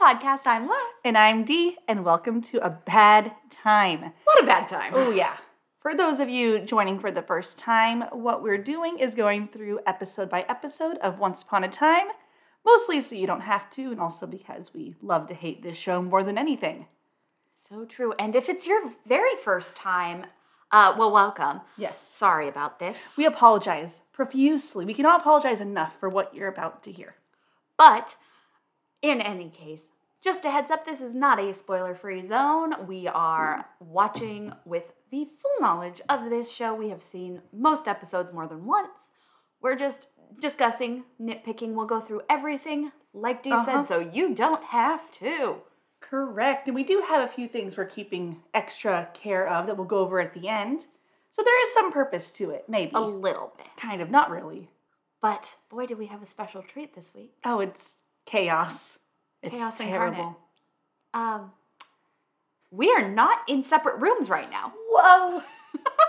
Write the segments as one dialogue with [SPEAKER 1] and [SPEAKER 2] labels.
[SPEAKER 1] podcast. I'm La.
[SPEAKER 2] And I'm Dee, and welcome to a bad time.
[SPEAKER 1] What a bad time.
[SPEAKER 2] Oh, yeah. For those of you joining for the first time, what we're doing is going through episode by episode of Once Upon a Time, mostly so you don't have to, and also because we love to hate this show more than anything.
[SPEAKER 1] So true. And if it's your very first time, uh, well, welcome.
[SPEAKER 2] Yes.
[SPEAKER 1] Sorry about this.
[SPEAKER 2] We apologize profusely. We cannot apologize enough for what you're about to hear.
[SPEAKER 1] But in any case, just a heads up this is not a spoiler free zone. We are
[SPEAKER 2] Mm.
[SPEAKER 1] watching with the full knowledge of this show. We have seen most episodes more than once. We're just discussing, nitpicking. We'll go through everything, like Dee
[SPEAKER 2] Uh-huh.
[SPEAKER 1] said, so you don't have to.
[SPEAKER 2] Correct. And we do have a few things we're keeping extra care of that we'll go over at the end. So there is some purpose to it, maybe.
[SPEAKER 1] A little bit.
[SPEAKER 2] kind of, not really.
[SPEAKER 1] But boy, did we have a special treat this week.
[SPEAKER 2] Oh, it's chaos. It's
[SPEAKER 1] Chaos
[SPEAKER 2] terrible.
[SPEAKER 1] incarnate. Um, we are not in separate rooms right now.
[SPEAKER 2] Whoa.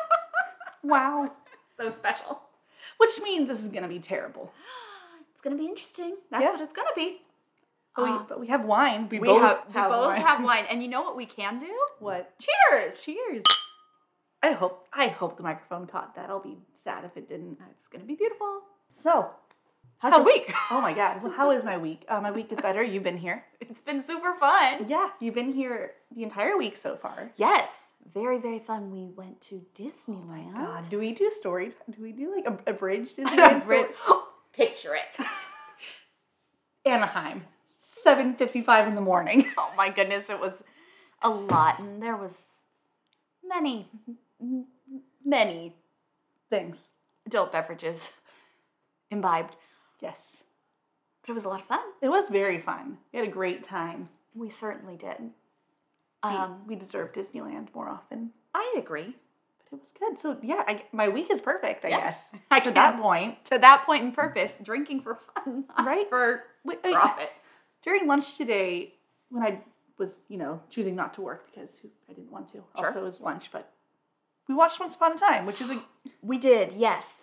[SPEAKER 2] wow.
[SPEAKER 1] So special.
[SPEAKER 2] Which means this is going to be terrible.
[SPEAKER 1] It's gonna be interesting. That's
[SPEAKER 2] Yeah.
[SPEAKER 1] what it's gonna be.
[SPEAKER 2] But we,
[SPEAKER 1] Uh,
[SPEAKER 2] but we have wine. We,
[SPEAKER 1] we
[SPEAKER 2] both
[SPEAKER 1] have, we
[SPEAKER 2] have
[SPEAKER 1] both
[SPEAKER 2] wine.
[SPEAKER 1] have wine, and you know what we can do?
[SPEAKER 2] what?
[SPEAKER 1] Cheers!
[SPEAKER 2] Cheers. I hope I hope the microphone caught that. I'll be sad if it didn't.
[SPEAKER 1] It's gonna be beautiful.
[SPEAKER 2] So,
[SPEAKER 1] How's
[SPEAKER 2] How-
[SPEAKER 1] your week?
[SPEAKER 2] oh my god. Well, how is my week? Uh, my week is better. You've been here.
[SPEAKER 1] it's been super fun.
[SPEAKER 2] Yeah, you've been here the entire week so far.
[SPEAKER 1] Yes, very very fun. We went to Disneyland.
[SPEAKER 2] God, do we do story? Do we do like a, a bridge
[SPEAKER 1] I'm
[SPEAKER 2] Disneyland story?
[SPEAKER 1] re- Picture it.
[SPEAKER 2] Anaheim, seven fifty-five in the morning.
[SPEAKER 1] oh my goodness, it was a lot, and there was many, m- many
[SPEAKER 2] Thanks.
[SPEAKER 1] adult beverages imbibed,
[SPEAKER 2] Yes,
[SPEAKER 1] but it was a lot of fun.
[SPEAKER 2] it was very fun. We had a great time.
[SPEAKER 1] We certainly did.
[SPEAKER 2] We-
[SPEAKER 1] Um,
[SPEAKER 2] we deserve Disneyland more often.
[SPEAKER 1] I agree.
[SPEAKER 2] But it was good. So yeah, I, my week is perfect. I
[SPEAKER 1] Yeah.
[SPEAKER 2] guess
[SPEAKER 1] I
[SPEAKER 2] to
[SPEAKER 1] can-
[SPEAKER 2] that point.
[SPEAKER 1] To that point and purpose, drinking for fun, not
[SPEAKER 2] Right.
[SPEAKER 1] For
[SPEAKER 2] Wait, wait,
[SPEAKER 1] profit.
[SPEAKER 2] during lunch today, when I was you know choosing not to work because I didn't want to. Also, it was lunch, but we watched Once Upon a Time, which is a,
[SPEAKER 1] We did, yes.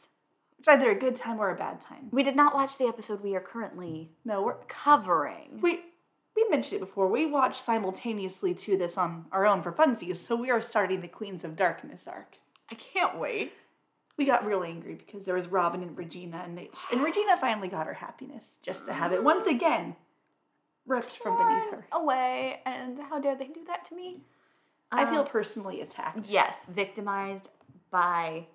[SPEAKER 2] it's either a good time or a bad time.
[SPEAKER 1] We did not watch the episode we are currently
[SPEAKER 2] No, we're
[SPEAKER 1] covering.
[SPEAKER 2] We we mentioned it before. We watched simultaneously to this on our own for funsies, so we are starting the Queens of Darkness arc.
[SPEAKER 1] I can't wait.
[SPEAKER 2] We got real angry because there was Robin and Regina, and they, and Regina finally got her happiness just to have it once again ripped from beneath her.
[SPEAKER 1] away, and how dare they do that to me?
[SPEAKER 2] I feel
[SPEAKER 1] Um,
[SPEAKER 2] personally attacked.
[SPEAKER 1] yes, victimized by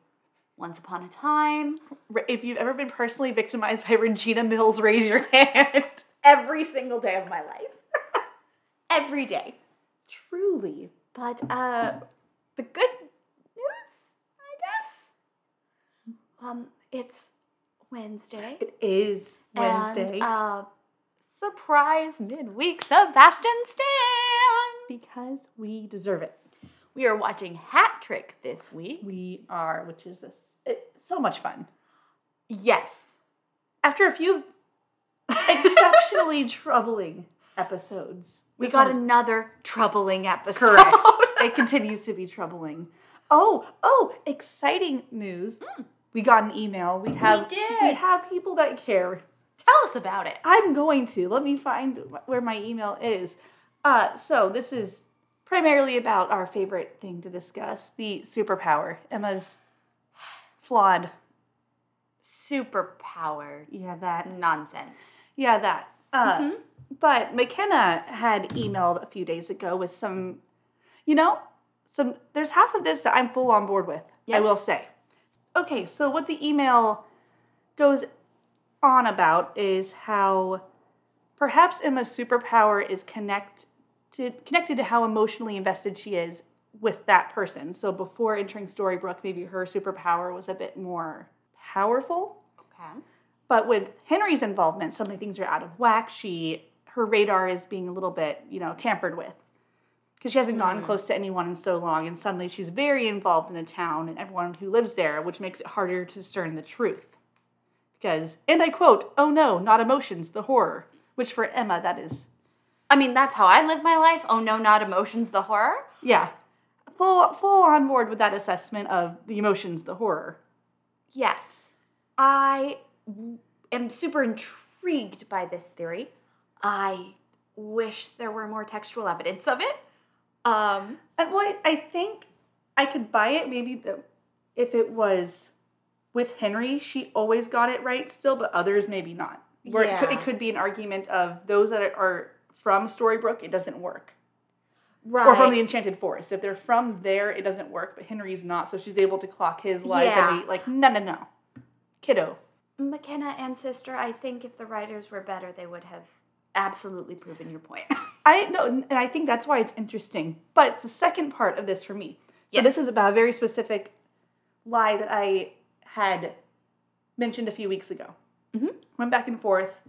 [SPEAKER 1] Once Upon a Time.
[SPEAKER 2] Re- If you've ever been personally victimized by Regina Mills, raise your hand.
[SPEAKER 1] Every single day of my life. Every day.
[SPEAKER 2] Truly,
[SPEAKER 1] But uh, the good news, I guess, um, it's Wednesday.
[SPEAKER 2] it is Wednesday
[SPEAKER 1] And, uh, surprise midweek Sebastian Stan.
[SPEAKER 2] because we deserve it.
[SPEAKER 1] We are watching Hat Trick this week.
[SPEAKER 2] We are, which is a s- it- so much fun.
[SPEAKER 1] Yes.
[SPEAKER 2] after a few exceptionally troubling episodes.
[SPEAKER 1] We
[SPEAKER 2] This
[SPEAKER 1] got
[SPEAKER 2] one's-
[SPEAKER 1] another troubling episode.
[SPEAKER 2] it continues to be troubling. Oh, oh, exciting news. We got an email. Mm. We have
[SPEAKER 1] did.
[SPEAKER 2] have people that care.
[SPEAKER 1] Tell us about it.
[SPEAKER 2] I'm going to. Let me find wh- where my email is. Uh, so this is primarily about our favorite thing to discuss, the superpower. Emma's flawed.
[SPEAKER 1] Superpowered
[SPEAKER 2] Yeah, that
[SPEAKER 1] nonsense.
[SPEAKER 2] Yeah, that. Uh, But McKenna had emailed a few days ago with some, you know, some. There's half of this that I'm full on board with. I
[SPEAKER 1] Yes.
[SPEAKER 2] will say. Okay, so what the email goes on about is how perhaps Emma's superpower is connect to, connected to how emotionally invested she is with that person. So before entering Storybrooke, maybe her superpower was a bit more powerful.
[SPEAKER 1] Okay.
[SPEAKER 2] But with Henry's involvement, suddenly things are out of whack. She her radar is being a little bit, you know, tampered with. Because she hasn't gotten close to anyone in so long, and suddenly she's very involved in the town and everyone who lives there, which makes it harder to discern the truth. Because, and I quote, oh no, not emotions, the horror. Which for Emma, that is,
[SPEAKER 1] I mean, that's how I live my life. Oh no, not emotions, the horror.
[SPEAKER 2] yeah, full, full on board with that assessment of the emotions, the horror.
[SPEAKER 1] Yes. I w- am super intrigued by this theory. I wish there were more textual evidence of it. Um,
[SPEAKER 2] And well, I, I think I could buy it maybe the, if it was with Henry, she always got it right still, but others maybe not. Where it, could,
[SPEAKER 1] Yeah.
[SPEAKER 2] it could be an argument of those that are from Storybrooke, it doesn't work.
[SPEAKER 1] right.
[SPEAKER 2] Or from the Enchanted Forest. If they're from there, it doesn't work, but Henry's not, so she's able to clock his lies
[SPEAKER 1] Yeah.
[SPEAKER 2] every, like, no, no, no. Kiddo.
[SPEAKER 1] McKenna and sister, I think if the writers were better, they would have absolutely proven your point.
[SPEAKER 2] I know, and I think that's why it's interesting. But it's the second part of this for me. So
[SPEAKER 1] Yes.
[SPEAKER 2] this is about a very specific lie that I had mentioned a few weeks ago.
[SPEAKER 1] Mhm.
[SPEAKER 2] Went back and forth.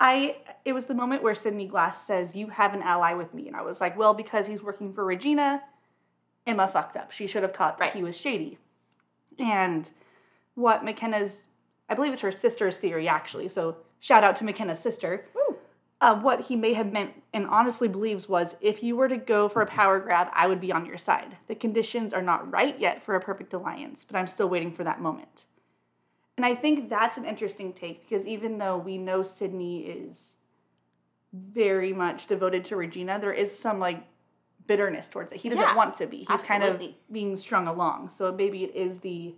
[SPEAKER 2] I it was the moment where Sydney Glass says, "You have an ally with me," and I was like, "Well, because he's working for Regina, Emma fucked up. She should have caught that
[SPEAKER 1] Right.
[SPEAKER 2] he was shady." And what McKenna's, I believe it's her sister's theory actually. So shout out to McKenna's sister uh, what he may have meant and honestly believes was if you were to go for a power grab, I would be on your side. The conditions are not right yet for a perfect alliance, but I'm still waiting for that moment. And I think that's an interesting take because even though we know Sydney is very much devoted to Regina, there is some like bitterness towards it. He doesn't
[SPEAKER 1] Yeah,
[SPEAKER 2] want to be. He's kind
[SPEAKER 1] absolutely.
[SPEAKER 2] of being strung along. So maybe it is the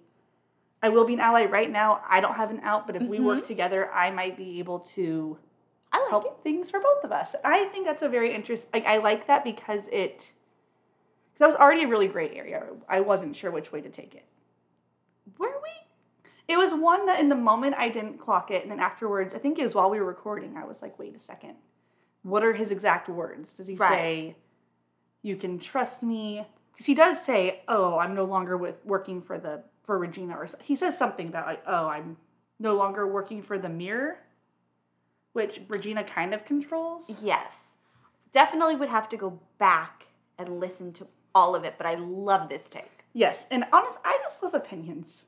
[SPEAKER 2] I will be an ally right now. I don't have an out, but if we work together, I might be able to
[SPEAKER 1] Mm-hmm. I like
[SPEAKER 2] help things for both of us. I think that's a very interesting. Like I like that because it that was already a really great area. I wasn't sure which way to take it.
[SPEAKER 1] it. Were we?
[SPEAKER 2] It was one that in the moment I didn't clock it, and then afterwards, I think it was while we were recording, I was like, wait a second, what are his exact words? Does he
[SPEAKER 1] Right.
[SPEAKER 2] say, "You can trust me"? Because he does say, "Oh, I'm no longer with working for the for Regina," or so- he says something about like, "Oh, I'm no longer working for the Mirror," which Regina kind of controls.
[SPEAKER 1] Yes. Definitely would have to go back and listen to all of it, but I love this take.
[SPEAKER 2] Yes, and honest, I just love opinions.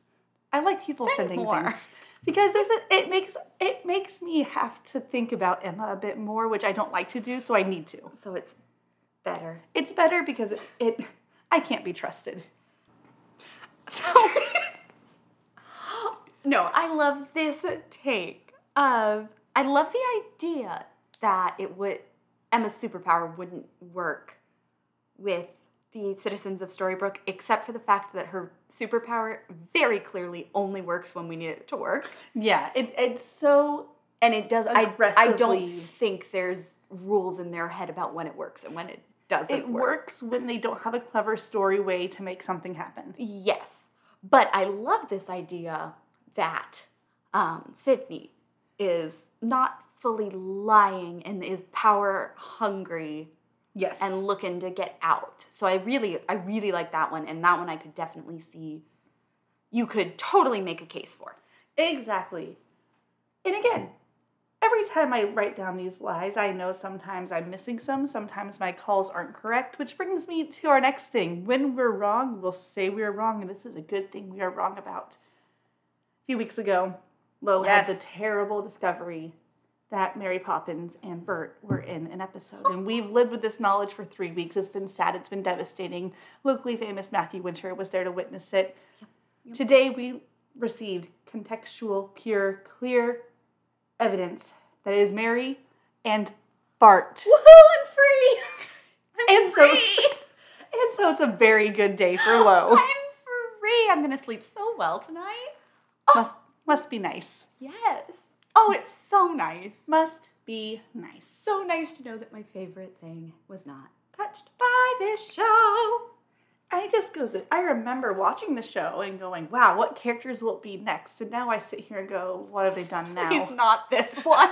[SPEAKER 2] I like people
[SPEAKER 1] Send
[SPEAKER 2] sending
[SPEAKER 1] more.
[SPEAKER 2] things because this is it makes it makes me have to think about Emma a bit more, which I don't like to do, so I need to.
[SPEAKER 1] So it's better.
[SPEAKER 2] It's better because it, it I can't be trusted.
[SPEAKER 1] So No, I love this take of I love the idea that it would Emma's superpower wouldn't work with the citizens of Storybrooke except for the fact that her superpower very clearly only works when we need it to work.
[SPEAKER 2] Yeah, it, it's so
[SPEAKER 1] And it does I, I don't
[SPEAKER 2] Aggressively.
[SPEAKER 1] think there's rules in their head about when it works and when it doesn't
[SPEAKER 2] it
[SPEAKER 1] work.
[SPEAKER 2] works when they don't have a clever story way to make something happen.
[SPEAKER 1] Yes. But I love this idea that um, Sydney is not fully lying and is power hungry
[SPEAKER 2] Yes,
[SPEAKER 1] and looking to get out. So I really, I really like that one. And that one I could definitely see you could totally make a case for.
[SPEAKER 2] Exactly. And again, every time I write down these lies, I know sometimes I'm missing some, sometimes my calls aren't correct, which brings me to our next thing. When we're wrong, we'll say we're wrong, and this is a good thing we are wrong about. A few weeks ago, Lo
[SPEAKER 1] Yes.
[SPEAKER 2] had the terrible discovery that Mary Poppins and Bert were in an episode. And we've lived with this knowledge for three weeks. It's been sad, it's been devastating. Locally famous Matthew Winter was there to witness it. Today we received contextual, pure, clear evidence that it is Mary and Bart.
[SPEAKER 1] Woohoo, I'm free! I'm
[SPEAKER 2] And so- And so it's a very good day for Lo.
[SPEAKER 1] I'm free. I'm gonna sleep so well tonight.
[SPEAKER 2] must, must be nice.
[SPEAKER 1] Yes. Oh, it's so nice.
[SPEAKER 2] Must be nice.
[SPEAKER 1] so nice to know that my favorite thing was not touched by this show.
[SPEAKER 2] I just goes. I remember watching the show and going, "Wow, what characters will be next?" And now I sit here and go, "What have they done now?"
[SPEAKER 1] Please, not this one.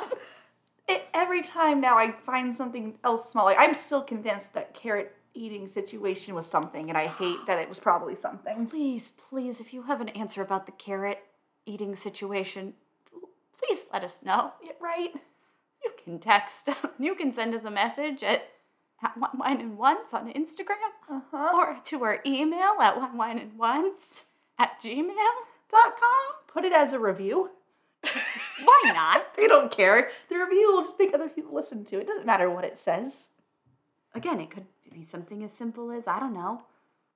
[SPEAKER 2] it, every time now I find something else small. Like, I'm still convinced that carrot eating situation was something, and I hate that it was probably something.
[SPEAKER 1] please, please, if you have an answer about the carrot eating situation, please let us know.
[SPEAKER 2] Yeah, Right?
[SPEAKER 1] You can text, you can send us a message at, at one wine and once on Instagram
[SPEAKER 2] Uh huh.
[SPEAKER 1] or to our email at one wine and once at gmail.com.
[SPEAKER 2] Put it as a review.
[SPEAKER 1] Why not?
[SPEAKER 2] They don't care. The review will just make other people listen to it. Doesn't matter what it says.
[SPEAKER 1] Again, it could be something as simple as, I don't know,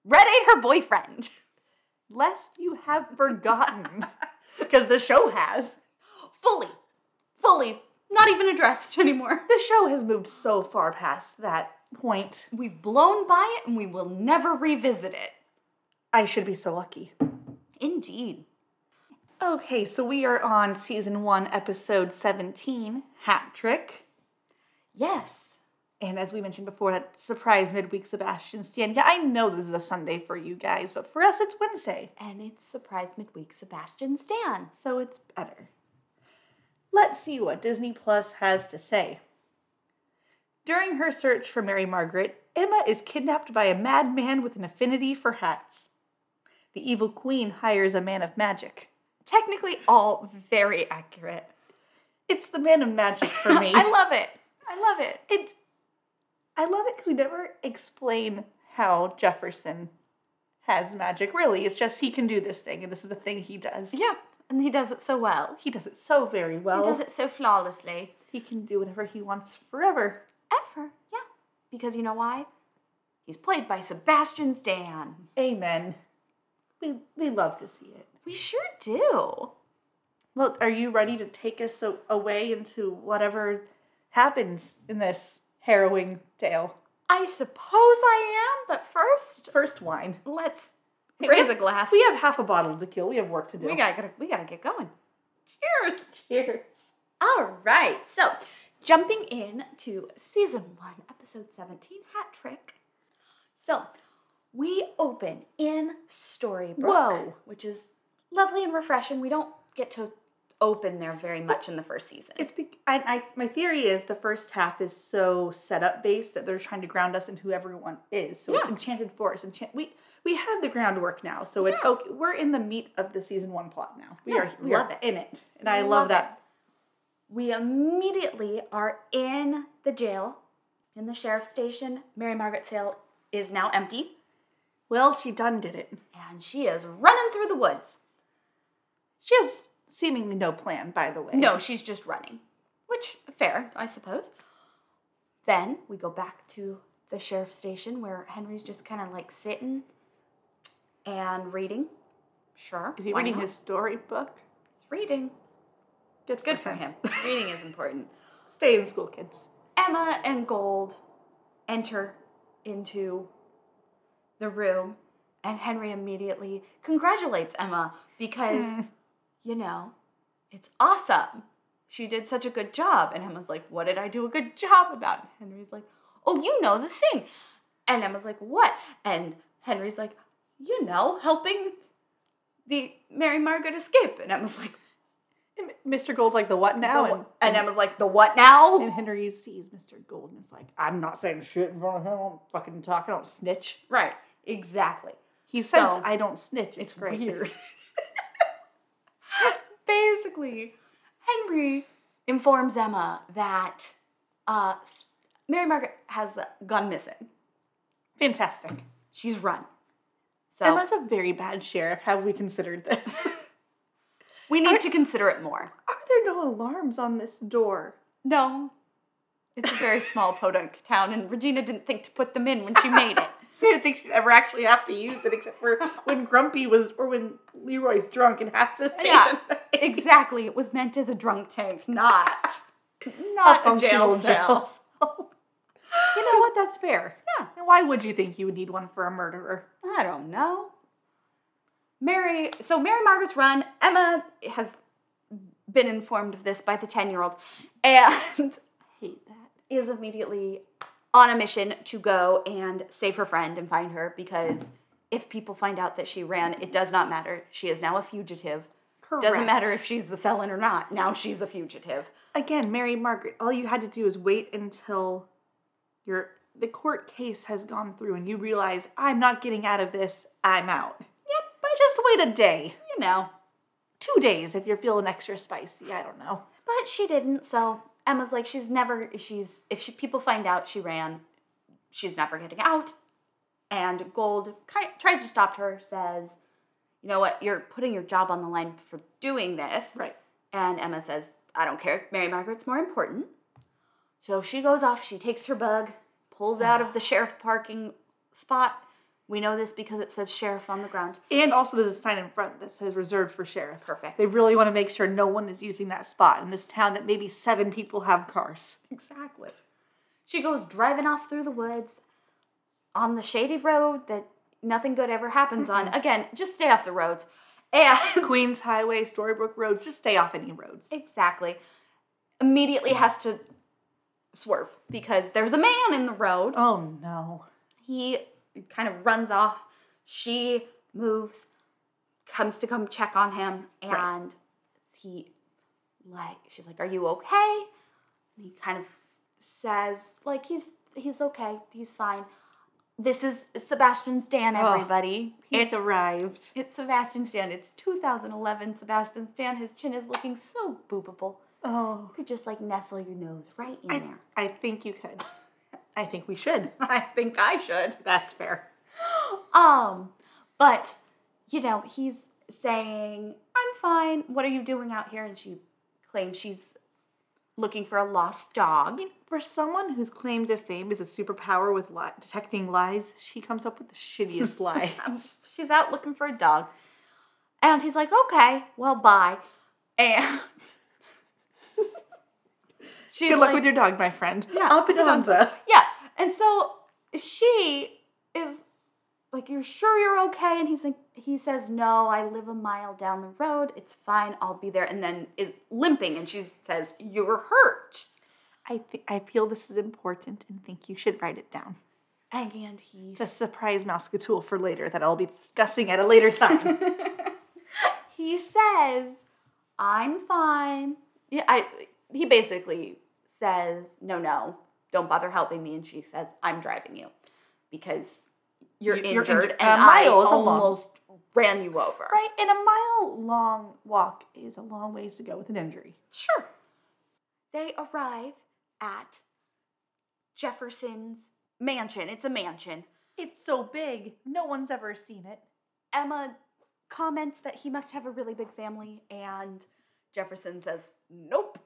[SPEAKER 1] Red ate her boyfriend.
[SPEAKER 2] Lest you have forgotten, because the show has.
[SPEAKER 1] fully, fully Not even addressed anymore.
[SPEAKER 2] The show has moved so far past that point.
[SPEAKER 1] We've blown by it and we will never revisit it.
[SPEAKER 2] I should be so lucky.
[SPEAKER 1] Indeed.
[SPEAKER 2] Okay, so we are on season one, episode 17, Hat Trick.
[SPEAKER 1] Yes.
[SPEAKER 2] And as we mentioned before, that surprise midweek Sebastian Stan. Yeah, I know this is a Sunday for you guys, but for us it's Wednesday,
[SPEAKER 1] And it's surprise midweek Sebastian Stan.
[SPEAKER 2] so it's better. Let's see what Disney Plus has to say. During her search for Mary Margaret, Emma is kidnapped by a madman with an affinity for hats. The evil queen hires a man of magic.
[SPEAKER 1] Technically, all very accurate.
[SPEAKER 2] It's the man of magic for me.
[SPEAKER 1] I love it. I love it.
[SPEAKER 2] it i love it because we never explain how jefferson has magic really it's just he can do this thing and this is the thing he does
[SPEAKER 1] Yep. And he does it so well.
[SPEAKER 2] he does it so very well
[SPEAKER 1] He does it so flawlessly.
[SPEAKER 2] he can do whatever he wants forever
[SPEAKER 1] Ever. Yeah. Because you know why? He's played by Sebastian Stan.
[SPEAKER 2] amen we we love to see it
[SPEAKER 1] We sure do.
[SPEAKER 2] well are you ready to take us a- away into whatever happens in this harrowing tale
[SPEAKER 1] I suppose I am, but first,
[SPEAKER 2] first wine
[SPEAKER 1] let's
[SPEAKER 2] Hey,
[SPEAKER 1] raise
[SPEAKER 2] we-
[SPEAKER 1] a glass.
[SPEAKER 2] we have half a bottle to kill we have work to do
[SPEAKER 1] we gotta, gotta we gotta get going.
[SPEAKER 2] cheers cheers
[SPEAKER 1] All right, so jumping in to season one, episode 17, Hat Trick. So we open in Storybrooke,
[SPEAKER 2] Whoa.
[SPEAKER 1] which is lovely and refreshing. We don't get to open there very much in the first season.
[SPEAKER 2] It's be- I, I my theory is the first half is so setup based that they're trying to ground us in who everyone is. So it's
[SPEAKER 1] Yeah.
[SPEAKER 2] Enchanted Forest. Enchant- we we have the groundwork now, so it's
[SPEAKER 1] Yeah.
[SPEAKER 2] okay. We're in the meat of the season one plot now. We
[SPEAKER 1] Yeah,
[SPEAKER 2] are we
[SPEAKER 1] love
[SPEAKER 2] are
[SPEAKER 1] it.
[SPEAKER 2] in it, and I love,
[SPEAKER 1] Love it.
[SPEAKER 2] that.
[SPEAKER 1] we immediately are in the jail, in the sheriff's station. Mary Margaret's cell is now empty,
[SPEAKER 2] Well, she done did it.
[SPEAKER 1] and she is running through the woods.
[SPEAKER 2] She has seemingly no plan, by the way.
[SPEAKER 1] No, she's just running, which fair, I suppose. Then we go back to the sheriff's station where Henry's just kind of like sitting and reading. Sure.
[SPEAKER 2] is he
[SPEAKER 1] why
[SPEAKER 2] reading
[SPEAKER 1] not?
[SPEAKER 2] his storybook?
[SPEAKER 1] He's reading.
[SPEAKER 2] Good,
[SPEAKER 1] Good for him. reading is important.
[SPEAKER 2] Stay in school, kids.
[SPEAKER 1] Emma and Gold enter into the room, and Henry immediately congratulates Emma because, you know, it's awesome. She did such a good job. And Emma's like, What did I do a good job about? And Henry's like, Oh, you know the thing. And Emma's like, What? And Henry's like, You know, helping the Mary Margaret escape. And Emma's like,
[SPEAKER 2] And Mr. Gold's like the what now?
[SPEAKER 1] the,
[SPEAKER 2] and,
[SPEAKER 1] wh- and Emma's like, The what now?
[SPEAKER 2] and Henry sees Mr. Gold and is like, I'm not saying shit in front of him. I don't fucking talk. I don't snitch.
[SPEAKER 1] Right, exactly.
[SPEAKER 2] He says,
[SPEAKER 1] So-
[SPEAKER 2] I don't snitch. It's,
[SPEAKER 1] It's
[SPEAKER 2] great.
[SPEAKER 1] weird. Basically, Henry informs Emma that uh, s- Mary Margaret has gone missing.
[SPEAKER 2] Fantastic.
[SPEAKER 1] She's run. So
[SPEAKER 2] Emma's a very bad sheriff. Have we considered this?
[SPEAKER 1] we need to consider it more.
[SPEAKER 2] Are there no alarms on this door?
[SPEAKER 1] No, it's a very small podunk town, and Regina didn't think to put them in when she made it.
[SPEAKER 2] I didn't think she'd ever actually have to use it except for when Grumpy was, or when Leroy's drunk and has to stay
[SPEAKER 1] Yeah,
[SPEAKER 2] the night.
[SPEAKER 1] exactly. It was meant as a drunk tank, not
[SPEAKER 2] Not
[SPEAKER 1] not a jail
[SPEAKER 2] functional jail
[SPEAKER 1] cell.
[SPEAKER 2] cell. you know what? That's fair.
[SPEAKER 1] Yeah.
[SPEAKER 2] And why would you think you would need one for a murderer?
[SPEAKER 1] I don't know. Mary, so Mary Margaret's run. Emma has been informed of this by the 10 year old and
[SPEAKER 2] Hate that.
[SPEAKER 1] is immediately on a mission to go and save her friend and find her because if people find out that she ran, it does not matter. She is now a fugitive.
[SPEAKER 2] Correct.
[SPEAKER 1] Doesn't matter if she's the felon or not. Now she's a fugitive.
[SPEAKER 2] again, Mary Margaret, all you had to do is wait until your the court case has gone through and you realize I'm not getting out of this, I'm out. Yep, but just wait a day.
[SPEAKER 1] You know.
[SPEAKER 2] Two days if you're feeling extra spicy, I don't know.
[SPEAKER 1] But she didn't. So Emma's like, she's never. She's if she, people find out she ran, she's never getting out. And Gold kind tries to stop her. Says, you know what? You're putting your job on the line for doing this.
[SPEAKER 2] Right.
[SPEAKER 1] And Emma says, I don't care. Mary Margaret's more important. So she goes off. She takes her bug, pulls out of the sheriff parking spot, We know this because it says sheriff on the ground.
[SPEAKER 2] And also, there's a sign in front that says reserved for sheriff.
[SPEAKER 1] Perfect.
[SPEAKER 2] They really want to make sure no one is using that spot in this town that maybe seven people have cars.
[SPEAKER 1] Exactly. She goes driving off through the woods on the shady road that nothing good ever happens on. Again, just stay off the roads. And
[SPEAKER 2] Queens Highway, Storybrook Roads, just stay off any roads.
[SPEAKER 1] exactly. Immediately has to swerve because there's a man in the road.
[SPEAKER 2] Oh no.
[SPEAKER 1] He kind of runs off. She moves, comes to come check on him, and
[SPEAKER 2] Right.
[SPEAKER 1] he like she's like, "Are you okay?" And he kind of says like he's he's okay, he's fine. This is Sebastian Stan,
[SPEAKER 2] Oh,
[SPEAKER 1] everybody.
[SPEAKER 2] He's
[SPEAKER 1] it's
[SPEAKER 2] arrived.
[SPEAKER 1] it's Sebastian Stan. It's 2011 Sebastian Stan. His chin is looking so boopable.
[SPEAKER 2] Oh.
[SPEAKER 1] You could just like nestle your nose right in
[SPEAKER 2] I,
[SPEAKER 1] there.
[SPEAKER 2] I think you could. I think we should.
[SPEAKER 1] I think I should.
[SPEAKER 2] That's fair.
[SPEAKER 1] Um, but you know, he's saying, "I'm fine. What are you doing out here?" And she claims she's looking for a lost dog.
[SPEAKER 2] For someone whose claim to fame is a superpower with li- detecting lies, she comes up with the shittiest lie.
[SPEAKER 1] She's out looking for a dog, and he's like, "Okay, well, bye." And she's
[SPEAKER 2] Good luck
[SPEAKER 1] like,
[SPEAKER 2] with your dog, my friend.
[SPEAKER 1] Yeah,
[SPEAKER 2] Up and Danza.
[SPEAKER 1] Yeah. And so she is like, You're sure you're okay? And he's like, He says, No, I live a mile down the road. It's fine. I'll be there. And then is limping. And she says, You're hurt.
[SPEAKER 2] I th- I feel this is important and think you should write it down.
[SPEAKER 1] And he,
[SPEAKER 2] It's a surprise mousecatool for later that I'll be discussing at a later time.
[SPEAKER 1] he says, I'm fine. Yeah, I, he basically says, No, no, don't bother helping me. And she says, I'm driving you because you're,
[SPEAKER 2] You- you're
[SPEAKER 1] injured,
[SPEAKER 2] injured.
[SPEAKER 1] and
[SPEAKER 2] A mile
[SPEAKER 1] I
[SPEAKER 2] is a long-
[SPEAKER 1] almost ran you over.
[SPEAKER 2] right? And a mile long walk is a long ways to go with an injury.
[SPEAKER 1] Sure. They arrive at Jefferson's mansion. It's a mansion.
[SPEAKER 2] It's so big, no one's ever seen it.
[SPEAKER 1] Emma comments that he must have a really big family, and Jefferson says, Nope,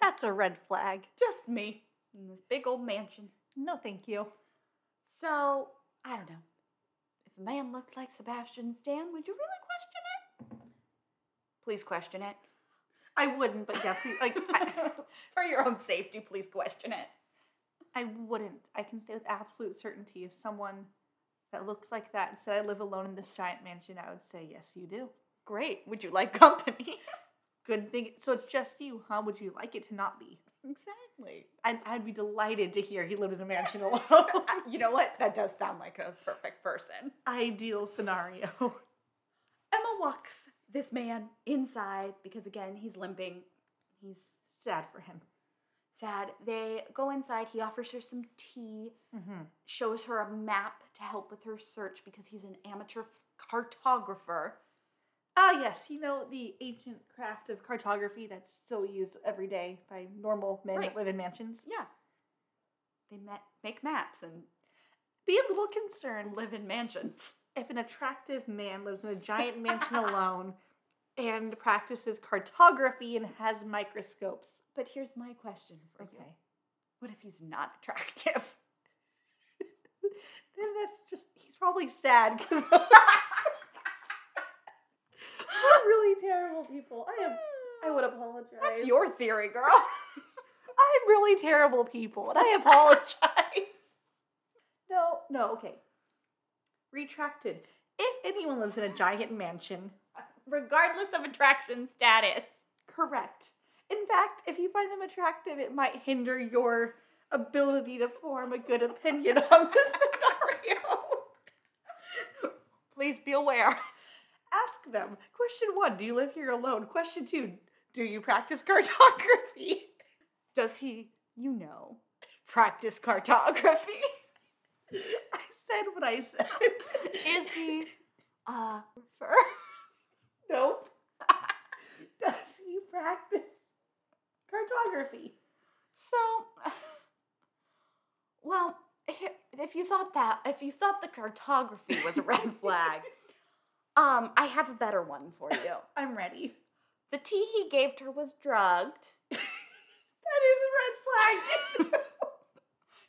[SPEAKER 2] That's a red flag.
[SPEAKER 1] just me in this big old mansion.
[SPEAKER 2] No, thank you.
[SPEAKER 1] So, I don't know. If a man looked like Sebastian Stan, would you really question it? Please question it.
[SPEAKER 2] I wouldn't, but yeah, please, like I,
[SPEAKER 1] For your own safety, please question it.
[SPEAKER 2] I wouldn't. I can say with absolute certainty if someone that looks like that said I live alone in this giant mansion, I would say yes, you do.
[SPEAKER 1] Great. Would you like company?
[SPEAKER 2] Good thing. So it's just you, huh? Would you like it to not be?
[SPEAKER 1] exactly.
[SPEAKER 2] I'd, I'd be delighted to hear he lived in a mansion alone.
[SPEAKER 1] you know what? That does sound like a perfect person.
[SPEAKER 2] Ideal scenario.
[SPEAKER 1] Emma walks this man inside because, again, he's limping. He's
[SPEAKER 2] Sad for him.
[SPEAKER 1] sad. They go inside. He offers her some tea,
[SPEAKER 2] Mm-hmm.
[SPEAKER 1] shows her a map to help with her search because he's an amateur cartographer.
[SPEAKER 2] Ah, yes, you know the ancient craft of cartography that's still used every day by normal men
[SPEAKER 1] Right.
[SPEAKER 2] that live in mansions.
[SPEAKER 1] Yeah. They ma- make maps and
[SPEAKER 2] Be a little concerned
[SPEAKER 1] live in mansions.
[SPEAKER 2] if an attractive man lives in a giant mansion alone and practices cartography and has microscopes.
[SPEAKER 1] But here's my question for you
[SPEAKER 2] Okay.
[SPEAKER 1] What if he's not attractive?
[SPEAKER 2] Then that's just, he's probably sad because we're really terrible people. I am, I would apologize.
[SPEAKER 1] That's your theory, girl.
[SPEAKER 2] I'm really terrible people and I
[SPEAKER 1] apologize.
[SPEAKER 2] No, no, okay. Retracted. If anyone lives in a giant mansion,
[SPEAKER 1] regardless of attraction status.
[SPEAKER 2] correct. In fact, if you find them attractive, it might hinder your ability to form a good opinion on this scenario.
[SPEAKER 1] Please be aware.
[SPEAKER 2] Ask them. Question one Do you live here alone? Question two Do you practice cartography?
[SPEAKER 1] Does he, you know, practice cartography?
[SPEAKER 2] I said what I said.
[SPEAKER 1] Is he uh
[SPEAKER 2] Nope. Does he practice cartography?
[SPEAKER 1] so well, hi- if you thought that, if you thought the cartography was a red flag, um, I have a better one for you.
[SPEAKER 2] I'm ready.
[SPEAKER 1] The tea he gave her was drugged.
[SPEAKER 2] That is a red flag.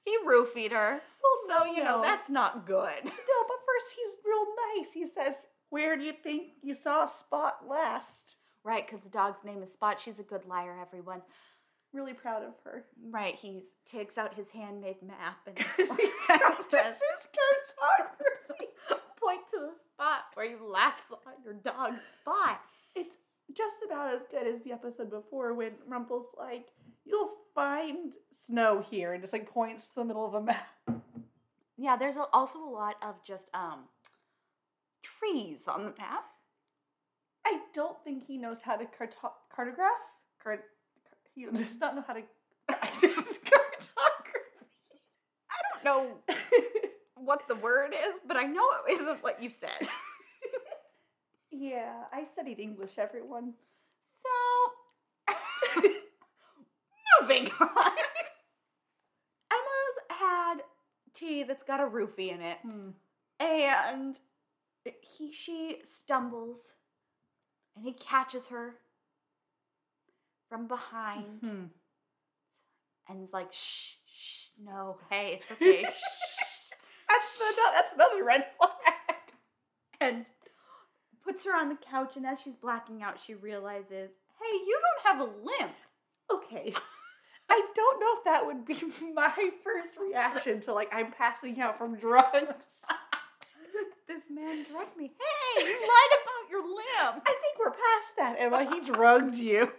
[SPEAKER 1] He roofied her.
[SPEAKER 2] Well,
[SPEAKER 1] so, you know,
[SPEAKER 2] no.
[SPEAKER 1] that's not good.
[SPEAKER 2] no, but for course, he's real nice. He says, Where do you think you saw Spot last?
[SPEAKER 1] Right, because the dog's name is Spot. She's a good liar, everyone.
[SPEAKER 2] Really proud of her.
[SPEAKER 1] Right, he takes out his handmade map and
[SPEAKER 2] That's his cartography.
[SPEAKER 1] point to the spot where you last saw your dog Spot.
[SPEAKER 2] It's just about as good as the episode before when Rumple's like, You'll find snow here, and just like points to the middle of a map.
[SPEAKER 1] Yeah, there's a, also a lot of just um trees on the map.
[SPEAKER 2] I don't think he knows how to carto- cartograph. Cart- car- he does not know how to. It's cartography.
[SPEAKER 1] I don't know what the word is, but I know it isn't what you said.
[SPEAKER 2] yeah, I studied English, everyone.
[SPEAKER 1] So, moving on. Emma's had tea that's got a roofie in it,
[SPEAKER 2] Hmm.
[SPEAKER 1] and he she stumbles, and he catches her from
[SPEAKER 2] Mm-hmm.
[SPEAKER 1] behind,
[SPEAKER 2] Hmm.
[SPEAKER 1] and is like, "Shh, shh, no, hey, it's okay." shh.
[SPEAKER 2] That's, the, that's another red flag.
[SPEAKER 1] and puts her on the couch and as she's blacking out she realizes hey you don't have a limp
[SPEAKER 2] Okay. I don't know if that would be my first reaction to like I'm passing out from drugs.
[SPEAKER 1] this man drugged me hey you lied about your limp
[SPEAKER 2] I think we're past that, Emma. He drugged you.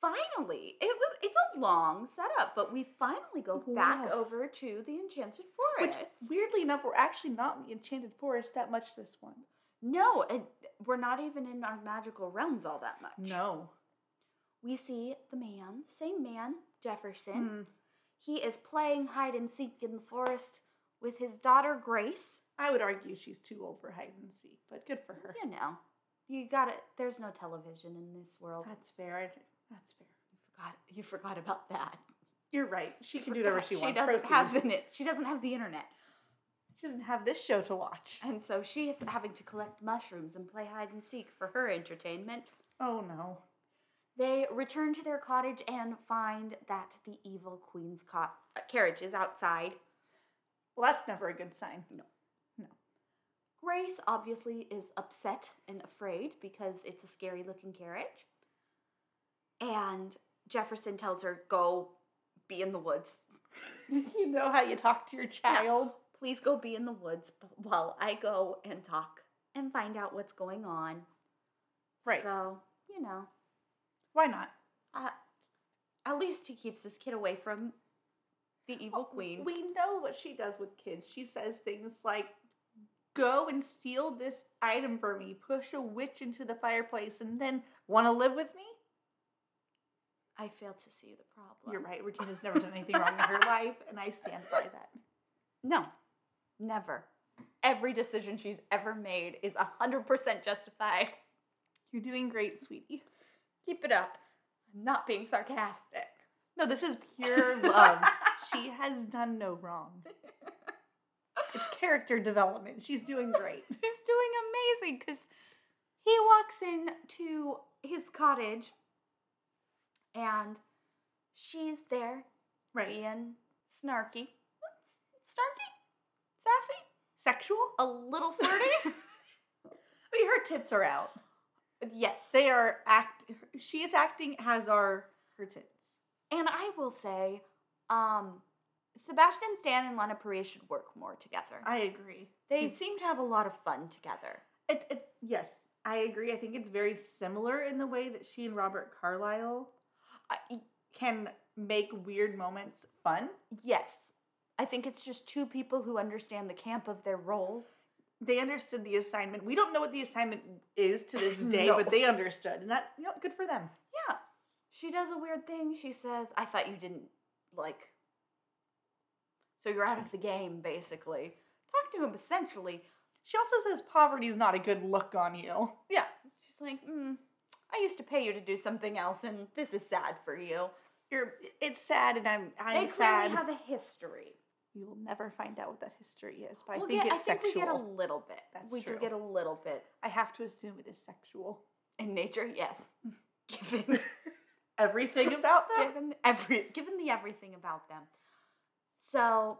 [SPEAKER 1] finally it was it's a long setup but we finally go back
[SPEAKER 2] Wow.
[SPEAKER 1] over to the enchanted
[SPEAKER 2] Which,
[SPEAKER 1] forest
[SPEAKER 2] weirdly enough, we're actually not in the Enchanted Forest that much this one.
[SPEAKER 1] no and we're not even in our magical realms all that much
[SPEAKER 2] No.
[SPEAKER 1] we see the man the same man jefferson
[SPEAKER 2] Hmm. Mm-hmm.
[SPEAKER 1] he is playing hide and seek in the forest with his daughter grace
[SPEAKER 2] I would argue she's too old for hide and seek, but good for her.
[SPEAKER 1] you know, you got it. There's no television in this world.
[SPEAKER 2] That's fair. I- That's fair.
[SPEAKER 1] You forgot. You forgot about that.
[SPEAKER 2] You're right. She can do
[SPEAKER 1] Forgot
[SPEAKER 2] whatever she wants.
[SPEAKER 1] doesn't
[SPEAKER 2] Proceed.
[SPEAKER 1] have the net. She doesn't have the internet,
[SPEAKER 2] she doesn't have this show to watch.
[SPEAKER 1] and so she is having to collect mushrooms and play hide and seek for her entertainment.
[SPEAKER 2] Oh no.
[SPEAKER 1] They return to their cottage and find that the evil queen's cot- uh, carriage is outside.
[SPEAKER 2] Well, that's never a good sign. No.
[SPEAKER 1] Grace obviously is upset and afraid because it's a scary looking carriage. And Jefferson tells her, Go be in the woods,
[SPEAKER 2] you know how you talk to your child.
[SPEAKER 1] please go be in the woods b- while I go and talk and find out what's going on.
[SPEAKER 2] Right.
[SPEAKER 1] So, you know,
[SPEAKER 2] Why not?
[SPEAKER 1] uh, at least he keeps this kid away from the evil queen.
[SPEAKER 2] We know what she does with kids. She says things like, "Go and steal this item for me. Push a witch into the fireplace, and then want to live with me."
[SPEAKER 1] I fail to see the problem.
[SPEAKER 2] You're right. Regina's never done anything wrong in her life, and I stand by that.
[SPEAKER 1] No, never. Every decision she's ever made is 100% justified.
[SPEAKER 2] You're doing great, sweetie.
[SPEAKER 1] Keep it up. I'm not being sarcastic.
[SPEAKER 2] No, this is pure love. she has done no wrong. It's character development. She's doing great.
[SPEAKER 1] He's doing amazing because he walks in to his cottage and she's there
[SPEAKER 2] Right.
[SPEAKER 1] being snarky. Snarky? Sassy?
[SPEAKER 2] Sexual?
[SPEAKER 1] A little flirty?
[SPEAKER 2] I mean, her tits are out.
[SPEAKER 1] yes.
[SPEAKER 2] They are act. She is acting as are her tits.
[SPEAKER 1] And I will say, um, Sebastian Stan and Lana Paris should work more together.
[SPEAKER 2] I agree.
[SPEAKER 1] They seem to have a lot of fun together.
[SPEAKER 2] It, it, yes, I agree. I think it's very similar in the way that she and Robert Carlyle
[SPEAKER 1] I,
[SPEAKER 2] can make weird moments fun.
[SPEAKER 1] yes. I think it's just two people who understand the camp of their role.
[SPEAKER 2] They understood the assignment. We don't know what the assignment is to this day,
[SPEAKER 1] No.
[SPEAKER 2] but they understood, and that you know, good for them.
[SPEAKER 1] Yeah. She does a weird thing. She says, I thought you didn't like. So you're out of the game, basically. Talk to him essentially.
[SPEAKER 2] She also says poverty's not a good look on you.
[SPEAKER 1] Yeah. She's like, mm, I used to pay you to do something else, and this is sad for you.
[SPEAKER 2] You're. It's sad, and I'm.
[SPEAKER 1] They
[SPEAKER 2] I'm sad.
[SPEAKER 1] clearly have a history.
[SPEAKER 2] you will never find out what that history is, but
[SPEAKER 1] We'll
[SPEAKER 2] I think
[SPEAKER 1] get-
[SPEAKER 2] it's
[SPEAKER 1] I think
[SPEAKER 2] sexual.
[SPEAKER 1] we get a little bit.
[SPEAKER 2] That's
[SPEAKER 1] we
[SPEAKER 2] true.
[SPEAKER 1] do get a little bit.
[SPEAKER 2] I have to assume it is sexual.
[SPEAKER 1] In nature, yes.
[SPEAKER 2] Hmm.
[SPEAKER 1] Given
[SPEAKER 2] Everything about that.
[SPEAKER 1] given every given the everything about them. So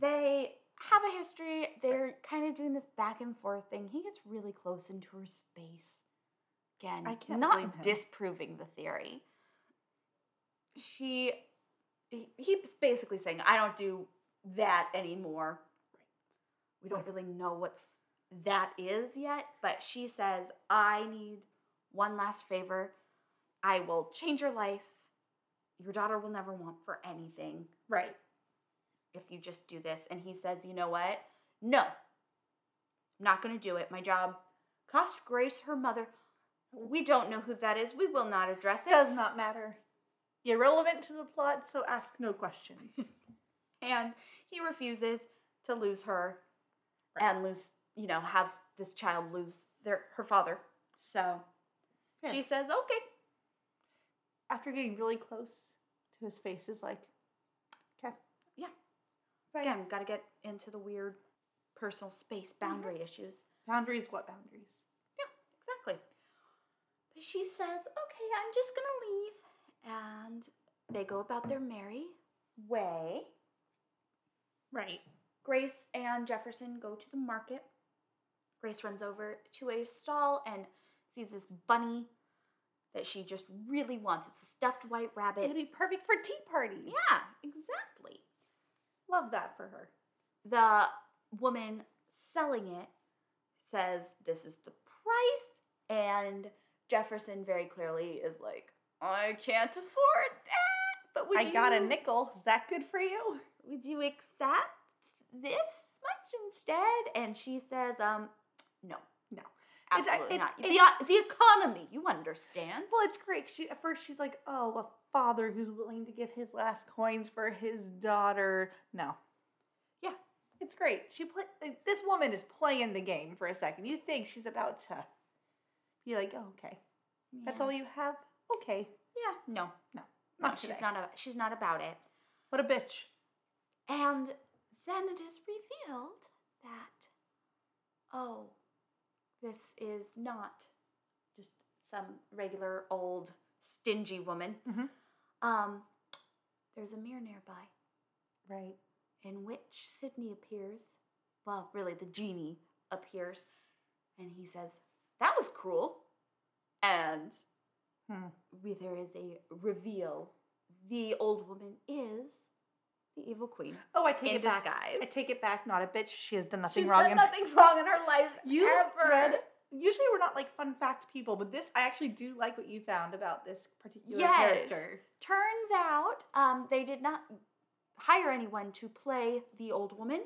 [SPEAKER 1] they have a history. They're kind of doing this back and forth thing. He gets really close into her space. Again,
[SPEAKER 2] I can't
[SPEAKER 1] not
[SPEAKER 2] blame him.
[SPEAKER 1] disproving the theory. She, he, he's basically saying, I don't do that anymore. We don't really know what's that is yet, but she says, I need one last favor. I will change your life. Your daughter will never want for anything
[SPEAKER 2] Right.
[SPEAKER 1] if you just do this. And he says, you know what? No, I'm not going to do it. My job cost Grace her mother. We don't know who that is. We will not address it.
[SPEAKER 2] Does not matter. Irrelevant to the plot, so ask no questions.
[SPEAKER 1] and he refuses to lose her and lose, you know, have this child lose their her father. So
[SPEAKER 2] Yeah.
[SPEAKER 1] she says, okay,
[SPEAKER 2] After getting really close to his face, is like, okay.
[SPEAKER 1] Yeah.
[SPEAKER 2] Right. Mm-hmm.
[SPEAKER 1] again, got to get into the weird personal space boundary issues.
[SPEAKER 2] Boundaries, what boundaries?
[SPEAKER 1] Yeah, exactly. But she says, okay, I'm just gonna leave. And they go about their merry way.
[SPEAKER 2] Right.
[SPEAKER 1] Grace and Jefferson go to the market. Grace runs over to a stall and sees this bunny that she just really wants. It's a stuffed white
[SPEAKER 2] It'd
[SPEAKER 1] rabbit.
[SPEAKER 2] be perfect for tea parties.
[SPEAKER 1] Yeah, exactly.
[SPEAKER 2] Love that for her.
[SPEAKER 1] the woman selling it says this is the price and jefferson very clearly is like i can't afford that but would
[SPEAKER 2] I
[SPEAKER 1] you,
[SPEAKER 2] got a nickel. Is that good for you?
[SPEAKER 1] would you accept this much instead and she says um no
[SPEAKER 2] No.
[SPEAKER 1] absolutely
[SPEAKER 2] it-
[SPEAKER 1] not
[SPEAKER 2] it-
[SPEAKER 1] the, the economy you understand
[SPEAKER 2] Well, it's great. She at first she's like, "Oh, a father who's willing to give his last coins for his daughter." No,
[SPEAKER 1] yeah
[SPEAKER 2] it's great. She play like, this woman is playing the game for a second. You think she's about to be like, "Oh, okay, that's
[SPEAKER 1] Yeah.
[SPEAKER 2] all you have." Okay,
[SPEAKER 1] yeah no
[SPEAKER 2] no,
[SPEAKER 1] no
[SPEAKER 2] not
[SPEAKER 1] she's
[SPEAKER 2] today.
[SPEAKER 1] not a, she's not about it
[SPEAKER 2] What a bitch.
[SPEAKER 1] And then it is revealed that, oh, this is not just some regular old stingy woman.
[SPEAKER 2] Mhm.
[SPEAKER 1] Um, there's a mirror nearby
[SPEAKER 2] Right.
[SPEAKER 1] in which Sydney appears. Well, really, the genie appears. And he says, That was cruel. And
[SPEAKER 2] Hmm.
[SPEAKER 1] we- there is a reveal. The old woman is the evil queen.
[SPEAKER 2] Oh, I take
[SPEAKER 1] In
[SPEAKER 2] it back.
[SPEAKER 1] disguise.
[SPEAKER 2] I take it back. Not a bitch. She has done nothing
[SPEAKER 1] She's
[SPEAKER 2] wrong.
[SPEAKER 1] done
[SPEAKER 2] in-
[SPEAKER 1] nothing wrong in her life
[SPEAKER 2] You
[SPEAKER 1] ever.
[SPEAKER 2] read- Usually we're not like fun fact people, but this I actually do like what you found about this particular
[SPEAKER 1] Yes.
[SPEAKER 2] character.
[SPEAKER 1] Turns out um, they did not hire anyone to play the old woman.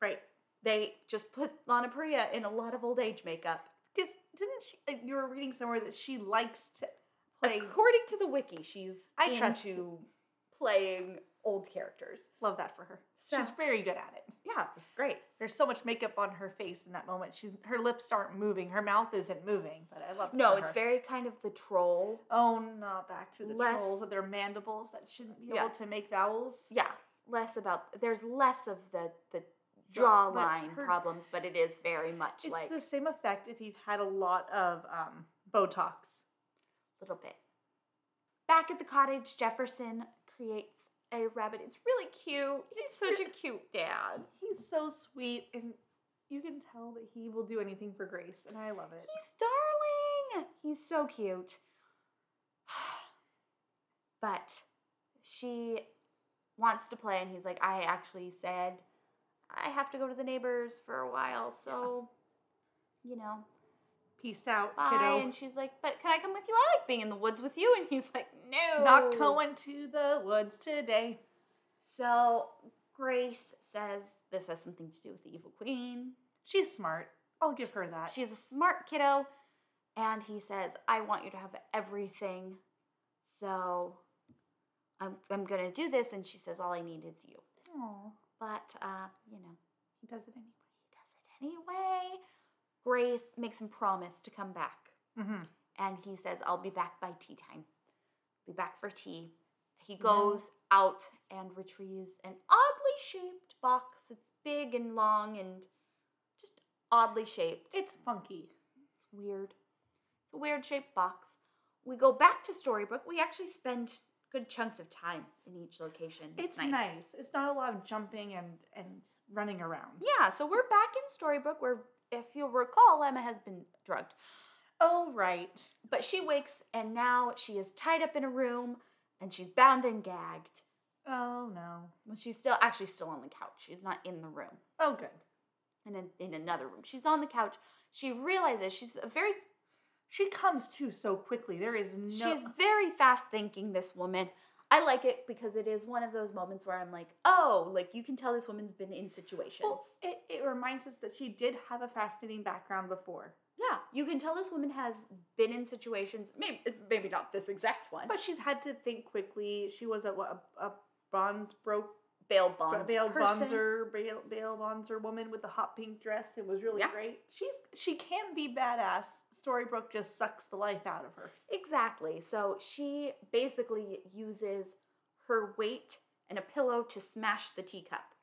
[SPEAKER 2] Right.
[SPEAKER 1] They just put Lana Priya in a lot of old age makeup.
[SPEAKER 2] Because didn't she? Like, you were reading somewhere that she likes to play.
[SPEAKER 1] According to the wiki, she's
[SPEAKER 2] I
[SPEAKER 1] into
[SPEAKER 2] trust
[SPEAKER 1] playing old characters.
[SPEAKER 2] Love that for her.
[SPEAKER 1] So-
[SPEAKER 2] She's very good at it.
[SPEAKER 1] Yeah, it was great.
[SPEAKER 2] There's so much makeup on her face in that moment. She's her lips aren't moving. Her mouth isn't moving. But I love. it
[SPEAKER 1] No,
[SPEAKER 2] for
[SPEAKER 1] it's
[SPEAKER 2] her.
[SPEAKER 1] very kind of the troll.
[SPEAKER 2] Oh, not back to the
[SPEAKER 1] Less-
[SPEAKER 2] trolls with their mandibles that shouldn't be
[SPEAKER 1] Yeah.
[SPEAKER 2] able to make vowels.
[SPEAKER 1] Yeah, less about there's less of the the draw
[SPEAKER 2] but
[SPEAKER 1] line
[SPEAKER 2] her-
[SPEAKER 1] problems, but it is very much
[SPEAKER 2] It's
[SPEAKER 1] like
[SPEAKER 2] the same effect if you've had a lot of um, Botox.
[SPEAKER 1] little bit. Back at the cottage, Jefferson creates a rabbit. It's really cute. He's such a cute dad.
[SPEAKER 2] He's so sweet, and you can tell that he will do anything for Grace, and I love it.
[SPEAKER 1] He's darling. He's so cute. But she wants to play, and he's like, I actually said I have to go to the neighbors for a while, so you know,
[SPEAKER 2] Peace out,
[SPEAKER 1] bye.
[SPEAKER 2] kiddo.
[SPEAKER 1] And she's like, But can I come with you? I like being in the woods with you. And he's like, No,
[SPEAKER 2] Not going to the woods today.
[SPEAKER 1] So Grace says this has something to do with the evil queen.
[SPEAKER 2] She's smart. I'll give her that.
[SPEAKER 1] She's a smart kiddo. And he says, I want you to have everything. So I'm, I'm going to do this. And she says, All I need is you.
[SPEAKER 2] Aw,
[SPEAKER 1] But, uh, you know,
[SPEAKER 2] he does it anyway.
[SPEAKER 1] he does it anyway. Grace makes him promise to come back.
[SPEAKER 2] Mm-hmm.
[SPEAKER 1] And he says, I'll be back by tea time. Be back for tea. He goes out and retrieves an oddly shaped box. It's big and long and just oddly shaped.
[SPEAKER 2] It's funky.
[SPEAKER 1] It's weird. It's a weird shaped box. We go back to Storybook. We actually spend good chunks of time in each location.
[SPEAKER 2] It's nice. It's not a lot of jumping and and running around.
[SPEAKER 1] Yeah, so we're back in Storybook where, if you'll recall, Emma has been drugged.
[SPEAKER 2] Oh right.
[SPEAKER 1] But she wakes and now she is tied up in a room and she's bound and gagged.
[SPEAKER 2] Oh no.
[SPEAKER 1] Well, She's still actually still on the couch. She's not in the room.
[SPEAKER 2] Oh good.
[SPEAKER 1] In, an in another room. She's on the couch. She realizes she's a very
[SPEAKER 2] She comes to so quickly. There is no.
[SPEAKER 1] she's very fast thinking this woman. I like it because it is one of those moments where I'm like, "Oh, like you can tell this woman's been in situations."
[SPEAKER 2] Well, it, it reminds us that she did have a fascinating background before,
[SPEAKER 1] Yeah, you can tell this woman has been in situations, maybe maybe not this exact one, but
[SPEAKER 2] but she's had to think quickly. She was a what, a, a bonds broke
[SPEAKER 1] bail bonds.
[SPEAKER 2] bail
[SPEAKER 1] person.
[SPEAKER 2] bonzer bail, bail bonzer woman with the hot pink dress. It was really
[SPEAKER 1] Yeah.
[SPEAKER 2] great. She's she can be badass. Storybrooke just sucks the life out of her.
[SPEAKER 1] Exactly. So she basically uses her weight and a pillow to smash the teacup.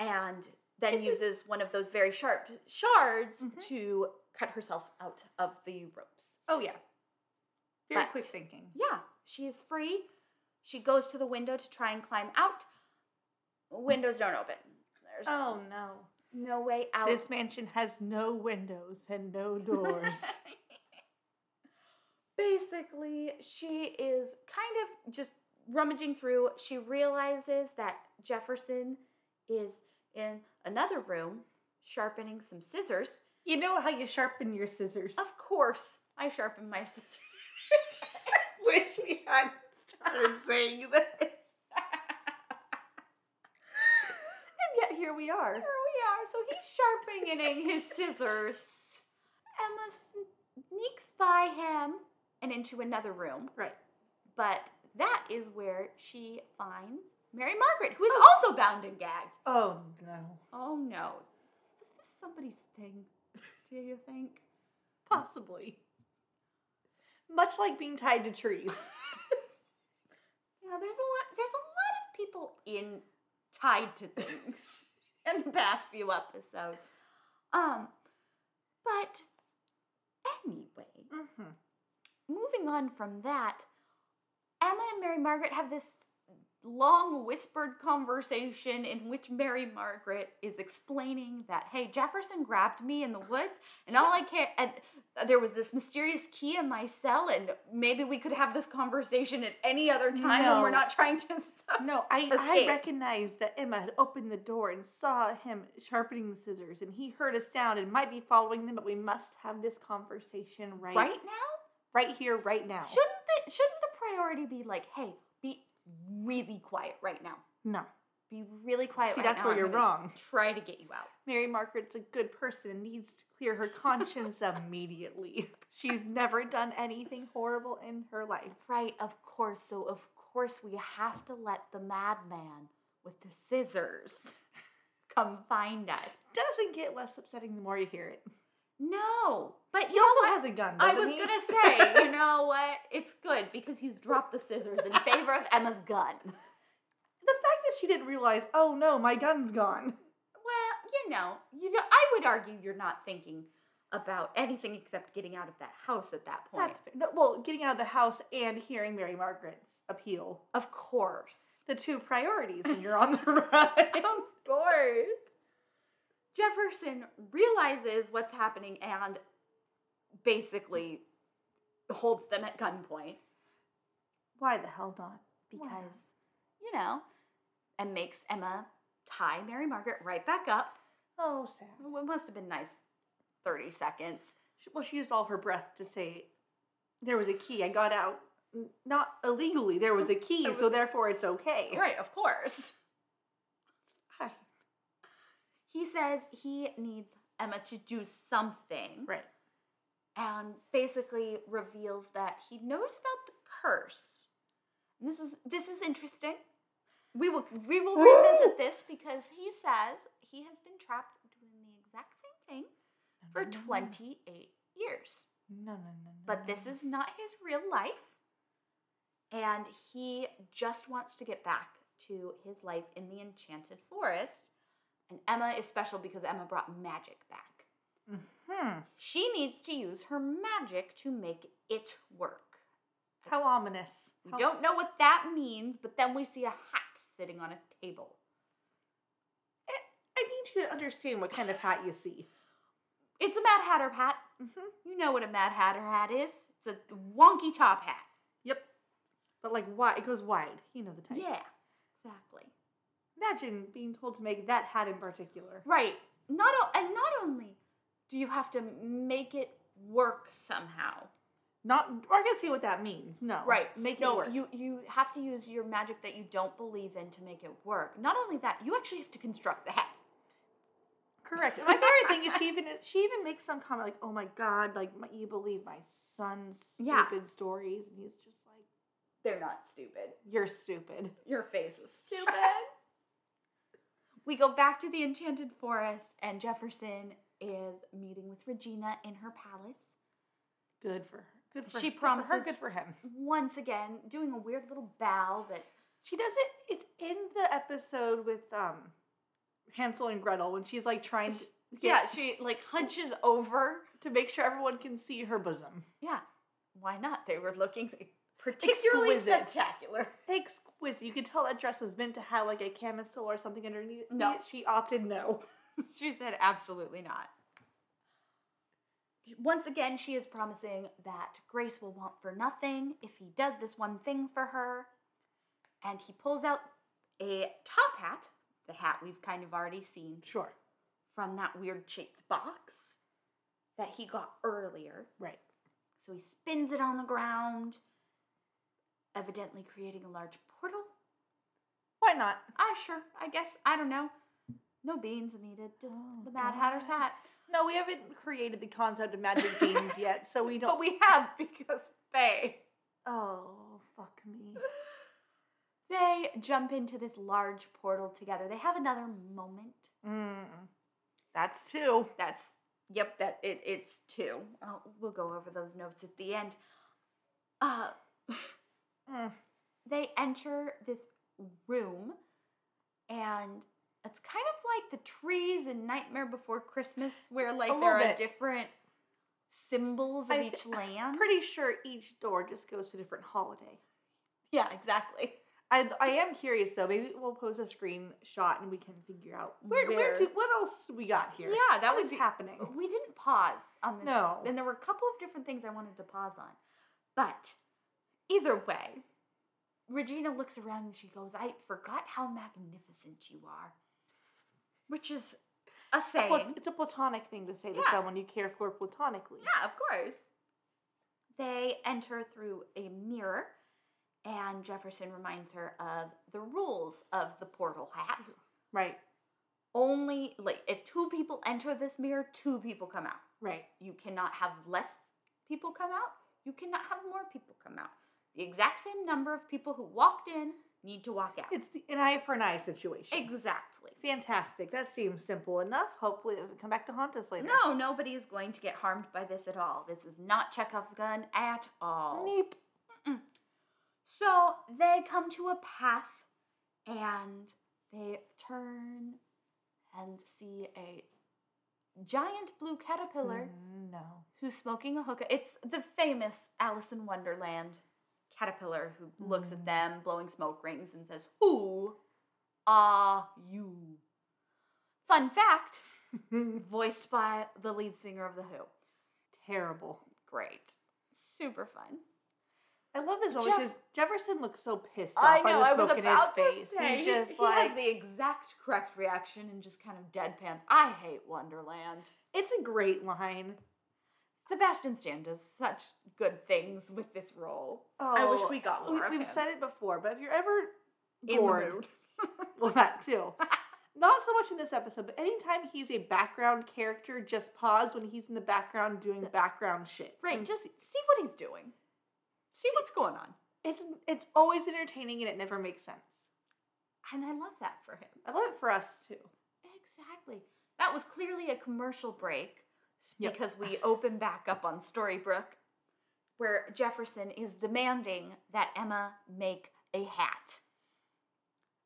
[SPEAKER 1] And then
[SPEAKER 2] It's a-
[SPEAKER 1] uses one of those very sharp shards
[SPEAKER 2] Mhm.
[SPEAKER 1] to cut herself out of the ropes.
[SPEAKER 2] Oh yeah, very
[SPEAKER 1] But-
[SPEAKER 2] quick thinking.
[SPEAKER 1] Yeah, she is free. She goes to the window to try and climb out. Windows don't open. There's
[SPEAKER 2] Oh no,
[SPEAKER 1] no way out.
[SPEAKER 2] this mansion has no windows and no doors.
[SPEAKER 1] Basically, she is kind of just rummaging through. She realizes that Jefferson is in another room sharpening some scissors.
[SPEAKER 2] you know how you sharpen your scissors.
[SPEAKER 1] Of course, I sharpen my scissors.
[SPEAKER 2] wish we hadn't started saying this. and yet here we are.
[SPEAKER 1] Here we are. So he's sharpening his scissors. Emma sneaks by him and into another room.
[SPEAKER 2] Right.
[SPEAKER 1] But that is where she finds Mary Margaret, who is also bound and gagged.
[SPEAKER 2] Oh no.
[SPEAKER 1] Oh no. Was this somebody's thing? Do you think?
[SPEAKER 2] Possibly. Much like being tied to trees.
[SPEAKER 1] Yeah, there's a lot there's a lot of people in tied to things in the past few episodes. Um but anyway,
[SPEAKER 2] mm-hmm.
[SPEAKER 1] moving on from that, Emma and Mary Margaret have this long whispered conversation in which Mary Margaret is explaining that hey Jefferson grabbed me in the woods and all I care and there was this mysterious key in my cell and maybe we could have this conversation at any other time when we're
[SPEAKER 2] No.
[SPEAKER 1] not trying to
[SPEAKER 2] No, I, I
[SPEAKER 1] Escape.
[SPEAKER 2] recognized that Emma had opened the door and saw him sharpening the scissors, and he heard a sound and might be following them, but we must have this conversation right,
[SPEAKER 1] right now
[SPEAKER 2] right here, right now.
[SPEAKER 1] shouldn't the shouldn't the priority be like hey be really quiet right now
[SPEAKER 2] no.
[SPEAKER 1] be really quiet
[SPEAKER 2] See,
[SPEAKER 1] right
[SPEAKER 2] that's
[SPEAKER 1] now.
[SPEAKER 2] where
[SPEAKER 1] I'm
[SPEAKER 2] you're
[SPEAKER 1] gonna
[SPEAKER 2] wrong.
[SPEAKER 1] try to get you out
[SPEAKER 2] Mary Margaret's a good person and needs to clear her conscience immediately. She's never done anything horrible in her life.
[SPEAKER 1] Right, of course. So, of course, we have to let the madman with the scissors come find us.
[SPEAKER 2] Doesn't get less upsetting the more you hear it.
[SPEAKER 1] No, but you
[SPEAKER 2] He
[SPEAKER 1] know
[SPEAKER 2] also
[SPEAKER 1] what?
[SPEAKER 2] has a gun.
[SPEAKER 1] I
[SPEAKER 2] doesn't
[SPEAKER 1] was
[SPEAKER 2] he?
[SPEAKER 1] gonna say, you know what? It's good because he's dropped the scissors in favor of Emma's gun.
[SPEAKER 2] the fact that she didn't realize, oh no, my gun's gone.
[SPEAKER 1] Well, you know, you know, I would argue you're not thinking about anything except getting out of that house at that point.
[SPEAKER 2] That's fair. No, well, getting out of the house and hearing Mary Margaret's appeal.
[SPEAKER 1] of course.
[SPEAKER 2] The two priorities when you're on the run.
[SPEAKER 1] of course. Jefferson realizes what's happening and basically holds them at gunpoint
[SPEAKER 2] Why the hell not?
[SPEAKER 1] because, you know, and makes Emma tie Mary Margaret right back up.
[SPEAKER 2] Oh, sad.
[SPEAKER 1] Well, It must have been nice 30 seconds.
[SPEAKER 2] She- Well, she used all of her breath to say, "There was a key. I got out, N- not illegally. There was a key,
[SPEAKER 1] There was
[SPEAKER 2] so
[SPEAKER 1] a-
[SPEAKER 2] therefore it's okay."
[SPEAKER 1] Right, of course.
[SPEAKER 2] Hi.
[SPEAKER 1] He says he needs Emma to do something
[SPEAKER 2] Right.
[SPEAKER 1] and basically reveals that he knows about the curse. And this is this is interesting. We will we will revisit this because he says he has been trapped doing the exact same thing for
[SPEAKER 2] No, no, no, no.
[SPEAKER 1] 28 years.
[SPEAKER 2] No, no, no. no,
[SPEAKER 1] But
[SPEAKER 2] no,
[SPEAKER 1] this
[SPEAKER 2] no.
[SPEAKER 1] is not his real life. And he just wants to get back to his life in the enchanted forest. And Emma is special because Emma brought magic back.
[SPEAKER 2] Hmm.
[SPEAKER 1] She needs to use her magic to make it work.
[SPEAKER 2] How ominous.
[SPEAKER 1] We
[SPEAKER 2] How-
[SPEAKER 1] don't know what that means, but then we see a hat sitting on a table.
[SPEAKER 2] Eh, I need you to understand what kind of hat you see.
[SPEAKER 1] It's a Mad Hatter hat.
[SPEAKER 2] Mm-hmm.
[SPEAKER 1] You know what a Mad Hatter hat is. It's a wonky top hat.
[SPEAKER 2] Yep. But like why it goes wide. You know the type.
[SPEAKER 1] Yeah, exactly.
[SPEAKER 2] Imagine being told to make that hat in particular.
[SPEAKER 1] Right. Not o- and not only do you have to make it work somehow.
[SPEAKER 2] Not we're gonna see what that means. No. Make
[SPEAKER 1] Make
[SPEAKER 2] it
[SPEAKER 1] no,
[SPEAKER 2] work.
[SPEAKER 1] you you have to use your magic that you don't believe in to make it work. Not only that, you actually have to construct the hat.
[SPEAKER 2] Correct. My favorite thing is she even she even makes some comment like, "Oh my god, like my, you believe my son's
[SPEAKER 1] Yeah.
[SPEAKER 2] stupid stories," and he's just like,
[SPEAKER 1] They're not stupid.
[SPEAKER 2] "You're stupid."
[SPEAKER 1] Your face is stupid. we go back to the enchanted forest, and Jefferson is meeting with Regina in her palace.
[SPEAKER 2] Good for her. Good for
[SPEAKER 1] She
[SPEAKER 2] her. Good for her.
[SPEAKER 1] promises-
[SPEAKER 2] Good for him.
[SPEAKER 1] Once again, doing a weird little bow that
[SPEAKER 2] She does it. It's in the episode with um Hansel and Gretel when she's like trying to,
[SPEAKER 1] yeah, she like hunches over.
[SPEAKER 2] to make sure everyone can see her bosom.
[SPEAKER 1] Yeah, why not? They were looking particularly
[SPEAKER 2] Exquisite.
[SPEAKER 1] spectacular.
[SPEAKER 2] Exquisite. You could tell that dress was meant to have like a camisole or something underneath.
[SPEAKER 1] No.
[SPEAKER 2] it. she opted no.
[SPEAKER 1] She said, absolutely not. Once again, she is promising that Grace will want for nothing if he does this one thing for her. And he pulls out a top hat, the hat we've kind of already seen
[SPEAKER 2] Sure.
[SPEAKER 1] from that weird shaped box that he got earlier.
[SPEAKER 2] Right.
[SPEAKER 1] So he spins it on the ground, evidently creating a large portal.
[SPEAKER 2] Why not?
[SPEAKER 1] Ah, sure, I guess. I don't know. No beans needed, just
[SPEAKER 2] Oh,
[SPEAKER 1] the Mad Hatter's
[SPEAKER 2] God.
[SPEAKER 1] hat.
[SPEAKER 2] No, we haven't created the concept of magic beans yet, so we don't.
[SPEAKER 1] But we have because Faye.
[SPEAKER 2] oh, fuck me.
[SPEAKER 1] They jump into this large portal together. They have another moment.
[SPEAKER 2] Mm. That's two.
[SPEAKER 1] That's yep. That it. It's two. Oh, we'll go over those notes at the end. Uh,
[SPEAKER 2] Mm.
[SPEAKER 1] they enter this room, and it's kind of like the trees in Nightmare Before Christmas, where like
[SPEAKER 2] little
[SPEAKER 1] there are
[SPEAKER 2] bit.
[SPEAKER 1] different symbols of
[SPEAKER 2] I
[SPEAKER 1] each
[SPEAKER 2] th-
[SPEAKER 1] land.
[SPEAKER 2] Pretty sure each door just goes to a different holiday.
[SPEAKER 1] yeah, exactly.
[SPEAKER 2] I, I am curious though. Maybe we'll post a screenshot and we can figure out where, where,
[SPEAKER 1] Where-
[SPEAKER 2] do- what else we got here.
[SPEAKER 1] Yeah, that
[SPEAKER 2] What
[SPEAKER 1] was
[SPEAKER 2] is happening?
[SPEAKER 1] We didn't pause on this.
[SPEAKER 2] No.
[SPEAKER 1] And there were a couple of different things I wanted to pause on. But either way, Regina looks around and she goes, I forgot how magnificent you are. Which is a saying.
[SPEAKER 2] Well, it's a platonic thing to say to
[SPEAKER 1] Yeah.
[SPEAKER 2] someone you care for platonically.
[SPEAKER 1] yeah, of course. They enter through a mirror, and Jefferson reminds her of the rules of the portal hat.
[SPEAKER 2] Right.
[SPEAKER 1] Only, like, if two people enter this mirror, two people come out.
[SPEAKER 2] Right.
[SPEAKER 1] You cannot have less people come out. You cannot have more people come out. The exact same number of people who walked in need to walk out.
[SPEAKER 2] It's the an eye for an eye situation.
[SPEAKER 1] Exactly.
[SPEAKER 2] Fantastic. That seems simple enough. Hopefully, it doesn't come back to haunt us later.
[SPEAKER 1] No, nobody is going to get harmed by this at all. This is not Chekhov's gun at all.
[SPEAKER 2] Nope.
[SPEAKER 1] So they come to a path and they turn and see a giant blue
[SPEAKER 2] Hmm.
[SPEAKER 1] caterpillar
[SPEAKER 2] No.
[SPEAKER 1] who's smoking a hookah. It's the famous Alice in Wonderland caterpillar who looks
[SPEAKER 2] Mm.
[SPEAKER 1] at them blowing smoke rings and says, Who are you? Fun fact voiced by the lead singer of The Who.
[SPEAKER 2] Terrible.
[SPEAKER 1] Great. Super fun.
[SPEAKER 2] I love this one
[SPEAKER 1] Jeff-
[SPEAKER 2] because Jefferson looks so pissed off by the smoke in his face. He's
[SPEAKER 1] he-
[SPEAKER 2] just
[SPEAKER 1] he
[SPEAKER 2] like,
[SPEAKER 1] has the exact correct reaction and just kind of deadpans. I hate Wonderland.
[SPEAKER 2] it's a great line.
[SPEAKER 1] Sebastian Stan does such good things with this role. I wish we got more. of
[SPEAKER 2] Oh, We,
[SPEAKER 1] him.
[SPEAKER 2] have said it before, but if you're ever
[SPEAKER 1] Oh, In the
[SPEAKER 2] bored,
[SPEAKER 1] mood.
[SPEAKER 2] well, that too. Not so much in this episode, but anytime he's a background character, just pause when he's in the background doing background shit.
[SPEAKER 1] Right,
[SPEAKER 2] And
[SPEAKER 1] just see what he's doing. See what's going on.
[SPEAKER 2] it's it's always entertaining and it never makes sense.
[SPEAKER 1] And I love that for him.
[SPEAKER 2] I love it for us too.
[SPEAKER 1] Exactly. That was clearly a commercial break s-
[SPEAKER 2] Yep.
[SPEAKER 1] because we open back up on Storybrooke where Jefferson is demanding that Emma make a hat.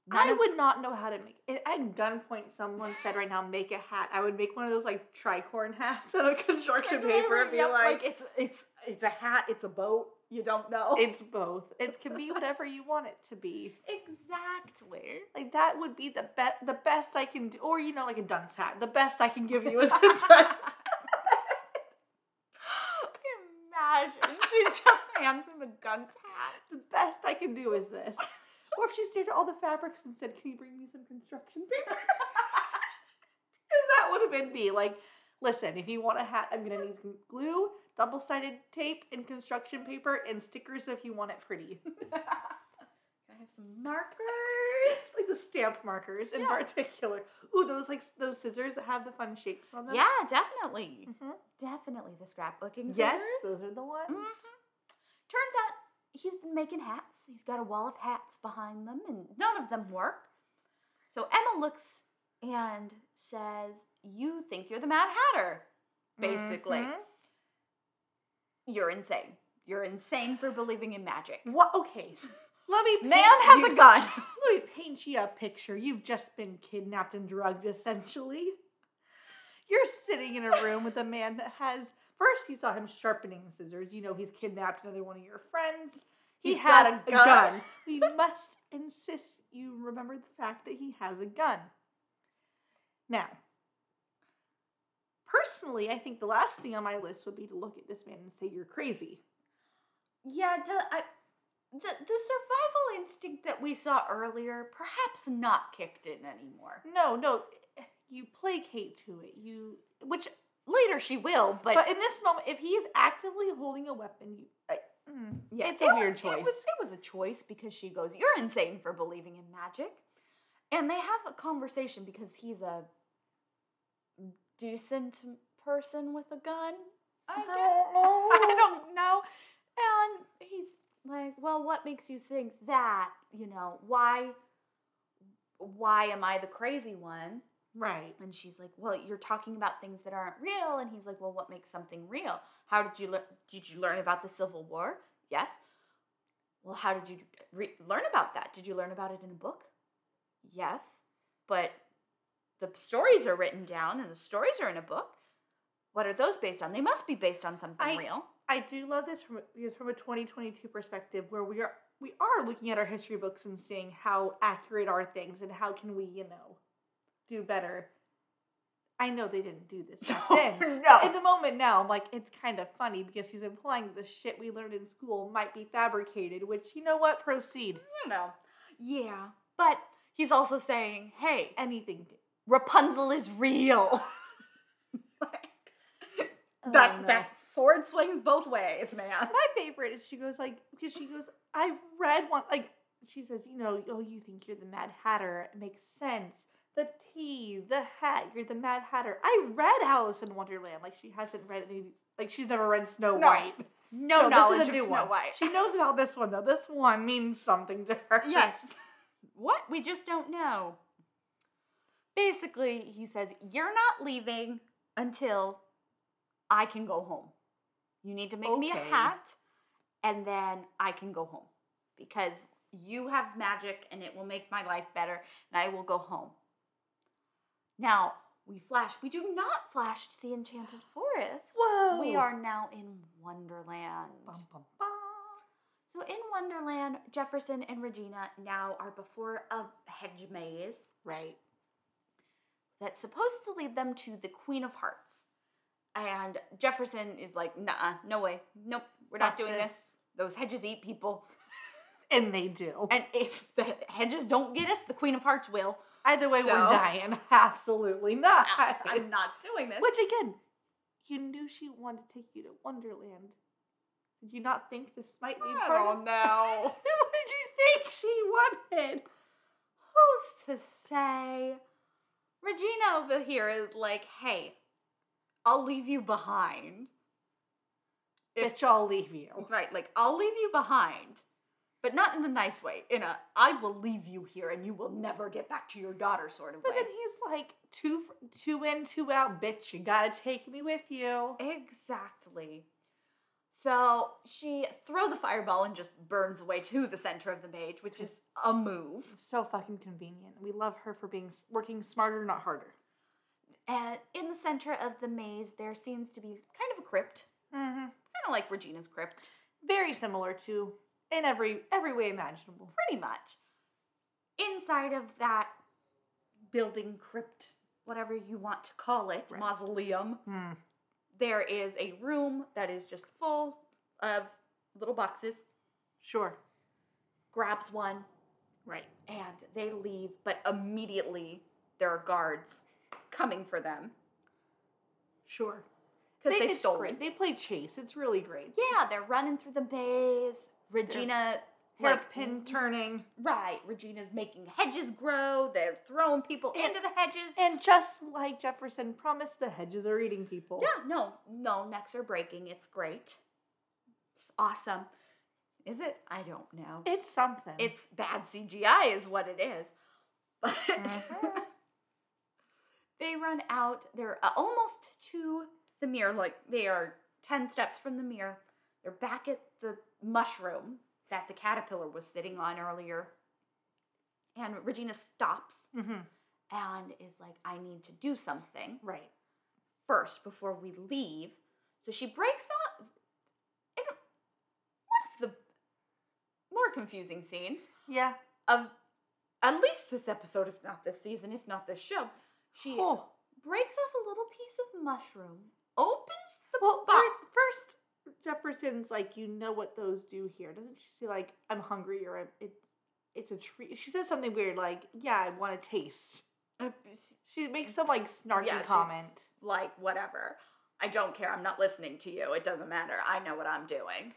[SPEAKER 1] None
[SPEAKER 2] I
[SPEAKER 1] of-
[SPEAKER 2] would not know how to make. If at gunpoint, someone said right now, make a hat. I would make one of those like tricorn hats out of construction paper and be
[SPEAKER 1] Yep,
[SPEAKER 2] like,
[SPEAKER 1] it's it's it's a hat, it's a boat, you don't know.
[SPEAKER 2] It's both. It can be whatever you want it to be.
[SPEAKER 1] exactly.
[SPEAKER 2] Like that would be the best the best I can do or you know, like a dunce hat. The best I can give you is a dunce hat.
[SPEAKER 1] Imagine she just hands him a dunce hat.
[SPEAKER 2] The best I can do is this. Or if she stared at all the fabrics and said, Can you bring me some construction paper? Because that would have been me. Like, listen, if you want a hat, I'm gonna need some glue, double sided tape, and construction paper, and stickers if you want it pretty.
[SPEAKER 1] Can I have some markers?
[SPEAKER 2] It's like the stamp markers in
[SPEAKER 1] Yeah.
[SPEAKER 2] particular. Ooh, those like those scissors that have the fun shapes on them.
[SPEAKER 1] Yeah, definitely.
[SPEAKER 2] Mhm.
[SPEAKER 1] Definitely the scrapbooking.
[SPEAKER 2] Yes,
[SPEAKER 1] scissors.
[SPEAKER 2] those are the ones.
[SPEAKER 1] Mhm. Turns out he's been making hats. He's got a wall of hats behind them, and none of them work. So Emma looks and says, You think you're the Mad Hatter. Basically,
[SPEAKER 2] Mhm.
[SPEAKER 1] you're insane. You're insane for believing in magic.
[SPEAKER 2] What? Okay. Let me.
[SPEAKER 1] Man
[SPEAKER 2] paint
[SPEAKER 1] has
[SPEAKER 2] you-
[SPEAKER 1] a gun.
[SPEAKER 2] Let me paint you a picture. You've just been kidnapped and drugged, essentially. You're sitting in a room with a man that has. First, you saw him sharpening scissors. You know he's kidnapped another one of your friends. He
[SPEAKER 1] He's
[SPEAKER 2] has
[SPEAKER 1] got a gun.
[SPEAKER 2] We must insist you remember the fact that he has a gun. Now, personally, I think the last thing on my list would be to look at this man and say you're crazy.
[SPEAKER 1] Yeah, duh, I, the, the survival instinct that we saw earlier perhaps not kicked in anymore.
[SPEAKER 2] No, no, you placate to it. You, which
[SPEAKER 1] Later she will, but,
[SPEAKER 2] But, in this moment, if he is actively holding a weapon, you, I, mm, yeah, it's a
[SPEAKER 1] it
[SPEAKER 2] weird
[SPEAKER 1] was-
[SPEAKER 2] choice.
[SPEAKER 1] It was, it was a choice because she goes, You're insane for believing in magic. And they have a conversation because he's a decent person with a gun. I
[SPEAKER 2] Uh-huh.
[SPEAKER 1] guess. I don't know. And he's like, well, what makes you think that? You know, why why am I the crazy one?
[SPEAKER 2] Right.
[SPEAKER 1] And she's like, well, you're talking about things that aren't real. And he's like, well, what makes something real? How did you learn? Did you learn about the Civil War? Yes. Well, how did you re- learn about that? Did you learn about it in a book? Yes. But the stories are written down and the stories are in a book. What are those based on? They must be based on something
[SPEAKER 2] I-
[SPEAKER 1] real.
[SPEAKER 2] I do love this from because from a 2022 perspective, where we are we are looking at our history books and seeing how accurate are things and how can we, you know, do better. I know they didn't do this back then. But in the moment now, I'm like, it's kind of funny because he's implying the shit we learned in school might be fabricated, which you know what? Proceed.
[SPEAKER 1] you know. Yeah. But he's also saying, hey,
[SPEAKER 2] Anything.
[SPEAKER 1] Rapunzel is real.
[SPEAKER 2] Oh,
[SPEAKER 1] that
[SPEAKER 2] no.
[SPEAKER 1] that sword swings both ways, man.
[SPEAKER 2] my favorite is she goes like because she goes i read one like she says you know oh you think you're the mad hatter it makes sense the tea the hat you're the mad hatter i read alice in wonderland like she hasn't read any like she's never read snow
[SPEAKER 1] No.
[SPEAKER 2] white this
[SPEAKER 1] No,
[SPEAKER 2] is
[SPEAKER 1] knowledge
[SPEAKER 2] a
[SPEAKER 1] of
[SPEAKER 2] new
[SPEAKER 1] Snow
[SPEAKER 2] one.
[SPEAKER 1] White.
[SPEAKER 2] she knows about this one though this one means something to her
[SPEAKER 1] yes. what? We just don't know. Basically, he says, You're not leaving until I can go home. You need to make me a
[SPEAKER 2] Okay.
[SPEAKER 1] hat, and then I can go home because you have magic and it will make my life better, and I will go home. Now, we flash. We do not flash to the Enchanted Forest.
[SPEAKER 2] whoa
[SPEAKER 1] We are now in Wonderland.
[SPEAKER 2] Bum, bum, bum.
[SPEAKER 1] So in Wonderland, Jefferson and Regina now are before a hedge maze
[SPEAKER 2] right
[SPEAKER 1] that's supposed to lead them to the Queen of Hearts. And Jefferson is like, nah, no way. Nope, we're not
[SPEAKER 2] Fuck
[SPEAKER 1] doing this. Those hedges eat people.
[SPEAKER 2] and they do
[SPEAKER 1] And if the hedges don't get us, the Queen of Hearts will.
[SPEAKER 2] either way we're
[SPEAKER 1] So-
[SPEAKER 2] dying absolutely not
[SPEAKER 1] I, am not doing this.
[SPEAKER 2] Which again, you knew she wanted to take you to Wonderland. Did you not think this might be
[SPEAKER 1] I
[SPEAKER 2] part
[SPEAKER 1] don't
[SPEAKER 2] of
[SPEAKER 1] know.
[SPEAKER 2] what did you think she wanted?
[SPEAKER 1] Who's to say? Regina over here is like, hey, I'll leave you behind. If-
[SPEAKER 2] Bitch, I'll leave you.
[SPEAKER 1] Right, like I'll leave you behind, but not in a nice way. In a I will leave you here and you will never get back to your daughter sort of
[SPEAKER 2] But
[SPEAKER 1] way.
[SPEAKER 2] then he's like, two two in, two out, bitch, you gotta take me with you.
[SPEAKER 1] Exactly. So she throws a fireball and just burns away to the center of the page, which is a move.
[SPEAKER 2] So fucking convenient. We love her for being s- working smarter, not harder.
[SPEAKER 1] And in the center of the maze, there seems to be kind of a crypt,
[SPEAKER 2] Mm-hmm.
[SPEAKER 1] kind of like Regina's crypt.
[SPEAKER 2] very similar to in every every way imaginable.
[SPEAKER 1] pretty much. Inside of that building, crypt, whatever you want to call it,
[SPEAKER 2] Right.
[SPEAKER 1] mausoleum, there is a room that is just full of little boxes.
[SPEAKER 2] Sure.
[SPEAKER 1] Grabs one
[SPEAKER 2] Right.
[SPEAKER 1] and they leave, but immediately there are guards coming for them
[SPEAKER 2] Sure.
[SPEAKER 1] because
[SPEAKER 2] They-
[SPEAKER 1] they've
[SPEAKER 2] it's
[SPEAKER 1] stolen.
[SPEAKER 2] Great. They play chase. It's really great.
[SPEAKER 1] Yeah, they're running through the maze. Regina, like,
[SPEAKER 2] Hairpin turning.
[SPEAKER 1] right? Regina's making hedges grow. They're throwing people into the hedges.
[SPEAKER 2] And just like Jefferson promised, the hedges are eating people.
[SPEAKER 1] Yeah, no, no, necks are breaking. It's great. It's awesome. Is it? I don't know.
[SPEAKER 2] It's something.
[SPEAKER 1] It's bad CGI, is what it is. But
[SPEAKER 2] Mhm.
[SPEAKER 1] they run out. They're uh, almost to the mirror. Like they are 10 steps from the mirror. They're back at the mushroom that the caterpillar was sitting on earlier. And Regina stops
[SPEAKER 2] Mhm.
[SPEAKER 1] and is like, I need to do something
[SPEAKER 2] right.
[SPEAKER 1] first before we leave. So she breaks up. And one of the more confusing scenes
[SPEAKER 2] Yeah.
[SPEAKER 1] of at least this episode, if not this season, if not this show, she
[SPEAKER 2] Oh.
[SPEAKER 1] breaks off a little piece of mushroom, opens the
[SPEAKER 2] Well,
[SPEAKER 1] box.
[SPEAKER 2] fir- first Jefferson's like, you know what those do here, doesn't she? Say like, I'm hungry or I'm, it's it's a treat. She says something weird like, yeah, I want to taste.
[SPEAKER 1] uh,
[SPEAKER 2] She makes some like snarky
[SPEAKER 1] Yeah, she-
[SPEAKER 2] comment.
[SPEAKER 1] like, whatever. I don't care. I'm not listening to you. It doesn't matter. I know what I'm doing.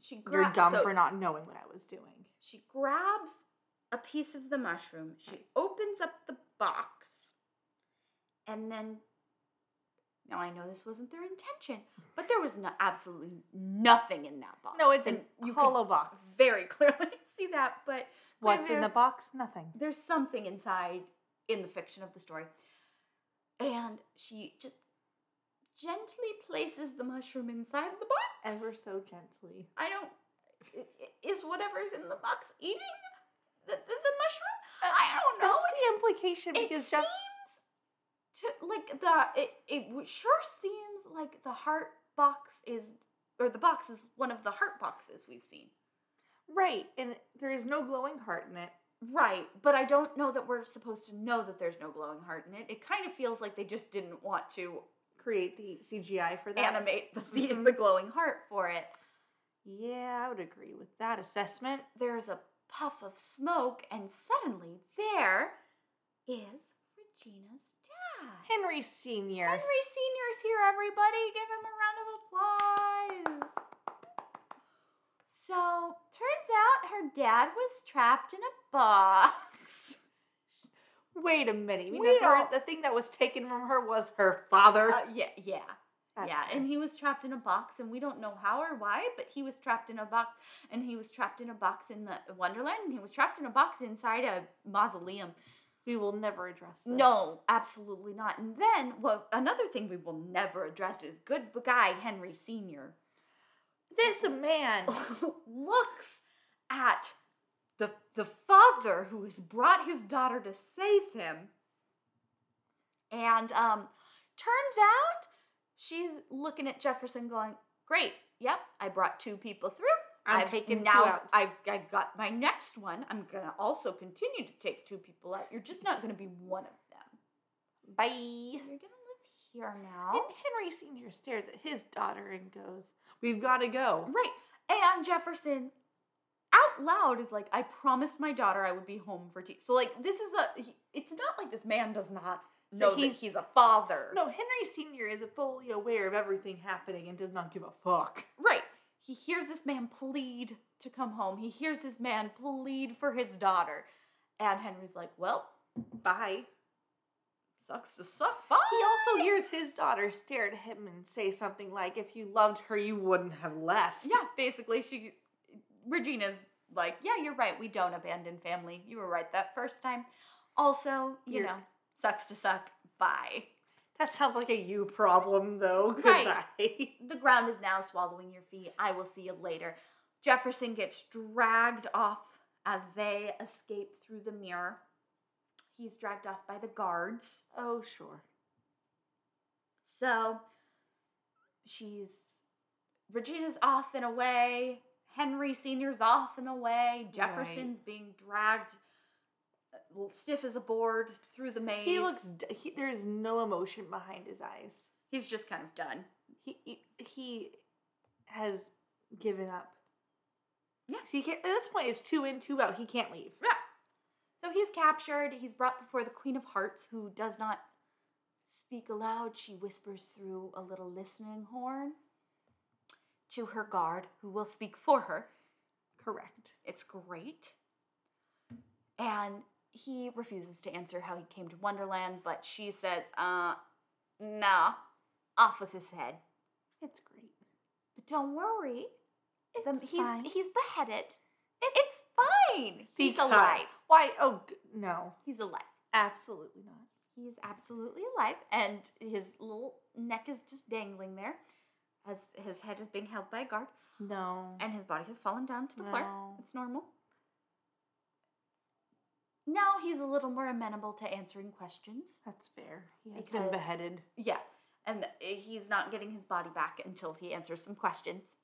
[SPEAKER 1] She
[SPEAKER 2] You're
[SPEAKER 1] gra-
[SPEAKER 2] dumb
[SPEAKER 1] so
[SPEAKER 2] for not knowing what I was doing.
[SPEAKER 1] She grabs a piece of the mushroom. She opens up the box. And then now I know this wasn't their intention, but there was no, absolutely nothing in that box.
[SPEAKER 2] No, it's
[SPEAKER 1] and
[SPEAKER 2] a
[SPEAKER 1] you could
[SPEAKER 2] hollow box.
[SPEAKER 1] very clearly see that, but
[SPEAKER 2] What's in the
[SPEAKER 1] there's-
[SPEAKER 2] box? Nothing.
[SPEAKER 1] There's something inside in the fiction of the story. And she just gently places the mushroom inside the box.
[SPEAKER 2] Ever so gently.
[SPEAKER 1] I don't. Is whatever's in the box eating the, the, the mushroom? I don't know.
[SPEAKER 2] That's the implication
[SPEAKER 1] It,
[SPEAKER 2] because
[SPEAKER 1] seems
[SPEAKER 2] Jeff.
[SPEAKER 1] to like the it, it w- sure seems like the heart box is or the box is one of the heart boxes we've seen.
[SPEAKER 2] Right, and there is no glowing heart in it.
[SPEAKER 1] Right, but I don't know that we're supposed to know that there's no glowing heart in it. It kind of feels like they just didn't want to
[SPEAKER 2] Create the CGI for that.
[SPEAKER 1] animate the scene of the glowing heart for it.
[SPEAKER 2] Yeah, I would agree with that assessment.
[SPEAKER 1] there's a puff of smoke, and suddenly there is Regina's dad.
[SPEAKER 2] Henry Sr.
[SPEAKER 1] Henry Sr.'s here, everybody. Give him a round of applause. So, turns out her dad was trapped in a box.
[SPEAKER 2] Wait a minute. You mean
[SPEAKER 1] We
[SPEAKER 2] the, bird-
[SPEAKER 1] don't-
[SPEAKER 2] the thing that was taken from her was her father?
[SPEAKER 1] Uh, yeah, yeah.
[SPEAKER 2] That's
[SPEAKER 1] yeah,
[SPEAKER 2] fair.
[SPEAKER 1] and he was trapped in a box, and we don't know how or why, but he was trapped in a box, and he was trapped in a box in the Wonderland, and he was trapped in a box inside a mausoleum.
[SPEAKER 2] we will never address this.
[SPEAKER 1] No, absolutely not. And then, well, another thing we will never address is good guy Henry Sr.
[SPEAKER 2] This man.
[SPEAKER 1] looks at the the father who has brought his daughter to save him, and um, turns out she's looking at Jefferson, going, "Great, yep, I brought two people through."
[SPEAKER 2] I'm
[SPEAKER 1] I've
[SPEAKER 2] taking two
[SPEAKER 1] now.
[SPEAKER 2] out."
[SPEAKER 1] I've, I've got my next one. I'm gonna also continue to take two people out. You're just not gonna be one of them.
[SPEAKER 2] Bye.
[SPEAKER 1] You're
[SPEAKER 2] And
[SPEAKER 1] gonna live here now.
[SPEAKER 2] Henry Sr. stares at his daughter and goes, We've got to go.
[SPEAKER 1] Right. And Jefferson out loud is like, I promised my daughter I would be home for tea. So like this is a he, it's not like this man does not
[SPEAKER 2] So
[SPEAKER 1] know that
[SPEAKER 2] he's-
[SPEAKER 1] he's a father.
[SPEAKER 2] No, Henry Sr. is fully aware of everything happening and does not give a fuck.
[SPEAKER 1] Right. He hears this man plead to come home. He hears this man plead for his daughter. And Henry's like, Well,
[SPEAKER 2] Bye.
[SPEAKER 1] sucks to suck. Bye.
[SPEAKER 2] He also hears his daughter stare at him and say something like, If you loved her, you wouldn't have left.
[SPEAKER 1] Yeah, basically she Regina's like, Yeah, you're right, we don't abandon family. You were right that first time. Also, you
[SPEAKER 2] You're-
[SPEAKER 1] know, sucks to suck. Bye.
[SPEAKER 2] That sounds like a you problem, though.
[SPEAKER 1] Right.
[SPEAKER 2] Goodbye.
[SPEAKER 1] The ground is now swallowing your feet. I will see you later. Jefferson gets dragged off as they escape through the mirror. He's dragged off by the guards.
[SPEAKER 2] Oh, sure.
[SPEAKER 1] So she's Regina's off and away. Henry Sr.'s off and away. Jefferson's being dragged uh, well, stiff as a board through the maze.
[SPEAKER 2] He looks. d- He, there is no emotion behind his eyes.
[SPEAKER 1] He's just kind of done.
[SPEAKER 2] He he, he has given up.
[SPEAKER 1] Yeah.
[SPEAKER 2] He can't, at this point, it's two in, two out. He can't leave.
[SPEAKER 1] Yeah. So he's captured. He's brought before the Queen of Hearts, who does not speak aloud. She whispers through a little listening horn to her guard, who will speak for her.
[SPEAKER 2] Correct.
[SPEAKER 1] It's great. And he refuses to answer how he came to Wonderland, but she says, uh, nah, off with his head.
[SPEAKER 2] It's great.
[SPEAKER 1] But don't worry. the-
[SPEAKER 2] It's
[SPEAKER 1] he's
[SPEAKER 2] fine.
[SPEAKER 1] he's beheaded. It's, fine. He's
[SPEAKER 2] Because-
[SPEAKER 1] alive.
[SPEAKER 2] Why? Oh g- no,
[SPEAKER 1] He's alive.
[SPEAKER 2] absolutely not.
[SPEAKER 1] He's absolutely alive, and his little neck is just dangling there, as his head is being held by a guard,
[SPEAKER 2] No.
[SPEAKER 1] and his body has fallen down to the floor.
[SPEAKER 2] No.
[SPEAKER 1] It's normal. Now he's a little more amenable to answering questions.
[SPEAKER 2] That's fair. He has
[SPEAKER 1] Because-
[SPEAKER 2] been beheaded.
[SPEAKER 1] Yeah, and he's not getting his body back until he answers some questions.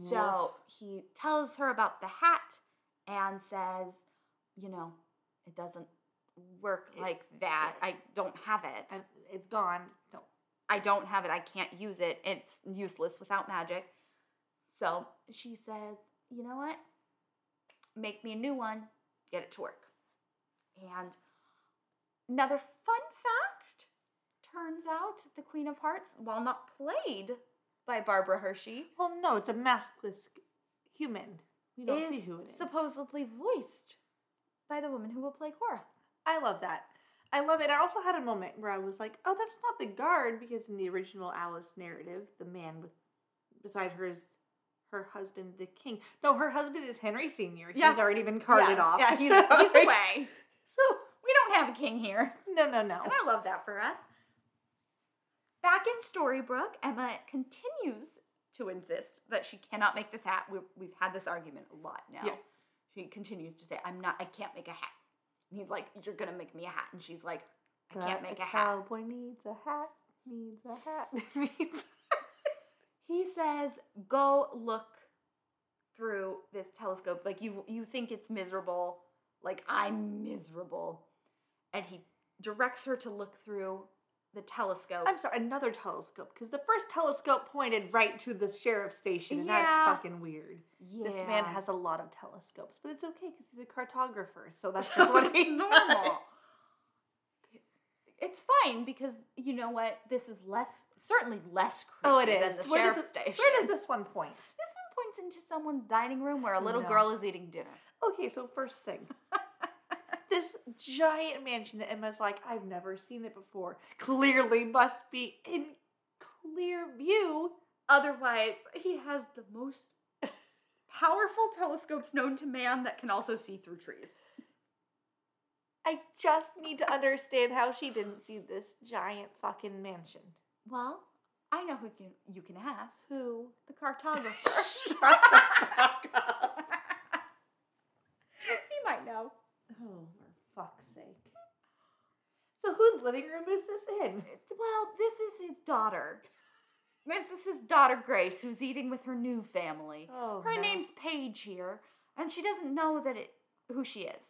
[SPEAKER 1] So he tells her about the hat and says, you know, it doesn't work like that. I don't have it.
[SPEAKER 2] And it's gone. No.
[SPEAKER 1] I don't have it. I can't use it. It's useless without magic. So she says, You know what? Make me a new one. Get it to work. And another fun fact turns out the Queen of Hearts, while not played by Barbara Hershey,
[SPEAKER 2] Well, no. It's a maskless human. We don't see
[SPEAKER 1] is
[SPEAKER 2] who it is.
[SPEAKER 1] supposedly voiced by the woman who will play Cora.
[SPEAKER 2] I love that. I love it. I also had a moment where I was like, "Oh, that's not the guard," because in the original Alice narrative, the man with beside her is her husband, the king. No, her husband is Henry Senior.
[SPEAKER 1] Yeah.
[SPEAKER 2] He's already been carted
[SPEAKER 1] yeah,
[SPEAKER 2] off.
[SPEAKER 1] Yeah, he's, he's
[SPEAKER 2] Sorry.
[SPEAKER 1] away.
[SPEAKER 2] So
[SPEAKER 1] We don't have a king here.
[SPEAKER 2] no, no, no.
[SPEAKER 1] And I love that for us. Back in Storybrooke, Emma continues to insist that she cannot make this hat. We're, we've had this argument a lot now.
[SPEAKER 2] Yeah.
[SPEAKER 1] She continues to say, I'm not, I can't make a hat. And he's like, You're going to make me a hat. And she's like, I can't
[SPEAKER 2] But
[SPEAKER 1] make
[SPEAKER 2] a
[SPEAKER 1] a hat.
[SPEAKER 2] Cowboy needs a hat. Needs a hat. needs.
[SPEAKER 1] He says, Go look through this telescope. Like, you, you think it's miserable. Like, I'm miserable. And he directs her to look through the telescope.
[SPEAKER 2] I'm sorry, another telescope because the first telescope pointed right to the sheriff's station, and
[SPEAKER 1] Yeah.
[SPEAKER 2] that's fucking weird. This man
[SPEAKER 1] Yeah.
[SPEAKER 2] has a lot of telescopes, but it's okay because he's a cartographer, so that's just what he does.
[SPEAKER 1] It's fine because you know what? This is less, certainly less creepy
[SPEAKER 2] Oh, it
[SPEAKER 1] than
[SPEAKER 2] is.
[SPEAKER 1] the
[SPEAKER 2] Where does
[SPEAKER 1] sheriff's
[SPEAKER 2] this-
[SPEAKER 1] station.
[SPEAKER 2] Where does this one point?
[SPEAKER 1] this one points into someone's dining room where a little
[SPEAKER 2] No.
[SPEAKER 1] girl is eating dinner.
[SPEAKER 2] Okay, so first thing. this giant mansion that Emma's like, I've never seen it before, clearly must be in clear view.
[SPEAKER 1] Otherwise, he has the most powerful telescopes known to man that can also see through trees.
[SPEAKER 2] I just need to understand how she didn't see this giant fucking mansion.
[SPEAKER 1] Well, I know who can you can ask.
[SPEAKER 2] Who?
[SPEAKER 1] The
[SPEAKER 2] Oh,
[SPEAKER 1] cartographer. he might know.
[SPEAKER 2] Oh, for fuck's sake. So whose living room is this in?
[SPEAKER 1] Well, this is his daughter. This is his daughter Grace, who's eating with her new family.
[SPEAKER 2] Oh,
[SPEAKER 1] her
[SPEAKER 2] no.
[SPEAKER 1] name's Paige here, and she doesn't know that it who she is.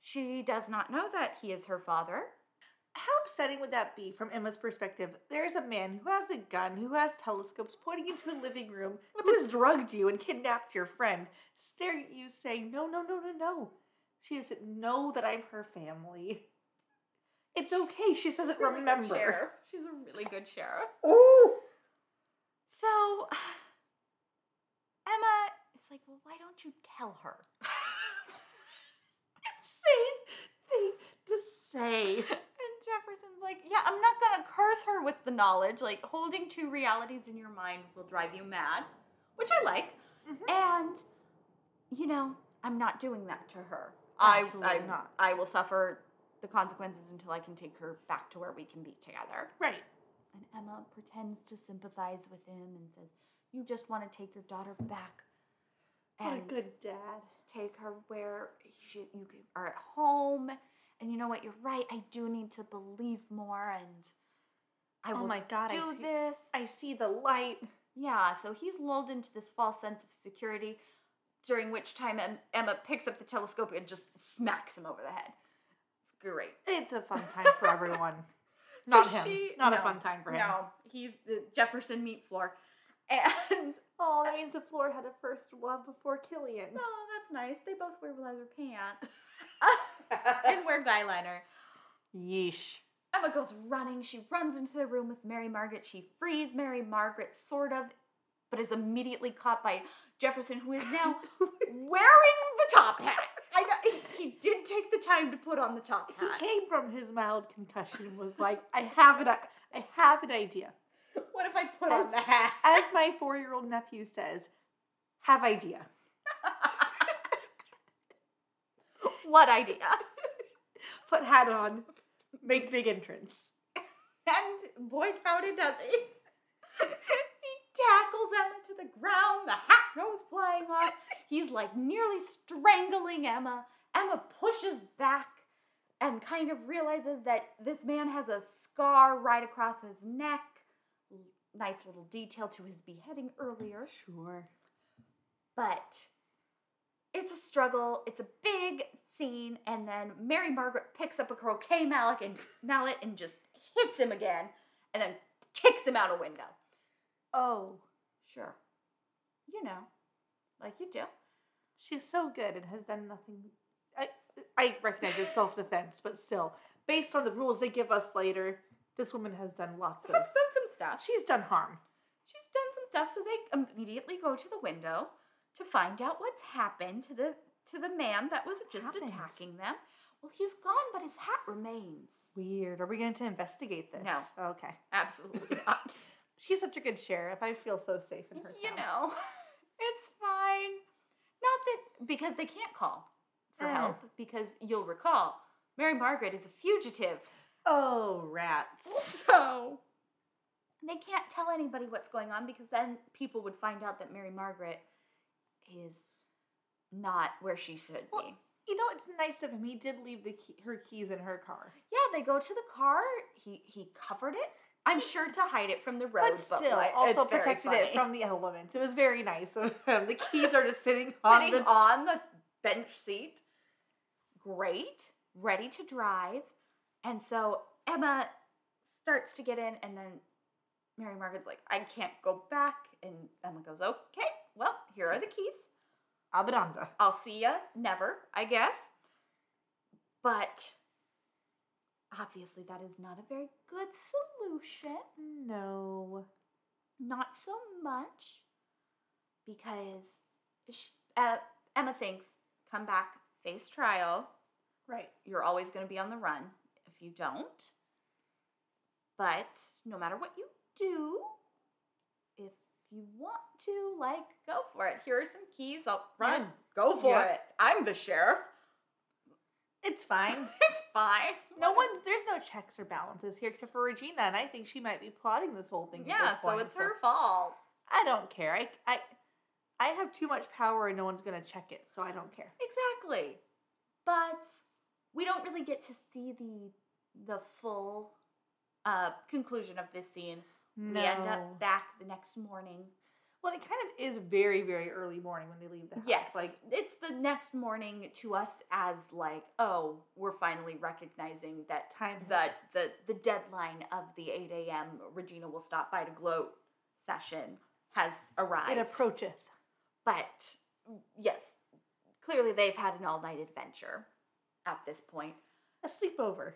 [SPEAKER 1] She does not know that he is her father.
[SPEAKER 2] How upsetting would that be from Emma's perspective? There's a man who has a gun, who has telescopes, pointing into a living room, who has drugged you and kidnapped your friend, staring at you saying, No, no, no, no, no. She doesn't know that I'm her family. It's okay. She just doesn't remember.
[SPEAKER 1] She's a really good sheriff.
[SPEAKER 2] Oh,
[SPEAKER 1] So Emma is like, well, why don't you tell her?
[SPEAKER 2] insane thing to say.
[SPEAKER 1] And Jefferson's like, yeah, I'm not gonna curse her with the knowledge. Like, holding two realities in your mind will drive you mad, which I like. And, you know, I'm not doing that to her. I,
[SPEAKER 2] Absolutely
[SPEAKER 1] I,
[SPEAKER 2] not.
[SPEAKER 1] I will suffer the consequences until I can take her back to where we can be together.
[SPEAKER 2] Right.
[SPEAKER 1] And Emma pretends to sympathize with him and says, You just wanna take your daughter back.
[SPEAKER 2] What a good dad.
[SPEAKER 1] take her where she, you g- are at home. And you know what? You're right. I do need to believe more, and I will
[SPEAKER 2] Oh my god, I
[SPEAKER 1] do
[SPEAKER 2] see,
[SPEAKER 1] this.
[SPEAKER 2] I see the light.
[SPEAKER 1] Yeah, so he's lulled into this false sense of security, during which time Em- Emma picks up the telescope and just smacks him over the head. It's great.
[SPEAKER 2] It's a fun time for everyone.
[SPEAKER 1] So
[SPEAKER 2] Not him.
[SPEAKER 1] she-
[SPEAKER 2] Not a
[SPEAKER 1] no,
[SPEAKER 2] fun time for him.
[SPEAKER 1] No, he's the Jefferson meat floor. And
[SPEAKER 2] Oh, that means the floor had a first love before Killian.
[SPEAKER 1] oh, that's nice. They both wear leather pants and wear eyeliner.
[SPEAKER 3] Yeesh.
[SPEAKER 1] Emma goes running. She runs into the room with Mary Margaret. She frees Mary Margaret, sort of, but is immediately caught by Jefferson, who is now wearing the top hat. I know he, he did take the time to put on the top
[SPEAKER 2] he
[SPEAKER 1] hat.
[SPEAKER 2] came from his mild concussion and was like, I have an, I I have an idea.
[SPEAKER 1] What if I put on
[SPEAKER 2] As-
[SPEAKER 1] the hat?
[SPEAKER 2] As my four-year-old nephew says, have idea.
[SPEAKER 1] What idea?
[SPEAKER 2] Put hat on, make big entrance.
[SPEAKER 1] And boy, howdy does he. he tackles Emma to the ground. The hat goes flying off. He's like nearly strangling Emma. Emma pushes back and kind of realizes that this man has a scar right across his neck. Nice little detail to his beheading earlier.
[SPEAKER 2] Sure.
[SPEAKER 1] But it's a struggle. It's a big scene, and then Mary Margaret picks up a croquet mallet and mallet and just hits him again, and then kicks him out a window.
[SPEAKER 2] Oh,
[SPEAKER 1] Sure, you know, like you do.
[SPEAKER 2] she's so good and has done nothing. I, I recognize it's self-defense, but still, based on the rules they give us later, this woman has done lots
[SPEAKER 1] She's
[SPEAKER 2] of.
[SPEAKER 1] done some stuff.
[SPEAKER 2] She's done harm.
[SPEAKER 1] She's done some stuff. So they immediately go to the window to find out what's happened to the to the man that was just
[SPEAKER 2] Happened?
[SPEAKER 1] attacking them. Well, he's gone, but his hat remains.
[SPEAKER 2] Weird. Are we going to investigate this?
[SPEAKER 1] No.
[SPEAKER 2] Okay.
[SPEAKER 1] Absolutely not.
[SPEAKER 2] She's such a good sheriff. I feel so safe in her.
[SPEAKER 1] you
[SPEAKER 2] town.
[SPEAKER 1] know, it's fine. Not that because they can't call for
[SPEAKER 2] Mm.
[SPEAKER 1] help because you'll recall Mary Margaret is a fugitive,
[SPEAKER 2] Oh, rats.
[SPEAKER 1] so they can't tell anybody what's going on because then people would find out that Mary Margaret is not where she should
[SPEAKER 2] Well-
[SPEAKER 1] be.
[SPEAKER 2] You know, it's nice of him. He did leave the key, her keys in her car.
[SPEAKER 1] Yeah, they go to the car. He he covered it. I'm sure to hide it from the road,
[SPEAKER 2] But still,
[SPEAKER 1] like,
[SPEAKER 2] also
[SPEAKER 1] it's very
[SPEAKER 2] protected
[SPEAKER 1] funny.
[SPEAKER 2] it from the elements. It was very nice of him. The keys are just sitting on
[SPEAKER 1] sitting
[SPEAKER 2] the.
[SPEAKER 1] on the bench seat. Great, ready to drive. And so Emma starts to get in, and then Mary Margaret's like, I can't go back. And Emma goes, Okay, well, here are the keys.
[SPEAKER 2] Abadanza.
[SPEAKER 1] I'll see ya. Never, I guess. But obviously, that is not a very good solution
[SPEAKER 2] No.
[SPEAKER 1] not so much because sh uh, Emma thinks come back, face trial.
[SPEAKER 2] Right.
[SPEAKER 1] You're always going to be on the run if you don't. But no matter what you do, if you want to, like, go for it. Here are some keys. I'll run.
[SPEAKER 2] Yeah.
[SPEAKER 1] Go for
[SPEAKER 2] Yeah.
[SPEAKER 1] it. I'm the sheriff.
[SPEAKER 2] It's fine.
[SPEAKER 1] it's fine.
[SPEAKER 2] No one's there's no checks or balances here except for Regina, and I think she might be plotting this whole thing. at
[SPEAKER 1] Yeah,
[SPEAKER 2] this
[SPEAKER 1] so
[SPEAKER 2] point,
[SPEAKER 1] it's her fault.
[SPEAKER 2] I don't care. I, I I have too much power, and no one's gonna check it, so I don't care.
[SPEAKER 1] Exactly. But we don't really get to see the the full uh, conclusion of this scene. We end up back the next morning.
[SPEAKER 2] Well, it kind of is very, very early morning when they leave the house.
[SPEAKER 1] Yes,
[SPEAKER 2] Like,
[SPEAKER 1] like it's the next morning to us as like, oh, we're finally recognizing that
[SPEAKER 2] Time has-
[SPEAKER 1] that the the deadline of the eight a.m. Regina will stop by to gloat session has arrived.
[SPEAKER 2] it approacheth.
[SPEAKER 1] But yes, clearly they've had an all night adventure at this point.
[SPEAKER 2] A sleepover.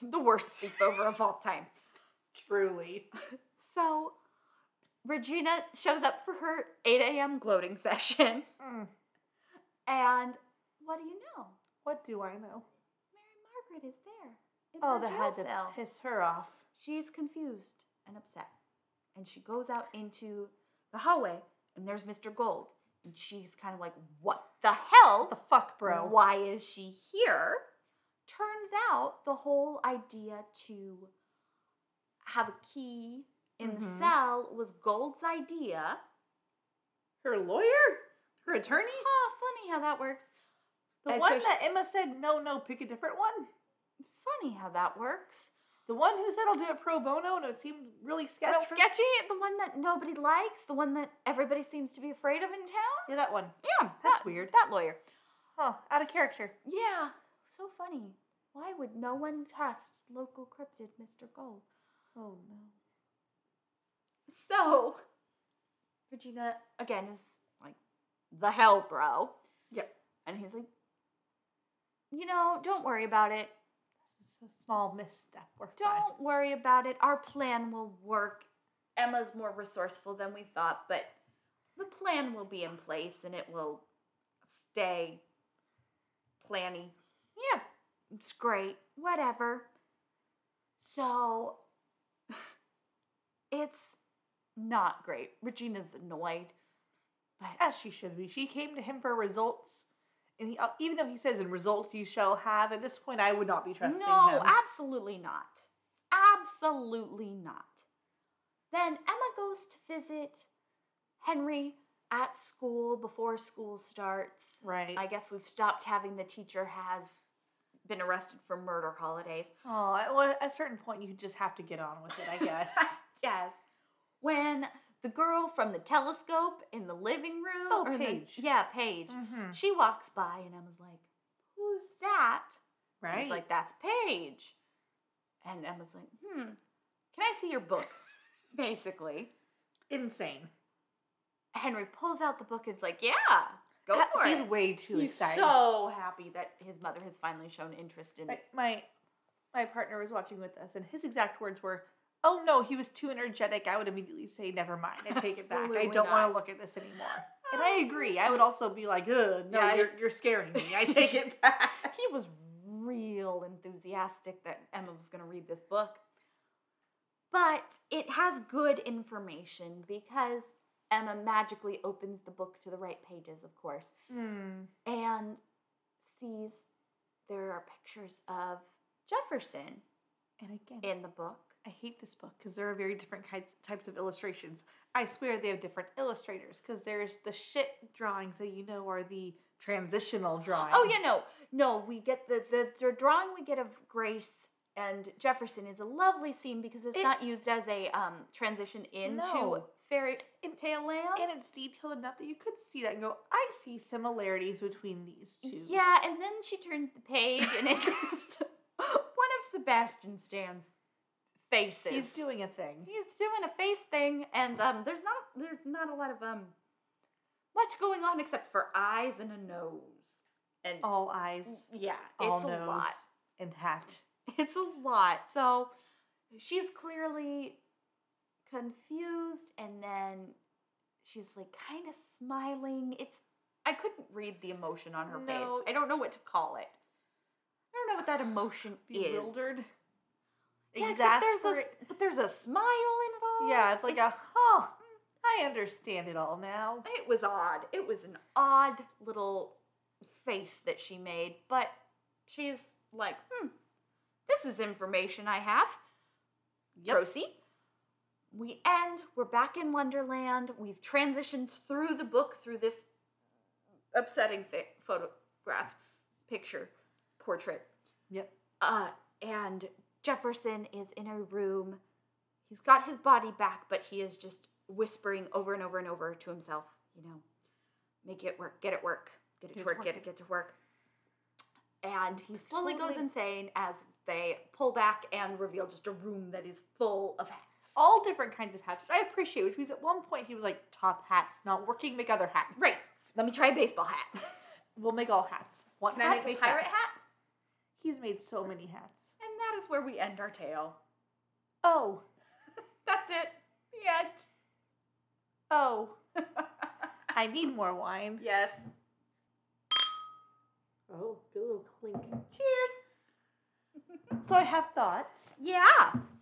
[SPEAKER 1] the worst sleepover of all time.
[SPEAKER 2] Truly.
[SPEAKER 1] So Regina shows up for her 8 a.m. gloating session.
[SPEAKER 2] Mm.
[SPEAKER 1] And what do you know?
[SPEAKER 2] What do I know?
[SPEAKER 1] Mary Margaret is there. In
[SPEAKER 2] Oh,
[SPEAKER 1] her
[SPEAKER 2] that
[SPEAKER 1] jail
[SPEAKER 2] had to
[SPEAKER 1] cell.
[SPEAKER 2] piss her off.
[SPEAKER 1] She's confused and upset. And she goes out into the hallway, and there's Mr. Gold. And she's kind of like, what the hell?
[SPEAKER 2] The fuck, bro.
[SPEAKER 1] Why is she here? Turns out the whole idea to have a key in the
[SPEAKER 2] Mhm.
[SPEAKER 1] cell was Gold's idea.
[SPEAKER 2] Her lawyer? Her attorney?
[SPEAKER 1] Oh, funny how that works.
[SPEAKER 2] The
[SPEAKER 1] And so
[SPEAKER 2] one
[SPEAKER 1] she-
[SPEAKER 2] that Emma said, no, no, pick a different one?
[SPEAKER 1] funny how that works.
[SPEAKER 2] The one who said I'll do it pro bono and it seemed really sketchy.
[SPEAKER 1] Real sketchy, the one that nobody likes, the one that everybody seems to be afraid of in town.
[SPEAKER 2] Yeah, that one.
[SPEAKER 1] Yeah,
[SPEAKER 2] That's
[SPEAKER 1] that,
[SPEAKER 2] weird.
[SPEAKER 1] That lawyer.
[SPEAKER 2] Huh. Out of character.
[SPEAKER 1] Yeah, so funny. Why would no one trust local cryptid Mr. Gold?
[SPEAKER 2] Oh no.
[SPEAKER 1] So, Regina again is like, the hell, bro.
[SPEAKER 2] Yep.
[SPEAKER 1] And he's like, you know, don't worry about it.
[SPEAKER 2] It's a small misstep. We're fine.
[SPEAKER 1] Don't worry about it. Our plan will work. Emma's more resourceful than we thought, but the plan will be in place and it will stay planny.
[SPEAKER 2] Yeah.
[SPEAKER 1] It's great. Whatever. So it's not great. Regina's annoyed. But
[SPEAKER 2] As she should be. She came to him for results. And he, uh, even though he says, in results you shall have, at this point I would not be trusting
[SPEAKER 1] no,
[SPEAKER 2] him.
[SPEAKER 1] absolutely not. Absolutely not. Then Emma goes to visit Henry at school before school starts.
[SPEAKER 2] Right.
[SPEAKER 1] I guess we've stopped having the teacher has been arrested for murder holidays.
[SPEAKER 2] oh, at, well, at a certain point you just have to get on with it, I guess.
[SPEAKER 1] Yes. When the girl from the telescope in the living room.
[SPEAKER 2] Oh,
[SPEAKER 1] in the-
[SPEAKER 2] Paige.
[SPEAKER 1] yeah, Paige.
[SPEAKER 2] mm-hmm.
[SPEAKER 1] She walks by and Emma's like, Who's that? And
[SPEAKER 2] Right.
[SPEAKER 1] He's like, That's Paige. And Emma's like, Hmm, can I see your book? Basically.
[SPEAKER 2] insane.
[SPEAKER 1] Henry pulls out the book and is like, Yeah, go for
[SPEAKER 2] He's
[SPEAKER 1] it.
[SPEAKER 2] way too
[SPEAKER 1] He's
[SPEAKER 2] excited.
[SPEAKER 1] so happy that his mother has finally shown interest in
[SPEAKER 2] my, my my partner was watching with us, and his exact words were, "Oh no, he was too energetic. I would immediately say, never mind. I take it back. I
[SPEAKER 1] Absolutely
[SPEAKER 2] don't want
[SPEAKER 1] not.
[SPEAKER 2] to look at this anymore." And I agree. I would also be like, "Ugh, no,
[SPEAKER 1] Yeah, I-
[SPEAKER 2] you're, you're scaring me. I take it back."
[SPEAKER 1] he was real enthusiastic that Emma was going to read this book. But it has good information because Emma magically opens the book to the right pages, of course, Mm.
[SPEAKER 2] Hmm.
[SPEAKER 1] and sees there are pictures of Jefferson
[SPEAKER 2] And again,
[SPEAKER 1] in the book.
[SPEAKER 2] I hate this book because there are very different kinds, types of illustrations. I swear they have different illustrators because there's the shit drawings that you know are the transitional drawings.
[SPEAKER 1] Oh, yeah, no. No, we get the, the, the drawing we get of Grace and Jefferson is a lovely scene because it's
[SPEAKER 2] It-
[SPEAKER 1] not used as a um, transition into
[SPEAKER 2] No.
[SPEAKER 1] fairy tale land.
[SPEAKER 2] And it's detailed enough that you could see that and go, I see similarities between these two.
[SPEAKER 1] Yeah, and then she turns the page and it's one of Sebastian Stan's faces.
[SPEAKER 2] He's doing a thing.
[SPEAKER 1] he's doing a face thing, and um, there's not there's not a lot of um much going on except for eyes and a nose. And
[SPEAKER 2] All eyes,
[SPEAKER 1] yeah,
[SPEAKER 2] all
[SPEAKER 1] it's
[SPEAKER 2] nose,
[SPEAKER 1] a lot.
[SPEAKER 2] and hat.
[SPEAKER 1] It's a lot. So she's clearly confused, and then she's like kind of smiling. It's I couldn't read the emotion on her
[SPEAKER 2] No.
[SPEAKER 1] face. I don't know what to call it. I don't know what that emotion is.
[SPEAKER 2] Bewildered.
[SPEAKER 1] Yeah, except there's a,
[SPEAKER 2] Exasperate.
[SPEAKER 1] but there's a smile involved.
[SPEAKER 2] Yeah, it's like a, huh, I understand it all now.
[SPEAKER 1] It was odd. It was an odd little face that she made, but she's like, hmm, this is information I have.
[SPEAKER 2] Yep.
[SPEAKER 1] Proceed. We end. We're back in Wonderland. We've transitioned through the book through this upsetting fi- photograph, picture, portrait.
[SPEAKER 2] Yep.
[SPEAKER 1] Uh, and Jefferson is in a room. He's got his body back, but he is just whispering over and over and over to himself, you know, make it work, get it work, get it
[SPEAKER 2] Get
[SPEAKER 1] to
[SPEAKER 2] it
[SPEAKER 1] work, get it,
[SPEAKER 2] working.
[SPEAKER 1] get to work. And he slowly goes
[SPEAKER 2] Totally.
[SPEAKER 1] insane as they pull back and reveal just a room that is full of hats.
[SPEAKER 2] All different kinds of hats, which I appreciate, which means at one point he was like, top hats, not working, make other hat.
[SPEAKER 1] right. Let me try a baseball hat.
[SPEAKER 2] We'll make all hats. One
[SPEAKER 1] Can I make a pirate
[SPEAKER 2] that.
[SPEAKER 1] hat?
[SPEAKER 2] He's made so many hats.
[SPEAKER 1] And that is where we end our tale.
[SPEAKER 2] Oh,
[SPEAKER 1] That's it. The
[SPEAKER 2] oh,
[SPEAKER 1] end.
[SPEAKER 2] I need more wine.
[SPEAKER 1] yes.
[SPEAKER 2] Oh, good little clink.
[SPEAKER 1] Cheers.
[SPEAKER 2] So I have thoughts.
[SPEAKER 1] Yeah.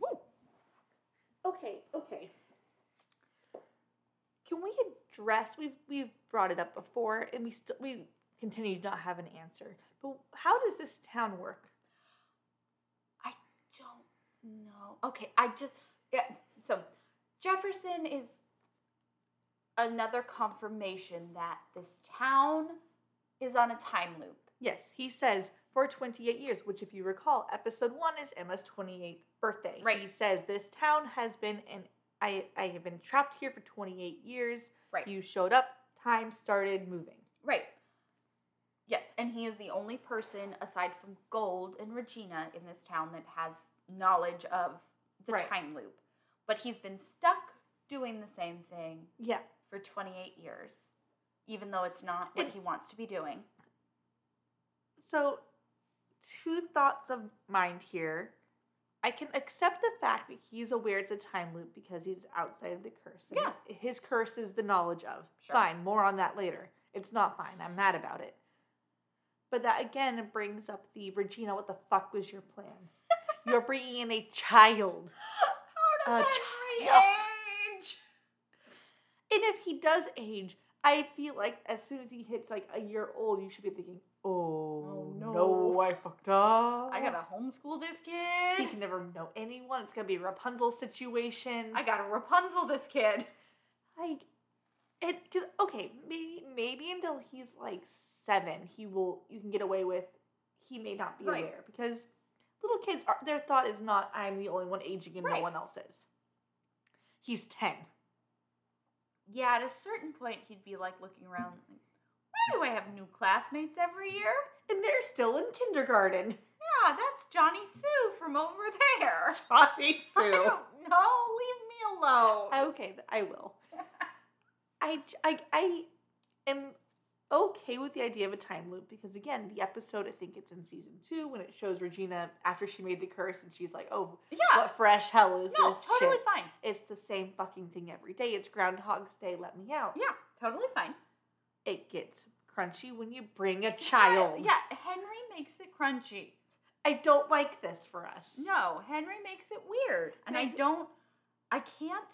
[SPEAKER 1] Woo.
[SPEAKER 2] Okay, okay. Can we address? We've we've brought it up before, and we still we continue to not have an answer. But how does this town work?
[SPEAKER 1] I don't know. Okay, I just yeah. So Jefferson is another confirmation that this town is on a time loop.
[SPEAKER 2] Yes, he says for 28 years, which, if you recall, episode one is Emma's 28th birthday.
[SPEAKER 1] Right.
[SPEAKER 2] He says, This town has been, and I, I have been trapped here for 28 years.
[SPEAKER 1] Right.
[SPEAKER 2] You showed up, time started moving.
[SPEAKER 1] Right. Yes, and he is the only person aside from Gold and Regina in this town that has knowledge of the
[SPEAKER 2] Right.
[SPEAKER 1] time loop. But he's been stuck doing the same thing
[SPEAKER 2] Yeah.
[SPEAKER 1] for 28 years, even though it's not what
[SPEAKER 2] It-
[SPEAKER 1] he wants to be doing.
[SPEAKER 2] So, two thoughts of mind here. I can accept the fact that he's aware it's a time loop because he's outside of the curse. and
[SPEAKER 1] Yeah.
[SPEAKER 2] His curse is the knowledge of.
[SPEAKER 1] Sure.
[SPEAKER 2] Fine, more on that later. It's not fine. I'm mad about it. But that again brings up the Regina, what the fuck was your plan? You're bringing in a child.
[SPEAKER 1] How
[SPEAKER 2] A
[SPEAKER 1] age?
[SPEAKER 2] And if he does age, I feel like as soon as he hits like a year old, you should be thinking, oh,
[SPEAKER 1] Oh,
[SPEAKER 2] no.
[SPEAKER 1] no.
[SPEAKER 2] I fucked up.
[SPEAKER 1] I gotta homeschool this
[SPEAKER 2] He
[SPEAKER 1] kid.
[SPEAKER 2] can never know anyone. It's gonna be a Rapunzel situation.
[SPEAKER 1] I gotta Rapunzel this kid.
[SPEAKER 2] like it because okay, maybe maybe until he's like seven, he will you can get away with. He may not be
[SPEAKER 1] Right.
[SPEAKER 2] aware because little kids are their thought is not I'm the only one aging and
[SPEAKER 1] Right.
[SPEAKER 2] no one else is. He's ten.
[SPEAKER 1] Yeah, at a certain point, he'd be like looking around, like, why do I have new classmates every year?
[SPEAKER 2] And they're still in kindergarten.
[SPEAKER 1] Yeah, that's Johnny Sue from over there.
[SPEAKER 2] Johnny
[SPEAKER 1] I don't know. Leave me alone.
[SPEAKER 2] Okay, th- I will. I, j- I- I am okay with the idea of a time loop because, again, the episode, I think it's in season two when it shows Regina after she made the curse and she's like, oh,
[SPEAKER 1] yeah,
[SPEAKER 2] what fresh hell is
[SPEAKER 1] Ah, no,
[SPEAKER 2] this
[SPEAKER 1] totally
[SPEAKER 2] shit?
[SPEAKER 1] fine.
[SPEAKER 2] It's the same fucking thing every day. It's Groundhog's Day, let me out.
[SPEAKER 1] Yeah, totally fine.
[SPEAKER 2] It gets crunchy when you bring a child.
[SPEAKER 1] Yeah, Henry makes it crunchy.
[SPEAKER 2] I don't like this for us.
[SPEAKER 1] No, Henry makes it weird. And I
[SPEAKER 2] Makes-
[SPEAKER 1] don't, I can't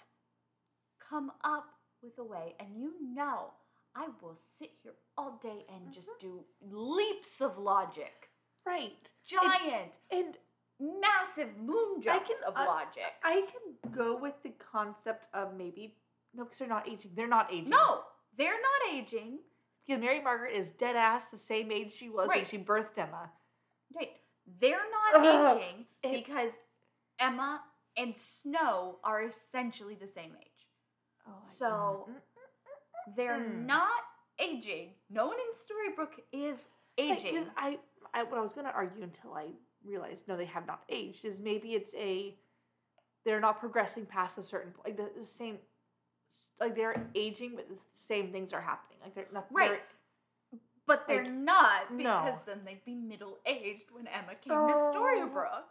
[SPEAKER 1] come up with a way. And you know, I will sit here all day
[SPEAKER 2] Mm-hmm.
[SPEAKER 1] and just do leaps of logic.
[SPEAKER 2] Right.
[SPEAKER 1] Giant,
[SPEAKER 2] And
[SPEAKER 1] massive moon jumps
[SPEAKER 2] can- uh,
[SPEAKER 1] of
[SPEAKER 2] I-
[SPEAKER 1] logic.
[SPEAKER 2] I can go with the concept of maybe, no, because they're not aging. They're not aging.
[SPEAKER 1] no, they're not aging.
[SPEAKER 2] Because Mary Margaret is dead ass the same age she was when
[SPEAKER 1] Right.
[SPEAKER 2] she birthed Emma.
[SPEAKER 1] Right. They're not
[SPEAKER 2] Ugh.
[SPEAKER 1] aging
[SPEAKER 2] It-
[SPEAKER 1] because Emma and Snow are essentially the same age.
[SPEAKER 2] Oh,
[SPEAKER 1] I- So-
[SPEAKER 2] Mm.
[SPEAKER 1] They're
[SPEAKER 2] Mm.
[SPEAKER 1] not aging. No one in Storybrooke is
[SPEAKER 2] Right,
[SPEAKER 1] aging.
[SPEAKER 2] I, I, what I was going to argue until I realized no, they have not aged is maybe it's a, they're not progressing past a certain point. Like the, the same, like they're aging, but the same things are happening. Like they're not
[SPEAKER 1] Right.
[SPEAKER 2] they're-
[SPEAKER 1] but they're
[SPEAKER 2] like,
[SPEAKER 1] not
[SPEAKER 2] no.
[SPEAKER 1] because then they'd be middle aged when Emma came
[SPEAKER 2] Oh.
[SPEAKER 1] to Storybrooke.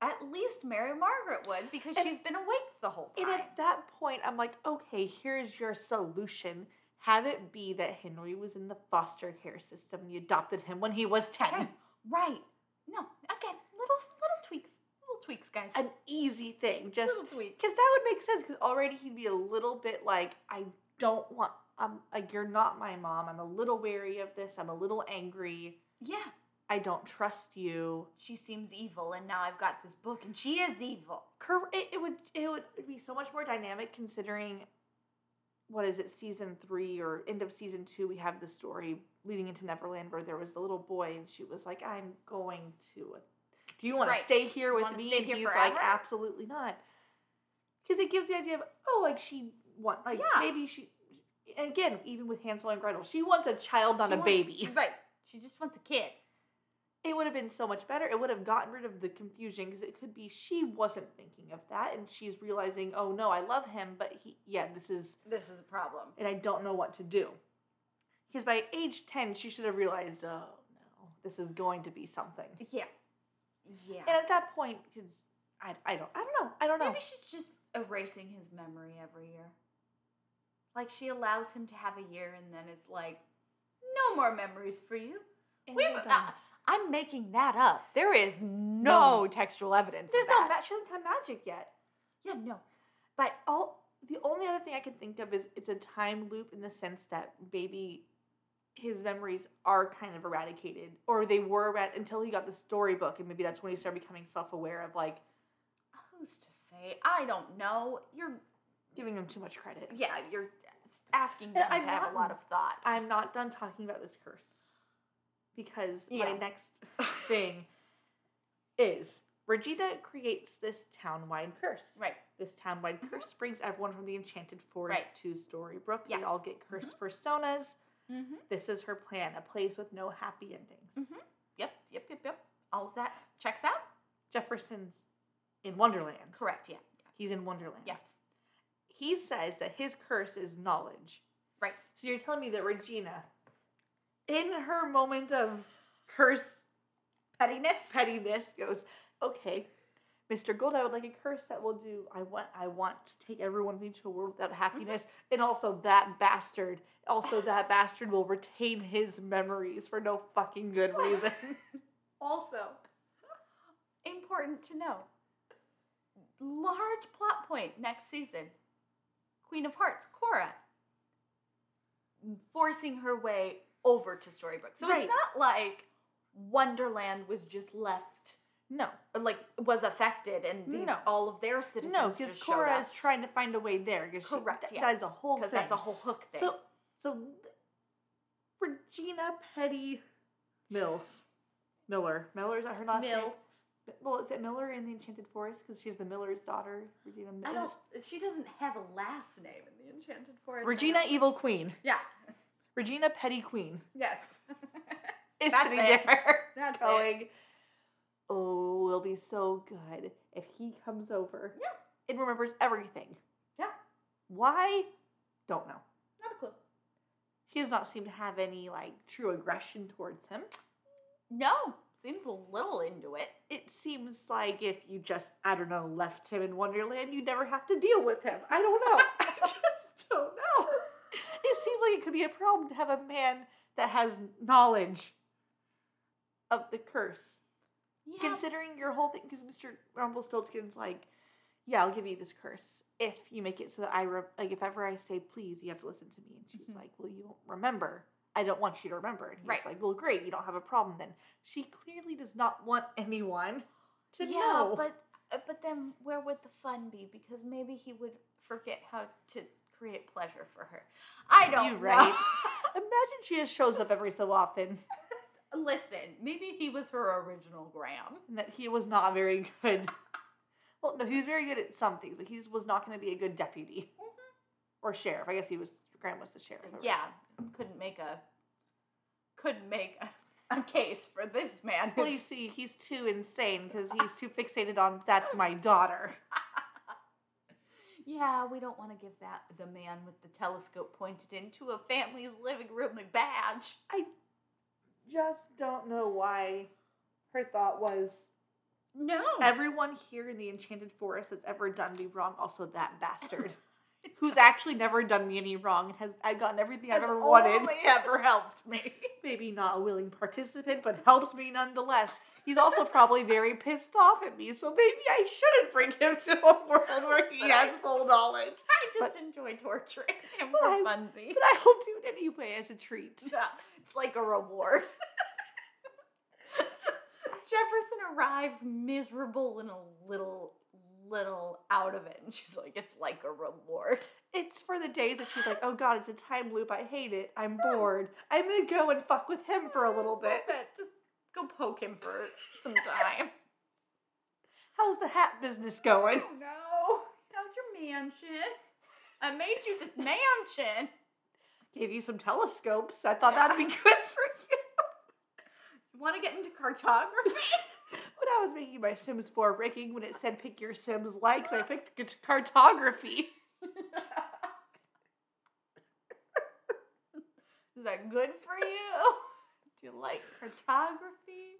[SPEAKER 1] At least Mary Margaret would because
[SPEAKER 2] And-
[SPEAKER 1] she's been awake the whole
[SPEAKER 2] And
[SPEAKER 1] time.
[SPEAKER 2] at that point, I'm like, okay, here's your solution. Have it be that Henry was in the foster care system and you adopted him when he was 10.
[SPEAKER 1] Okay. Right. No. Again, little little tweaks. Little tweaks, guys.
[SPEAKER 2] An easy thing. Just
[SPEAKER 1] little tweaks.
[SPEAKER 2] Because that would make sense. Because already he'd be a little bit like, I don't want. Um, like you're not my mom. I'm a little wary of this. I'm a little angry.
[SPEAKER 1] Yeah.
[SPEAKER 2] I don't trust you.
[SPEAKER 1] she seems evil and now I've got this book and she is evil.
[SPEAKER 2] Cor- It, it would it would be so much more dynamic considering. What is it? Season three or end of season two? We have the story leading into Neverland where there was the little boy and she was like, "I'm going to." Do you want
[SPEAKER 1] Right.
[SPEAKER 2] to stay here with
[SPEAKER 1] Wanna
[SPEAKER 2] me?
[SPEAKER 1] stay
[SPEAKER 2] And
[SPEAKER 1] here
[SPEAKER 2] he's like,
[SPEAKER 1] forever?
[SPEAKER 2] "Absolutely not," because it gives the idea of oh, like she want like
[SPEAKER 1] Yeah.
[SPEAKER 2] maybe she. And again, even with Hansel and Gretel, she wants a child, not
[SPEAKER 1] She
[SPEAKER 2] a
[SPEAKER 1] wants-
[SPEAKER 2] baby.
[SPEAKER 1] Right. She just wants a kid.
[SPEAKER 2] It would have been so much better. It would have gotten rid of the confusion because it could be she wasn't thinking of that and she's realizing, oh no, I love him, but he, yeah, this is,
[SPEAKER 1] This is a problem.
[SPEAKER 2] and I don't know what to do. Because by age 10, she should have realized, oh no, this is going to be something.
[SPEAKER 1] Yeah. Yeah.
[SPEAKER 2] And at that point, because I, I don't, I don't know, I don't know.
[SPEAKER 1] Maybe she's just erasing his memory every year. Like she allows him to have a year and then it's like, no more memories for you.
[SPEAKER 2] And
[SPEAKER 1] We've,
[SPEAKER 2] they're
[SPEAKER 1] uh,
[SPEAKER 2] done.
[SPEAKER 1] I'm making that up. There is no, textual evidence. of
[SPEAKER 2] There's no,
[SPEAKER 1] that.
[SPEAKER 2] ma- she doesn't have magic yet.
[SPEAKER 1] Yeah, no. But
[SPEAKER 2] all the only other thing I can think of is it's a time loop in the sense that maybe his memories are kind of eradicated, or they were erad- until he got the storybook, and maybe that's when he started becoming self-aware of like
[SPEAKER 1] who's to say? I don't know. You're,
[SPEAKER 2] giving him too much credit.
[SPEAKER 1] yeah, you're asking
[SPEAKER 2] And
[SPEAKER 1] them
[SPEAKER 2] I'm
[SPEAKER 1] to have
[SPEAKER 2] not-
[SPEAKER 1] a lot of thoughts.
[SPEAKER 2] I'm not done talking about this curse because
[SPEAKER 1] Yeah.
[SPEAKER 2] my next thing is Regina creates this town-wide curse.
[SPEAKER 1] Right.
[SPEAKER 2] This town-wide
[SPEAKER 1] Mhm.
[SPEAKER 2] curse brings everyone from the Enchanted Forest
[SPEAKER 1] Right.
[SPEAKER 2] to Storybrooke. They
[SPEAKER 1] Yeah.
[SPEAKER 2] all get cursed personas.
[SPEAKER 1] Mm-hmm.
[SPEAKER 2] This is her plan: a place with no happy endings.
[SPEAKER 1] Mhm. Yep, yep, yep, yep. All of that checks out.
[SPEAKER 2] Jefferson's in Wonderland.
[SPEAKER 1] Correct. Yeah.
[SPEAKER 2] He's in Wonderland.
[SPEAKER 1] Yes.
[SPEAKER 2] He says that his curse is knowledge.
[SPEAKER 1] Right.
[SPEAKER 2] So you're telling me that Regina, in her moment of curse
[SPEAKER 1] Pettiness.
[SPEAKER 2] pettiness, goes, "Okay, Mr. Gold, I would like a curse that will do. I want. I want to take everyone with me to a world without
[SPEAKER 1] Mm-hmm.
[SPEAKER 2] happiness, and also that bastard. Also that bastard will retain his memories for no fucking good reason. also,
[SPEAKER 1] Important to know. Large plot point next season. Queen of Hearts, Cora, forcing her way over to Storybrooke. So
[SPEAKER 2] Right.
[SPEAKER 1] it's not like Wonderland was just left,
[SPEAKER 2] no,
[SPEAKER 1] or like was affected, and these,
[SPEAKER 2] No.
[SPEAKER 1] all of their citizens
[SPEAKER 2] no, because
[SPEAKER 1] just
[SPEAKER 2] Cora
[SPEAKER 1] Cora
[SPEAKER 2] is trying to find a way there. 'cause she-
[SPEAKER 1] Correct,
[SPEAKER 2] that-
[SPEAKER 1] yeah.
[SPEAKER 2] that is a whole
[SPEAKER 1] because
[SPEAKER 2] thing.
[SPEAKER 1] that's a whole hook thing.
[SPEAKER 2] So, so th- Regina Petty Mills. Miller. Miller, is that her last name?
[SPEAKER 1] Mills.
[SPEAKER 2] Well, is it Miller in The Enchanted Forest? Because she's the Miller's daughter. Regina
[SPEAKER 1] I
[SPEAKER 2] Mills.
[SPEAKER 1] don't. She doesn't have a last name in the Enchanted Forest. I
[SPEAKER 2] Regina
[SPEAKER 1] don't-
[SPEAKER 2] Evil Queen.
[SPEAKER 1] Yeah.
[SPEAKER 2] Regina Petty Queen.
[SPEAKER 1] Yes.
[SPEAKER 2] Is
[SPEAKER 1] That's
[SPEAKER 2] sitting
[SPEAKER 1] it.
[SPEAKER 2] there
[SPEAKER 1] That's it.
[SPEAKER 2] going, Oh, it'll be so good if he comes over.
[SPEAKER 1] Yeah.
[SPEAKER 2] And remembers everything.
[SPEAKER 1] Yeah.
[SPEAKER 2] Why? Don't know.
[SPEAKER 1] Not a clue.
[SPEAKER 2] He does not seem to have any like true aggression towards him.
[SPEAKER 1] No, seems a little into it.
[SPEAKER 2] it seems like if you just I don't know left him in Wonderland, you never have to deal with him. I don't know. I just don't know. It seems like it could be a problem to have a man that has knowledge of the curse,
[SPEAKER 1] Yeah.
[SPEAKER 2] considering your whole thing. Because Mister Rumpelstiltskin's like, yeah, I'll give you this curse if you make it so that I re- like if ever I say please, you have to listen to me. And she's
[SPEAKER 1] Mhm.
[SPEAKER 2] like, well, you won't remember. I don't want you to remember. And he's
[SPEAKER 1] Right.
[SPEAKER 2] like, well, great, you don't have a problem then. She clearly does not want anyone to
[SPEAKER 1] yeah,
[SPEAKER 2] know.
[SPEAKER 1] but uh, but then where would the fun be? Because maybe he would forget how to create pleasure for her. I don't
[SPEAKER 2] You
[SPEAKER 1] know.
[SPEAKER 2] right. Imagine she just shows up every so often
[SPEAKER 1] Listen, maybe he was her original Graham.
[SPEAKER 2] and that he was not very good. Well, no, he was very good at some things, but he just was not going to be a good deputy or sheriff. I guess he was, Graham was the sheriff. or-
[SPEAKER 1] Mm-hmm. Yeah, couldn't make a couldn't make a, a case for this man.
[SPEAKER 2] Well, you see, he's too insane because he's too fixated on that's my daughter.
[SPEAKER 1] yeah, we don't want to give that the man with the telescope pointed into a family's living room the badge.
[SPEAKER 2] Just don't know why her thought was "Oh."
[SPEAKER 1] No.
[SPEAKER 2] everyone here in the Enchanted Forest that's ever done me wrong, also that bastard. Who's actually never done me any wrong and has I've gotten everything I've
[SPEAKER 1] Has
[SPEAKER 2] ever wanted.
[SPEAKER 1] only ever helped me.
[SPEAKER 2] maybe not a willing participant, but helped me nonetheless. He's also probably very pissed off at me, so maybe I shouldn't bring him to a world where he
[SPEAKER 1] But
[SPEAKER 2] has
[SPEAKER 1] I-
[SPEAKER 2] full knowledge.
[SPEAKER 1] I just
[SPEAKER 2] But-
[SPEAKER 1] enjoy torturing him
[SPEAKER 2] But
[SPEAKER 1] for
[SPEAKER 2] I-
[SPEAKER 1] funsies.
[SPEAKER 2] But I'll do it anyway as a treat.
[SPEAKER 1] Yeah, it's like a reward. Jefferson arrives miserable and a little, little out of it, and she's like, "It's like a reward."
[SPEAKER 2] It's for the days that she's like, oh god, it's a time loop. I hate it. I'm bored. I'm gonna go and fuck with him for a little bit.
[SPEAKER 1] Just go poke him for some time.
[SPEAKER 2] How's the hat business going?
[SPEAKER 1] Oh, no, that was your mansion. I made you this mansion.
[SPEAKER 2] Gave you some telescopes. I thought that'd be good for you.
[SPEAKER 1] You want to get into cartography?
[SPEAKER 2] When I was making my Sims 4 ranking, when it said pick your Sims likes, I picked cart- cartography.
[SPEAKER 1] Is that good for you?
[SPEAKER 2] Do you like
[SPEAKER 1] Photography.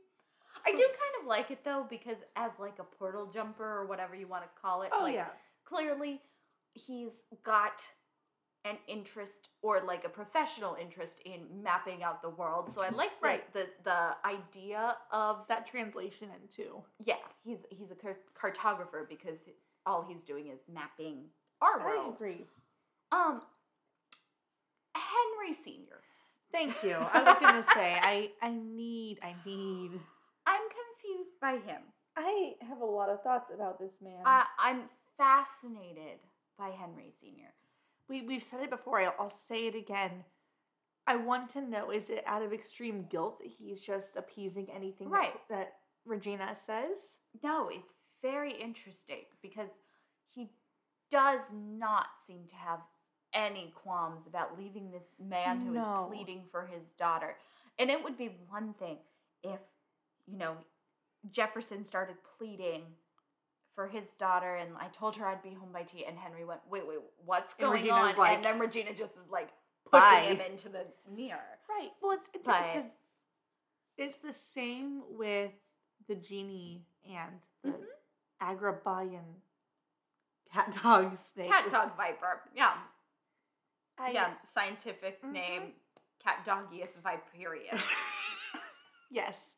[SPEAKER 1] I do kind of like it though because as like a portal jumper or whatever you want to call it,
[SPEAKER 2] Oh
[SPEAKER 1] like
[SPEAKER 2] yeah.
[SPEAKER 1] clearly he's got an interest or like a professional interest in mapping out the world. So I like the,
[SPEAKER 2] Right.
[SPEAKER 1] the the idea of
[SPEAKER 2] that translation into.
[SPEAKER 1] yeah, he's he's a car- cartographer because all he's doing is mapping our world.
[SPEAKER 2] agree.
[SPEAKER 1] Um Henry Sr.
[SPEAKER 2] Thank you. I was gonna say I I need I need.
[SPEAKER 1] I'm confused by him.
[SPEAKER 2] I have a lot of thoughts about this man.
[SPEAKER 1] I, Uh, I'm fascinated by Henry Sr.
[SPEAKER 2] we we've said it before. I'll, I'll say it again. I want to know is it out of extreme guilt that he's just appeasing anything that-
[SPEAKER 1] Right.
[SPEAKER 2] that, Regina says?
[SPEAKER 1] No, it's very interesting because he does not seem to have any qualms about leaving this man who is
[SPEAKER 2] No.
[SPEAKER 1] pleading for his daughter. And it would be one thing if, you know, Jefferson started pleading for his daughter and I told her I'd be home by tea and Henry went, wait, wait, what's
[SPEAKER 3] And
[SPEAKER 1] going
[SPEAKER 3] Regina's
[SPEAKER 1] on?
[SPEAKER 3] like,
[SPEAKER 1] and then Regina just is like pushing
[SPEAKER 3] "Bye."
[SPEAKER 1] him into the mirror.
[SPEAKER 2] Right. Well, it's it's
[SPEAKER 1] But-
[SPEAKER 2] because it's the same with the genie and the
[SPEAKER 1] Mhm.
[SPEAKER 2] Agrabayan cat dog snake.
[SPEAKER 1] Cat dog viper. Yeah.
[SPEAKER 2] I-
[SPEAKER 1] yeah. Scientific
[SPEAKER 2] Mhm.
[SPEAKER 1] name. Cat doggius viperius.
[SPEAKER 2] Yes.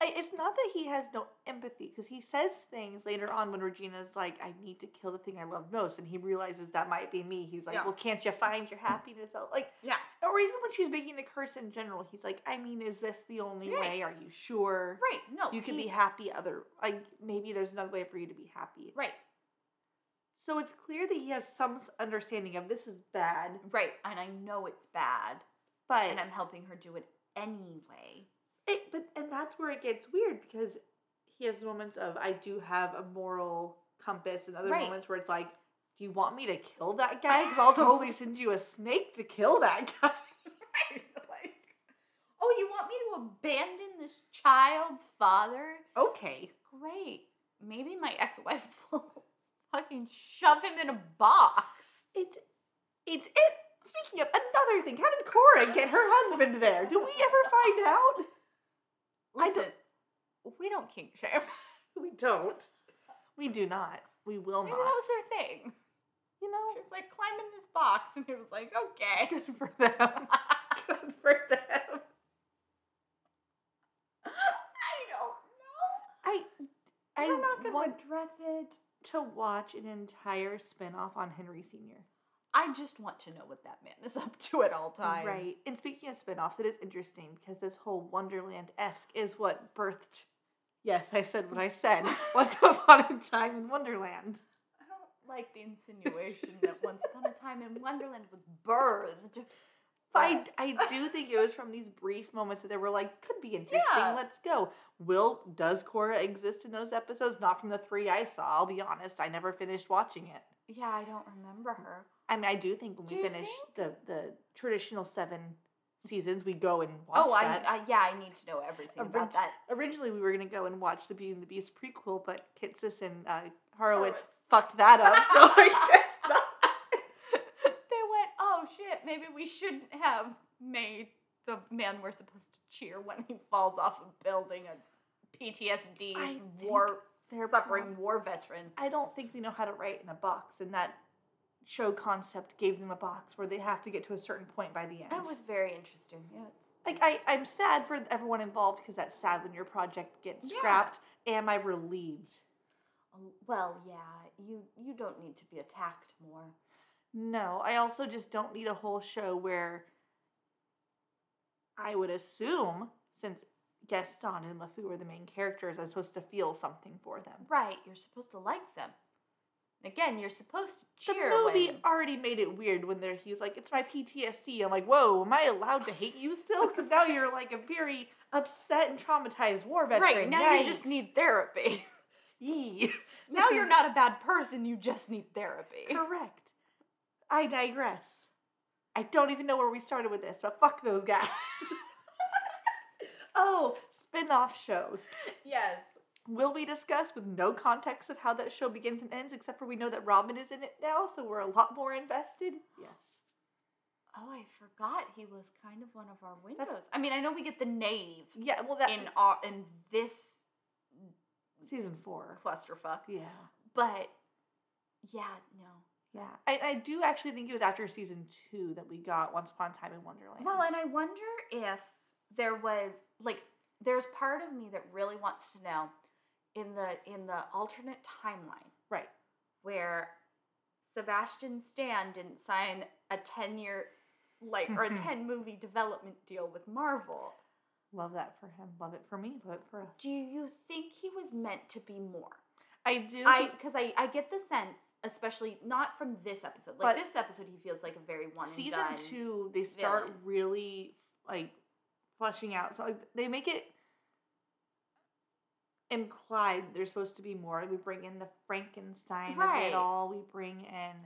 [SPEAKER 2] I- It's not that he has no empathy because he says things later on when Regina's like, I need to kill the thing I love most. And he realizes that might be me. He's like,
[SPEAKER 1] Yeah.
[SPEAKER 2] Well, can't you find your happiness? out?" Like,
[SPEAKER 1] yeah.
[SPEAKER 2] or even when she's making the curse in general, he's like, I mean, is this the only
[SPEAKER 1] Right.
[SPEAKER 2] way? Are you sure?
[SPEAKER 1] Right. No.
[SPEAKER 2] You can
[SPEAKER 1] he-
[SPEAKER 2] be happy other like maybe there's another way for you to be happy.
[SPEAKER 1] Right.
[SPEAKER 2] So it's clear that he has some s- understanding of this is bad,
[SPEAKER 1] Right. And I know it's bad.
[SPEAKER 2] but
[SPEAKER 1] And I'm helping her do it anyway.
[SPEAKER 2] It, but and that's where it gets weird because he has moments of I do have a moral compass, and other
[SPEAKER 1] Right.
[SPEAKER 2] moments where it's like, do you want me to kill that guy? Because I'll totally send you a snake to kill that guy. like,
[SPEAKER 1] Oh, you want me to abandon this child's father?
[SPEAKER 2] okay,
[SPEAKER 1] Great. Maybe my ex wife will fucking shove him in a box.
[SPEAKER 2] it's it's it. Speaking of another thing, how did Cora get her husband there? Do we ever find out? I don't-
[SPEAKER 1] Listen, we don't kink shame.
[SPEAKER 2] We don't. We do not. We will
[SPEAKER 1] Maybe that
[SPEAKER 2] not.
[SPEAKER 1] was their thing.
[SPEAKER 2] you know,
[SPEAKER 1] She was like, climb in this box. And it was like, okay.
[SPEAKER 2] good for them. good for them.
[SPEAKER 1] I don't know.
[SPEAKER 2] I. I
[SPEAKER 1] We're not going
[SPEAKER 2] want
[SPEAKER 1] to address it.
[SPEAKER 2] to watch an entire spinoff on Henry Sr.
[SPEAKER 1] I just want to know what that man is up to at all times.
[SPEAKER 2] Right. And speaking of spinoffs, it is interesting because this whole Wonderland esque is what birthed. Yes, I said what I said. Once upon a time in Wonderland.
[SPEAKER 1] I don't like the insinuation that once upon a time in Wonderland was birthed.
[SPEAKER 2] But I, I do think it was from these brief moments that they were like, could be interesting.
[SPEAKER 1] Yeah.
[SPEAKER 2] Let's go. Will does Cora exist in those episodes? Not from the three I saw. I'll be honest. I never finished watching it.
[SPEAKER 1] Yeah, I don't remember her.
[SPEAKER 2] I mean, I do think when
[SPEAKER 1] Do
[SPEAKER 2] we
[SPEAKER 1] you
[SPEAKER 2] finish the, the traditional seven seasons, we go and watch
[SPEAKER 1] Oh, I,
[SPEAKER 2] that.
[SPEAKER 1] I yeah, I need to know everything
[SPEAKER 2] A bridge-
[SPEAKER 1] about that.
[SPEAKER 2] originally we were gonna go and watch the Beauty and the Beast prequel, but Kitsis and uh, Horowitz
[SPEAKER 1] Horowitz.
[SPEAKER 2] fucked that up, so I guess not.
[SPEAKER 1] they went, oh shit, maybe we shouldn't have made the man we're supposed to cheer when he falls off a building a PTSD
[SPEAKER 2] I
[SPEAKER 1] war
[SPEAKER 2] they're
[SPEAKER 1] suffering
[SPEAKER 2] prob-
[SPEAKER 1] war veteran.
[SPEAKER 2] I don't think they know how to write in a box, and that show concept gave them a box where they have to get to a certain point by the end.
[SPEAKER 1] That was very interesting. Yeah, it's-
[SPEAKER 2] like I, I'm sad for everyone involved because that's sad when your project gets
[SPEAKER 1] Yeah.
[SPEAKER 2] scrapped. Am I relieved?
[SPEAKER 1] Oh, well, yeah, you you don't need to be attacked more.
[SPEAKER 2] No, I also just don't need a whole show where I would assume, since Gaston and LeFou are the main characters, I'm supposed to feel something for them.
[SPEAKER 1] Right, you're supposed to like them. Again, you're supposed to cheer
[SPEAKER 2] the movie
[SPEAKER 1] when
[SPEAKER 2] already made it weird when there he was like, "It's my PTSD." I'm like, "Whoa, am I allowed to hate you still?" Because now you're like a very upset and traumatized war veteran.
[SPEAKER 1] Right, now you just
[SPEAKER 2] Yikes.
[SPEAKER 1] need therapy.
[SPEAKER 2] Yee.
[SPEAKER 1] now
[SPEAKER 2] This
[SPEAKER 1] you're
[SPEAKER 2] is-
[SPEAKER 1] not a bad person, you just need therapy.
[SPEAKER 2] correct. I digress. I don't even know where we started with this, but fuck those guys. oh, spin-off shows.
[SPEAKER 1] Yes.
[SPEAKER 2] will we discuss with no context of how that show begins and ends, except for we know that Robin is in it now, so we're a lot more invested. Yes.
[SPEAKER 1] Oh, I forgot he was kind of one of our windows. I mean, I know we get the knave
[SPEAKER 2] Yeah, well, that
[SPEAKER 1] in our in this
[SPEAKER 2] season four.
[SPEAKER 1] clusterfuck,
[SPEAKER 2] Yeah.
[SPEAKER 1] but yeah, no.
[SPEAKER 2] Yeah. I, I do actually think it was after season two that we got Once Upon a Time in Wonderland.
[SPEAKER 1] Well, and I wonder if there was like there's part of me that really wants to know in the in the alternate timeline
[SPEAKER 2] Right.
[SPEAKER 1] where Sebastian Stan didn't sign a 10 year like or a 10 movie development deal with Marvel.
[SPEAKER 2] Love that for him. Love it for me. Love it for us.
[SPEAKER 1] Do you think he was meant to be more?
[SPEAKER 2] I do.
[SPEAKER 1] I cuz I I get the sense especially not from this episode. Like
[SPEAKER 3] But-
[SPEAKER 1] this episode, he feels like a very one and
[SPEAKER 2] season
[SPEAKER 1] done.
[SPEAKER 2] two they start
[SPEAKER 1] villain.
[SPEAKER 2] really like fleshing out so like, they make it implied there's supposed to be more we bring in the frankenstein of
[SPEAKER 1] Right.
[SPEAKER 2] it all we bring in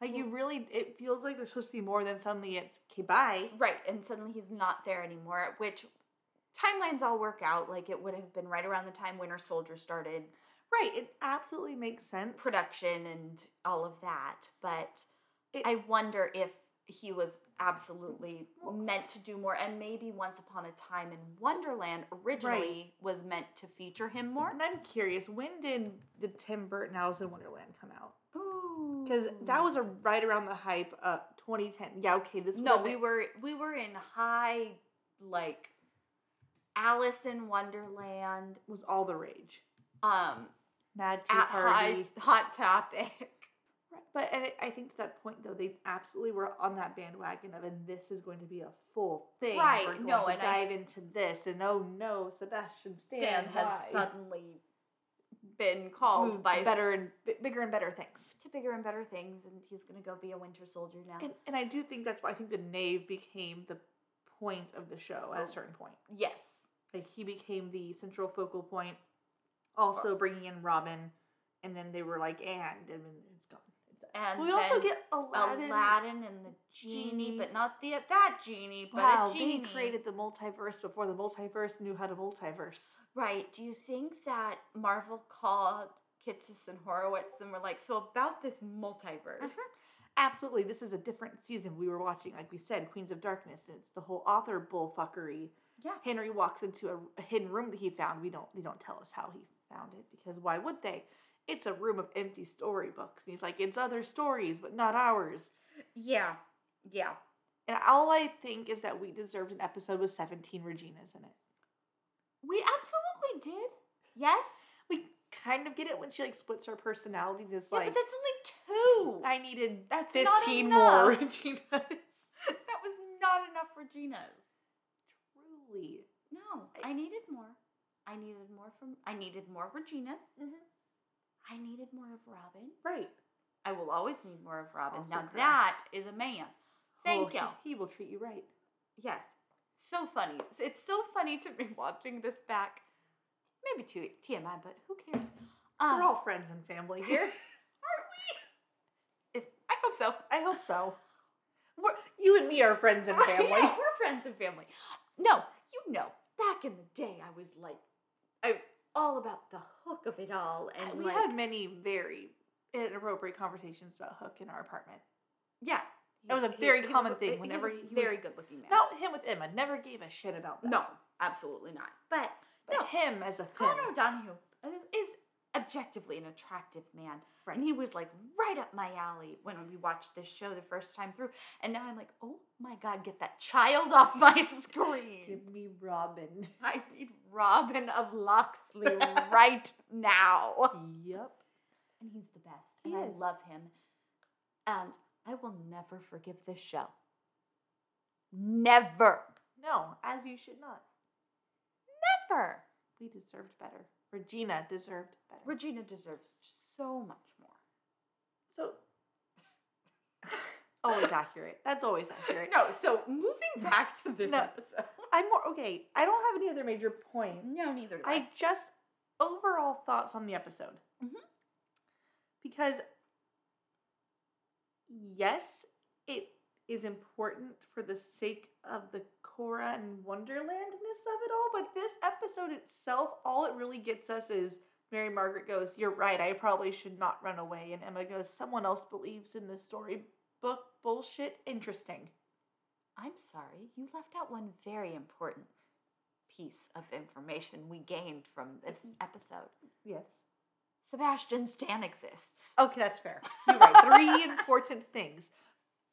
[SPEAKER 2] like you really it feels like there's supposed to be more then suddenly it's okay bye
[SPEAKER 1] Right, and suddenly he's not there anymore, which timelines all work out. Like it would have been right around the time Winter Soldier started
[SPEAKER 2] right it absolutely makes sense
[SPEAKER 1] production and all of that. But
[SPEAKER 2] It-
[SPEAKER 1] I wonder if he was absolutely
[SPEAKER 2] uh
[SPEAKER 1] meant to do more. And maybe Once Upon a Time in Wonderland originally was meant to feature him more.
[SPEAKER 2] and i'm curious when did the tim burton alice in wonderland come out
[SPEAKER 1] Ooh.
[SPEAKER 2] because that was a right around the hype of 2010 yeah okay this
[SPEAKER 1] No,
[SPEAKER 2] would've
[SPEAKER 1] we
[SPEAKER 2] been-
[SPEAKER 1] were we were in high like Alice in Wonderland,
[SPEAKER 2] was all the rage
[SPEAKER 1] um
[SPEAKER 2] mad tea
[SPEAKER 1] at
[SPEAKER 2] party
[SPEAKER 1] high, hot topic.
[SPEAKER 2] Right, But and I think to that point though, they absolutely were on that bandwagon of, and this is going to be a full thing.
[SPEAKER 1] Right,
[SPEAKER 2] We're going
[SPEAKER 1] no,
[SPEAKER 2] to
[SPEAKER 1] and I-
[SPEAKER 2] dive into this, and oh no, Sebastian Stan,
[SPEAKER 1] Dan has
[SPEAKER 2] why?
[SPEAKER 1] suddenly been called
[SPEAKER 2] Moved
[SPEAKER 1] by
[SPEAKER 2] better and b- bigger and better things.
[SPEAKER 1] Hmm, to bigger and better things, and he's gonna go be a Winter Soldier now.
[SPEAKER 2] And, and I do think that's why I think the knave became the point of the show
[SPEAKER 1] Oh.
[SPEAKER 2] at a certain point.
[SPEAKER 1] yes,
[SPEAKER 2] Like he became the central focal point. Also
[SPEAKER 1] Uh.
[SPEAKER 2] bringing in Robin, and then they were like, and and then it's gone. It's done.
[SPEAKER 1] and
[SPEAKER 2] we also
[SPEAKER 1] then
[SPEAKER 2] get Aladdin.
[SPEAKER 1] Aladdin, and the genie,
[SPEAKER 2] Genie.
[SPEAKER 1] but not the that genie, but
[SPEAKER 2] Wow,
[SPEAKER 1] a genie.
[SPEAKER 2] they created the multiverse before the multiverse knew how to multiverse.
[SPEAKER 1] Right? Do you think that Marvel called Kitsis and Horowitz and were like, so about this multiverse?
[SPEAKER 2] Uh-huh. Absolutely, this is a different season we were watching. Like we said, Queens of Darkness, and it's the whole author bullfuckery.
[SPEAKER 1] Yeah.
[SPEAKER 2] Henry walks into a, a hidden room that he found. We don't. They don't tell us how he found it because why would they? It's a room of empty storybooks, and he's like, "It's other stories, but not ours."
[SPEAKER 1] Yeah, yeah.
[SPEAKER 2] And all I think is that we deserved an episode with seventeen Reginas in it.
[SPEAKER 1] We absolutely did. Yes.
[SPEAKER 2] We kind of get it when she like splits her personality. and is
[SPEAKER 1] Yeah,
[SPEAKER 2] like,
[SPEAKER 1] but that's only two.
[SPEAKER 2] I needed
[SPEAKER 1] That's not
[SPEAKER 2] fifteen more
[SPEAKER 1] enough.
[SPEAKER 2] Reginas.
[SPEAKER 1] that was not enough Reginas.
[SPEAKER 2] Truly.
[SPEAKER 1] No, I, needed more. I needed more from. I needed more Regina's.
[SPEAKER 2] Mhm.
[SPEAKER 1] I needed more of Robin.
[SPEAKER 2] Right.
[SPEAKER 1] I will always need more of Robin.
[SPEAKER 2] Also
[SPEAKER 1] now
[SPEAKER 2] correct.
[SPEAKER 1] that is a man. Thank
[SPEAKER 2] Oh,
[SPEAKER 1] you.
[SPEAKER 2] He, he will treat you right.
[SPEAKER 1] Yes, so funny. So It's so funny to me watching this back. Maybe too TMI, but who cares? Um,
[SPEAKER 2] We're all friends and family here.
[SPEAKER 1] if, I hope so.
[SPEAKER 2] I hope so. We're, you and me are friends and family.
[SPEAKER 1] yeah, we're friends and family. No, you know, back in the day, I was like, I all about the hook of it all, and
[SPEAKER 2] Uh, we
[SPEAKER 1] like,
[SPEAKER 2] had many very inappropriate conversations about Hook in our apartment.
[SPEAKER 1] yeah,
[SPEAKER 2] That was a
[SPEAKER 1] He-
[SPEAKER 2] very
[SPEAKER 1] he was
[SPEAKER 2] common
[SPEAKER 1] a-
[SPEAKER 2] thing
[SPEAKER 1] he was a
[SPEAKER 2] whenever he was-
[SPEAKER 1] very good looking man.
[SPEAKER 2] Not him with Emma. Never gave a shit about that.
[SPEAKER 1] No, absolutely not. But,
[SPEAKER 2] But
[SPEAKER 1] no,
[SPEAKER 2] him as a thing.
[SPEAKER 1] Connor O'Donohue is, is objectively an attractive man.
[SPEAKER 2] Right.
[SPEAKER 1] And he was like right up my alley when we watched this show the first time through. And now I'm like, oh my God, get that child off my screen.
[SPEAKER 2] Give me Robin.
[SPEAKER 1] I need Robin of Loxley right now.
[SPEAKER 2] yep.
[SPEAKER 1] And he's the best.
[SPEAKER 2] He
[SPEAKER 1] And I
[SPEAKER 2] is.
[SPEAKER 1] love him. And I will never forgive this show. Never.
[SPEAKER 2] No, as you should not.
[SPEAKER 1] Never.
[SPEAKER 2] We deserved better. Regina deserved better.
[SPEAKER 1] Regina deserves so much more.
[SPEAKER 2] so always accurate. That's always accurate.
[SPEAKER 1] No, so moving back to this
[SPEAKER 2] No.
[SPEAKER 1] episode.
[SPEAKER 2] I'm more okay. I don't have any other major points.
[SPEAKER 1] No, neither do I.
[SPEAKER 2] I just overall thoughts on the episode.
[SPEAKER 1] Mhm.
[SPEAKER 2] Because yes, it is important for the sake of the Cora and Wonderlandness of it all, but this episode itself, all it really gets us is Mary Margaret goes, You're right, I probably should not run away. And Emma goes, Someone else believes in this storybook bullshit. Interesting.
[SPEAKER 1] I'm sorry, you left out one very important piece of information we gained from this episode.
[SPEAKER 2] Yes.
[SPEAKER 1] Sebastian Stan exists.
[SPEAKER 2] Okay, that's fair. You're right. Three important things.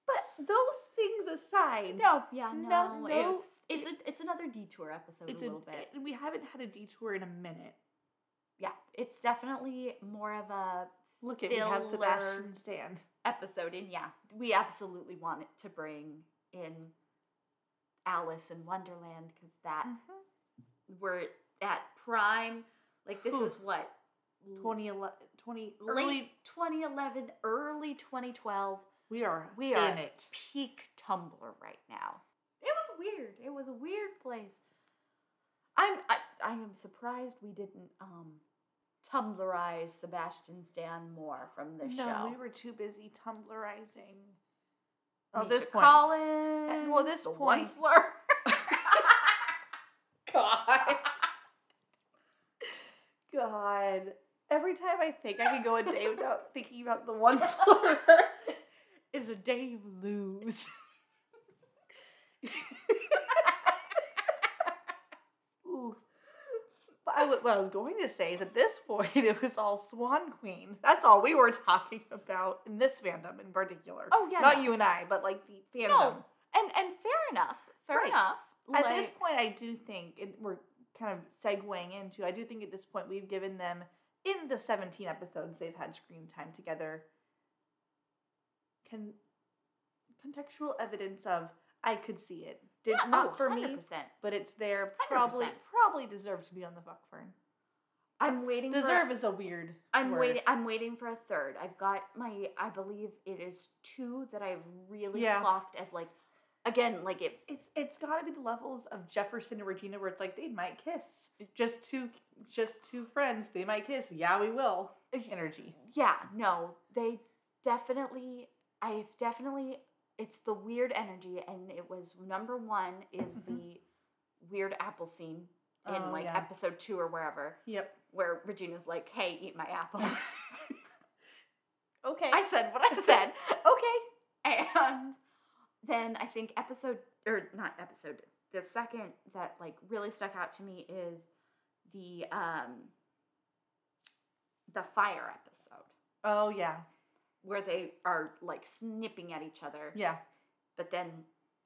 [SPEAKER 2] But those things aside,
[SPEAKER 1] No, yeah,
[SPEAKER 2] No,
[SPEAKER 1] no,
[SPEAKER 2] no,
[SPEAKER 1] it's it's a, it's another detour episode
[SPEAKER 2] it's
[SPEAKER 1] a
[SPEAKER 2] a,
[SPEAKER 1] little bit.
[SPEAKER 2] and we haven't had a detour in a minute.
[SPEAKER 1] yeah, it's definitely more of a
[SPEAKER 2] Look at we have
[SPEAKER 1] Filler.
[SPEAKER 2] Sebastian Stan.
[SPEAKER 1] episode, and yeah, we absolutely want it to bring in Alice in Wonderland Uh,
[SPEAKER 2] Mm.
[SPEAKER 1] because that we're at prime. Like this
[SPEAKER 2] Whew.
[SPEAKER 1] is what
[SPEAKER 2] Mm-hmm. 2011, 20
[SPEAKER 1] late
[SPEAKER 2] early.
[SPEAKER 1] 2011, early 2012.
[SPEAKER 2] We are
[SPEAKER 1] We are
[SPEAKER 2] in it.
[SPEAKER 1] peak Tumblr right now. It was weird. It was a weird place. I'm I, I am surprised we didn't um Tumblrize Sebastian Stan more from this
[SPEAKER 2] no,
[SPEAKER 1] show.
[SPEAKER 2] we were too busy Tumblrizing.
[SPEAKER 1] Misha
[SPEAKER 2] Oh, this point.
[SPEAKER 1] Collins.
[SPEAKER 2] well, this
[SPEAKER 1] the
[SPEAKER 2] point-
[SPEAKER 1] Onceler.
[SPEAKER 2] God. God. Every time I think I could go a day without thinking about the one slur.
[SPEAKER 1] is a day you lose.
[SPEAKER 2] Ooh. But I, wa- what I was going to say is at this point, it was all Swan Queen. That's all we were talking about in this fandom in particular.
[SPEAKER 1] Oh, yeah,
[SPEAKER 2] Not
[SPEAKER 1] no.
[SPEAKER 2] you and I, but like the fandom.
[SPEAKER 1] No, and and fair enough. Fair
[SPEAKER 2] Right.
[SPEAKER 1] enough.
[SPEAKER 2] At
[SPEAKER 1] like-
[SPEAKER 2] this point, I do think, and we're kind of segueing into, I do think at this point we've given them, in the 17 episodes they've had screen time together, con- contextual evidence of, I could see it. Did
[SPEAKER 1] Yeah,
[SPEAKER 2] not
[SPEAKER 1] oh,
[SPEAKER 2] for me,
[SPEAKER 1] 100%.
[SPEAKER 2] but it's there. Probably,
[SPEAKER 1] 100%.
[SPEAKER 2] probably deserved to be on the fuck fern.
[SPEAKER 1] I'm waiting.
[SPEAKER 2] Deserve
[SPEAKER 1] For,
[SPEAKER 2] is a weird.
[SPEAKER 1] I'm
[SPEAKER 2] word.
[SPEAKER 1] waiting. I'm waiting for a third. I've got my. I believe it is two that I've really
[SPEAKER 2] Yeah.
[SPEAKER 1] clocked as like, again, like it.
[SPEAKER 2] It's it's got to be the levels of Jefferson and Regina where it's like they might kiss. Just two, just two friends. They might kiss. Yeah, we will. Energy.
[SPEAKER 1] Yeah. No. They definitely. I've definitely. It's the weird energy, and it was number one is
[SPEAKER 2] Mhm.
[SPEAKER 1] the weird apple scene in
[SPEAKER 2] Oh,
[SPEAKER 1] like
[SPEAKER 2] yeah.
[SPEAKER 1] episode two or wherever,
[SPEAKER 2] Yep.
[SPEAKER 1] where Regina's like, "Hey, eat my apples."
[SPEAKER 2] Okay.
[SPEAKER 1] I said what I said.
[SPEAKER 2] okay.
[SPEAKER 1] And then I think episode or not episode the second that like really stuck out to me is the um the fire episode
[SPEAKER 2] Oh yeah.
[SPEAKER 1] where they are like snipping at each other
[SPEAKER 2] Yeah.
[SPEAKER 1] but then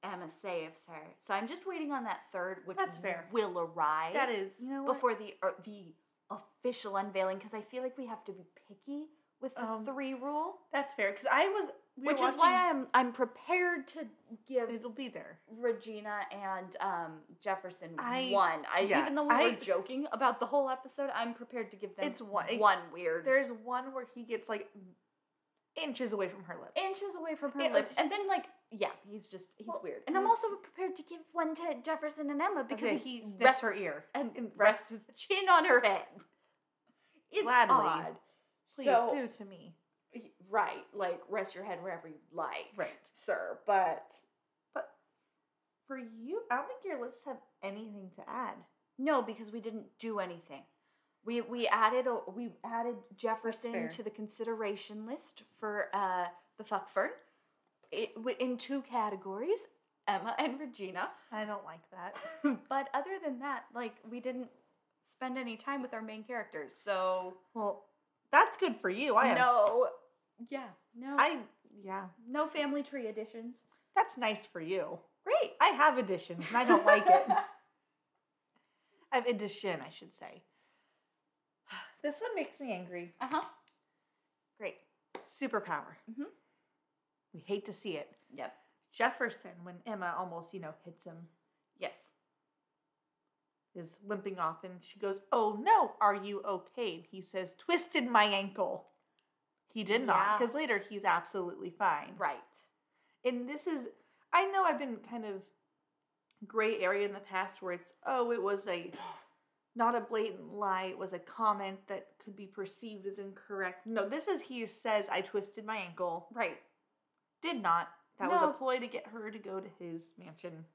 [SPEAKER 1] Emma saves her. So I'm just waiting on that third which
[SPEAKER 2] That's fair.
[SPEAKER 1] will arrive
[SPEAKER 2] That is you know what?
[SPEAKER 1] before the or the official unveiling cuz I feel like we have to be picky with the
[SPEAKER 2] Um,
[SPEAKER 1] 3 rule,
[SPEAKER 2] that's fair because I was we were
[SPEAKER 1] which is why
[SPEAKER 2] watching-
[SPEAKER 1] I'm I'm prepared to give
[SPEAKER 2] it'll be there.
[SPEAKER 1] Regina and um, Jefferson
[SPEAKER 2] I-
[SPEAKER 1] won. I
[SPEAKER 2] yeah,
[SPEAKER 1] even though we
[SPEAKER 2] I-
[SPEAKER 1] were joking about the whole episode, I'm prepared to give them
[SPEAKER 2] It's one- it-
[SPEAKER 1] one weird
[SPEAKER 2] There's one where he gets like inches away from her lips.
[SPEAKER 1] inches away from her
[SPEAKER 2] it-
[SPEAKER 1] lips, and then like yeah, he's just he's
[SPEAKER 2] Well,
[SPEAKER 1] weird. And I'm
[SPEAKER 2] mm.
[SPEAKER 1] also prepared to give one to Jefferson and Emma because
[SPEAKER 2] because
[SPEAKER 1] he
[SPEAKER 2] he sniffs
[SPEAKER 1] rests
[SPEAKER 2] her ear.
[SPEAKER 1] and, rests
[SPEAKER 2] rests-
[SPEAKER 1] his chin on her head. It's
[SPEAKER 2] Gladly.
[SPEAKER 1] odd.
[SPEAKER 2] Please
[SPEAKER 1] So-
[SPEAKER 2] do to me.
[SPEAKER 1] Right, like rest your head wherever you like,
[SPEAKER 2] Right.
[SPEAKER 1] sir. But
[SPEAKER 2] But for you, I don't think your lips have anything to add.
[SPEAKER 1] No, because we didn't do anything. We we added a- we added Jefferson
[SPEAKER 2] fair.
[SPEAKER 1] to the consideration list for uh, the fuckfern, it, wi- in two categories, Emma and Regina.
[SPEAKER 2] I don't like that.
[SPEAKER 1] but other than that, like we didn't spend any time with our main characters. So
[SPEAKER 2] Well, that's good for you. I have,
[SPEAKER 1] no, yeah, no,
[SPEAKER 2] I yeah.
[SPEAKER 1] no family tree additions.
[SPEAKER 2] That's nice for you.
[SPEAKER 1] Great.
[SPEAKER 2] I have additions and I don't like it. I have addition, I should say. This one makes me angry.
[SPEAKER 1] Uh huh. Great.
[SPEAKER 2] Superpower.
[SPEAKER 1] Mhm.
[SPEAKER 2] We hate to see it.
[SPEAKER 1] Yep.
[SPEAKER 2] Jefferson, when Emma almost, you know, hits him,
[SPEAKER 1] Yes.
[SPEAKER 2] is limping off and she goes, Oh no, are you okay? And he says, Twisted my ankle. He did not,
[SPEAKER 1] Yeah.
[SPEAKER 2] because later he's absolutely fine.
[SPEAKER 1] Right.
[SPEAKER 2] and this is i know i've been kind of gray area in the past where it's oh it was a not a blatant lie it was a comment that could be perceived as incorrect no this is he says i twisted my ankle
[SPEAKER 1] Right.
[SPEAKER 2] did not that was
[SPEAKER 1] No.
[SPEAKER 2] a ploy to get her to go to his mansion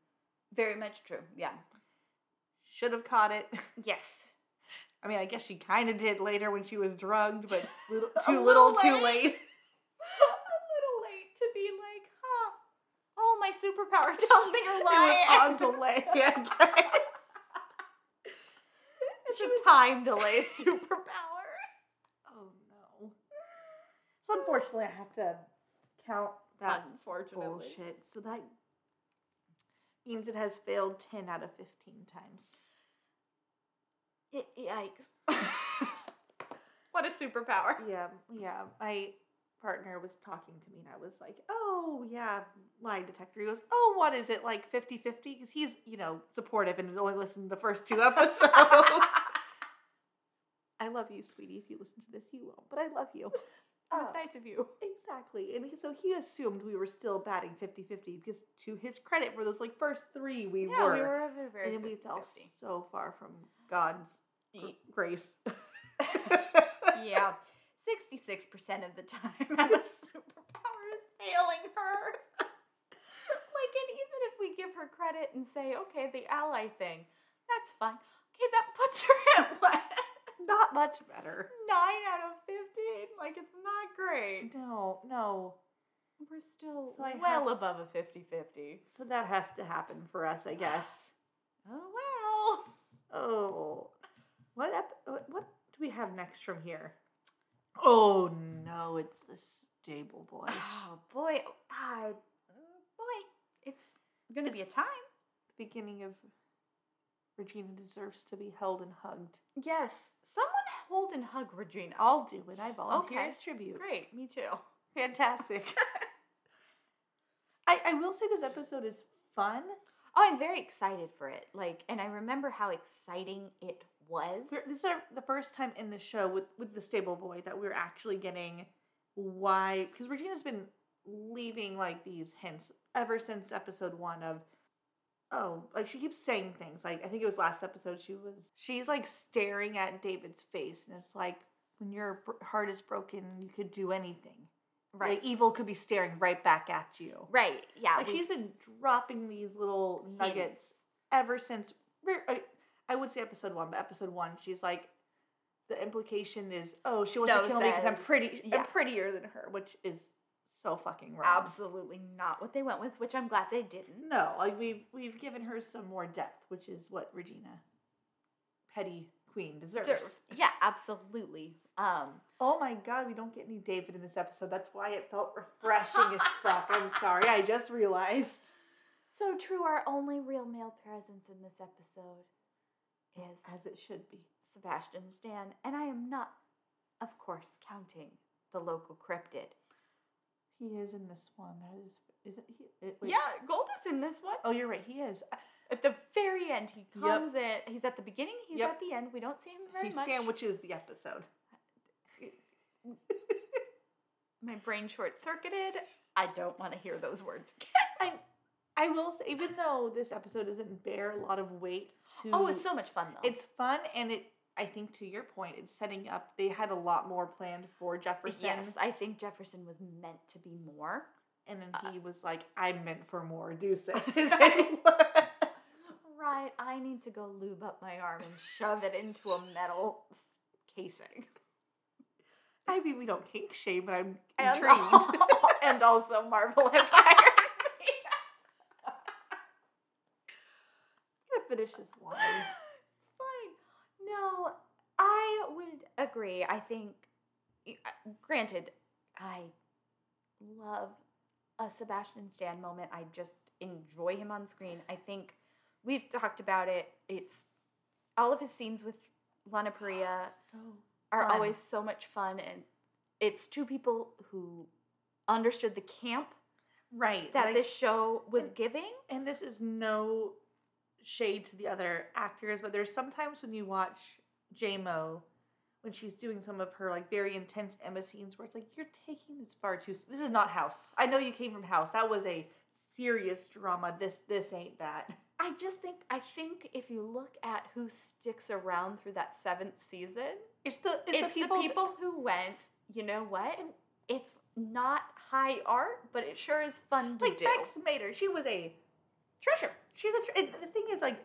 [SPEAKER 1] Very much true. Yeah.
[SPEAKER 2] should have caught it
[SPEAKER 1] Yes.
[SPEAKER 2] i mean i guess she kind of did later when she was drugged but little,
[SPEAKER 1] A
[SPEAKER 2] too
[SPEAKER 1] little
[SPEAKER 2] little, too
[SPEAKER 1] late.
[SPEAKER 2] late
[SPEAKER 1] a little late to be like, huh? Oh, my superpower tells me
[SPEAKER 2] It
[SPEAKER 1] you're
[SPEAKER 2] was
[SPEAKER 1] lying.
[SPEAKER 2] on delay I guess.
[SPEAKER 1] it's a time delay superpower.
[SPEAKER 2] Oh no. So unfortunately, I have to count that
[SPEAKER 1] Unfortunately.
[SPEAKER 2] bullshit. So that means it has failed 10 out of 15 times.
[SPEAKER 1] Y- yikes. what a superpower.
[SPEAKER 2] Yeah, yeah. My partner was talking to me and I was like, oh, yeah, lie detector. He goes, oh, what is it, like 50 50? Because he's, you know, supportive and has only listened to the first two episodes. I love you, sweetie. If you listen to this, you will. But I love you.
[SPEAKER 1] It
[SPEAKER 2] Uh,
[SPEAKER 1] was nice of you.
[SPEAKER 2] Exactly. And he- so he assumed we were still batting 50 50 because, to his credit, for those like first three, we
[SPEAKER 1] Yeah,
[SPEAKER 2] were.
[SPEAKER 1] we were very, very
[SPEAKER 2] and then we fell
[SPEAKER 1] 50-50.
[SPEAKER 2] so far from God's gr-
[SPEAKER 1] Ye-
[SPEAKER 2] grace.
[SPEAKER 1] yeah. 66% of the time, Emma's superpower is failing her. like, and even if we give her credit and say, okay, the ally thing, that's fine. Okay, that puts her at what?
[SPEAKER 2] Not much better.
[SPEAKER 1] 9 out of 15? Like, it's not great.
[SPEAKER 2] No, no.
[SPEAKER 1] We're still
[SPEAKER 2] So I
[SPEAKER 1] well above a 50 50.
[SPEAKER 2] So that has to happen for us, I guess.
[SPEAKER 1] Oh, well.
[SPEAKER 2] Oh, what ep- what what do we have next from here? Oh no, it's the stable boy.
[SPEAKER 1] Oh, boy. I, boy, it's going to be a time.
[SPEAKER 2] the beginning of Regina deserves to be held and hugged.
[SPEAKER 1] Yes. Someone hold and hug Regina.
[SPEAKER 2] I'll do it. I volunteer
[SPEAKER 1] Okay.
[SPEAKER 2] as tribute.
[SPEAKER 1] Great, me too.
[SPEAKER 2] Fantastic. I, I will say this episode is fun.
[SPEAKER 1] Oh, I'm very excited for it. Like, and I remember how exciting it was.
[SPEAKER 2] We're- this is our, the first time in the show with with the stable boy that we're actually getting why because Regina's been leaving like these hints ever since episode one of oh like she keeps saying things like I think it was last episode she was she's like staring at David's face and it's like when your br- heart is broken you could do anything
[SPEAKER 1] Right.
[SPEAKER 2] like, evil could be staring right back at you
[SPEAKER 1] right. Yeah.
[SPEAKER 2] like
[SPEAKER 1] we've
[SPEAKER 2] she's been dropping these little nuggets
[SPEAKER 1] hints.
[SPEAKER 2] ever since re- I- I would say episode one, but episode one, she's like the implication is oh she wants to
[SPEAKER 1] Snow
[SPEAKER 2] kill me because I'm
[SPEAKER 1] says-
[SPEAKER 2] pretty
[SPEAKER 1] yeah.
[SPEAKER 2] I'm prettier than her, which is so fucking wrong.
[SPEAKER 1] Absolutely not what they went with, which I'm glad they didn't.
[SPEAKER 2] No, like we've we've given her some more depth, which is what Regina Petty Queen deserves.
[SPEAKER 1] Deserves. Yeah, absolutely. Um,
[SPEAKER 2] Oh my god, we don't get any David in this episode. That's why it felt refreshing as fuck. I'm sorry, I just realized.
[SPEAKER 1] so true. Our only real male presence in this episode is
[SPEAKER 2] As it should be.
[SPEAKER 1] Sebastian Stan, and I am not, of course, counting the local cryptid.
[SPEAKER 2] He is in this one. That is isn't he it, wait.
[SPEAKER 1] Gold is in this one.
[SPEAKER 2] Oh, you're right. He is.
[SPEAKER 1] At the very end, he
[SPEAKER 2] Yep.
[SPEAKER 1] comes in. He's at the beginning. He's
[SPEAKER 2] Yep.
[SPEAKER 1] at the end. We don't see him very
[SPEAKER 2] He
[SPEAKER 1] much.
[SPEAKER 2] sandwiches the episode.
[SPEAKER 1] My brain short circuited. I don't want to hear those words again.
[SPEAKER 2] I will say, even though this episode doesn't bear a lot of weight to
[SPEAKER 1] Oh, it's so much fun though.
[SPEAKER 2] it's fun and it I think to your point, it's setting up they had a lot more planned for Jefferson.
[SPEAKER 1] yes. I think Jefferson was meant to be more.
[SPEAKER 2] And then he was like, I'm meant for more, deuces.
[SPEAKER 1] Right. I need to go lube up my arm and shove it into a metal casing.
[SPEAKER 2] I mean we don't kink shame, but I'm
[SPEAKER 1] And,
[SPEAKER 2] intrigued.
[SPEAKER 1] and also Marvel has hired.
[SPEAKER 2] I'm gonna finish this wine.
[SPEAKER 1] it's fine. No, I would agree. I think, y- uh, granted, I love a Sebastian Stan moment. I just enjoy him on screen. I think we've talked about it. It's all of his scenes with Lana Paria
[SPEAKER 2] So
[SPEAKER 1] are
[SPEAKER 2] Fun.
[SPEAKER 1] always so much fun, and it's two people who understood the camp
[SPEAKER 2] right.
[SPEAKER 1] that
[SPEAKER 2] like-
[SPEAKER 1] this show was
[SPEAKER 2] and-
[SPEAKER 1] giving.
[SPEAKER 2] and this is no shade to the other actors, but there's sometimes when you watch JMO when she's doing some of her like very intense Emma scenes where it's like you're taking this far too. s- This is not House. I know you came from House. That was a serious drama. This this ain't that.
[SPEAKER 1] I just think I think if you look at who sticks around through that seventh season,
[SPEAKER 2] It's the it's,
[SPEAKER 1] it's,
[SPEAKER 2] the
[SPEAKER 1] the
[SPEAKER 2] people. that-
[SPEAKER 1] people who went. You know what? It's not high art, but it sure is fun to
[SPEAKER 2] like
[SPEAKER 1] do.
[SPEAKER 2] Bex Mater. She was a
[SPEAKER 1] Treasure.
[SPEAKER 2] she's a. tr- And the thing is like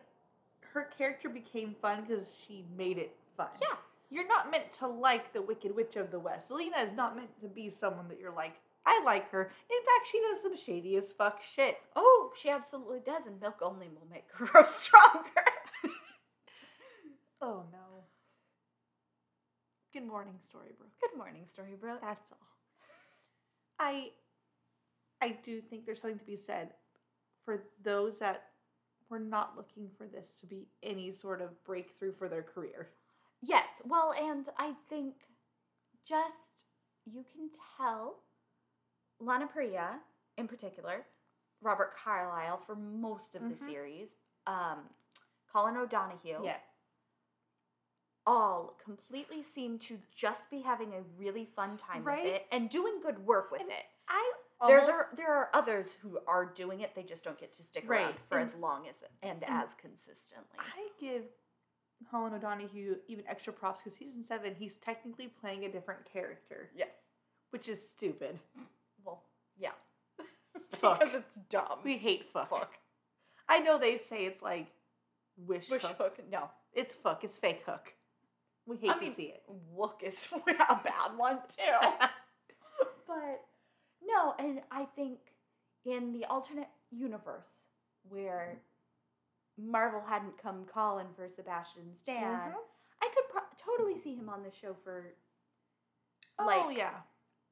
[SPEAKER 2] her character became fun because she made it fun.
[SPEAKER 1] Yeah.
[SPEAKER 2] You're not meant to like the Wicked Witch of the West. Selena is not meant to be someone that you're like, I like her. In fact, she does some shady as fuck shit.
[SPEAKER 1] Oh, she absolutely does, and milk only will make her grow stronger.
[SPEAKER 2] Oh no. Good morning, Storybrooke.
[SPEAKER 1] Good morning, Storybrooke.
[SPEAKER 2] That's all. I I do think there's something to be said for those that were not looking for this to be any sort of breakthrough for their career.
[SPEAKER 1] Yes, well, and I think just you can tell Lana Paria, in particular, Robert Carlyle for most of
[SPEAKER 2] Mhm.
[SPEAKER 1] the series, um, Colin O'Donoghue, all completely seem to just be having a really fun time
[SPEAKER 3] Right?
[SPEAKER 1] with it and doing good work with it.
[SPEAKER 3] I
[SPEAKER 1] There's
[SPEAKER 3] almost-
[SPEAKER 1] are, there are others who are doing it. They just don't get to stick around
[SPEAKER 3] Right.
[SPEAKER 1] for
[SPEAKER 3] And-
[SPEAKER 1] as long as and as consistently.
[SPEAKER 2] I give Colin O'Donoghue even extra props because season seven, he's technically playing a different character,
[SPEAKER 1] Yes.
[SPEAKER 2] which is stupid.
[SPEAKER 1] Well, yeah.
[SPEAKER 2] Fuck.
[SPEAKER 1] because it's dumb.
[SPEAKER 2] We hate Mm. fuck.
[SPEAKER 1] fuck.
[SPEAKER 2] I know they say it's like wish,
[SPEAKER 1] Bush
[SPEAKER 2] hook.
[SPEAKER 1] hook. No.
[SPEAKER 2] It's fuck. It's fake hook. We hate
[SPEAKER 1] I
[SPEAKER 2] to
[SPEAKER 1] mean-
[SPEAKER 2] see it.
[SPEAKER 1] Wook is a bad one too. but no, and I think in the alternate universe where Marvel hadn't come calling for Sebastian Stan,
[SPEAKER 2] Mm-hmm.
[SPEAKER 1] I could pro- totally see him on the show for
[SPEAKER 2] oh
[SPEAKER 1] like-
[SPEAKER 2] yeah.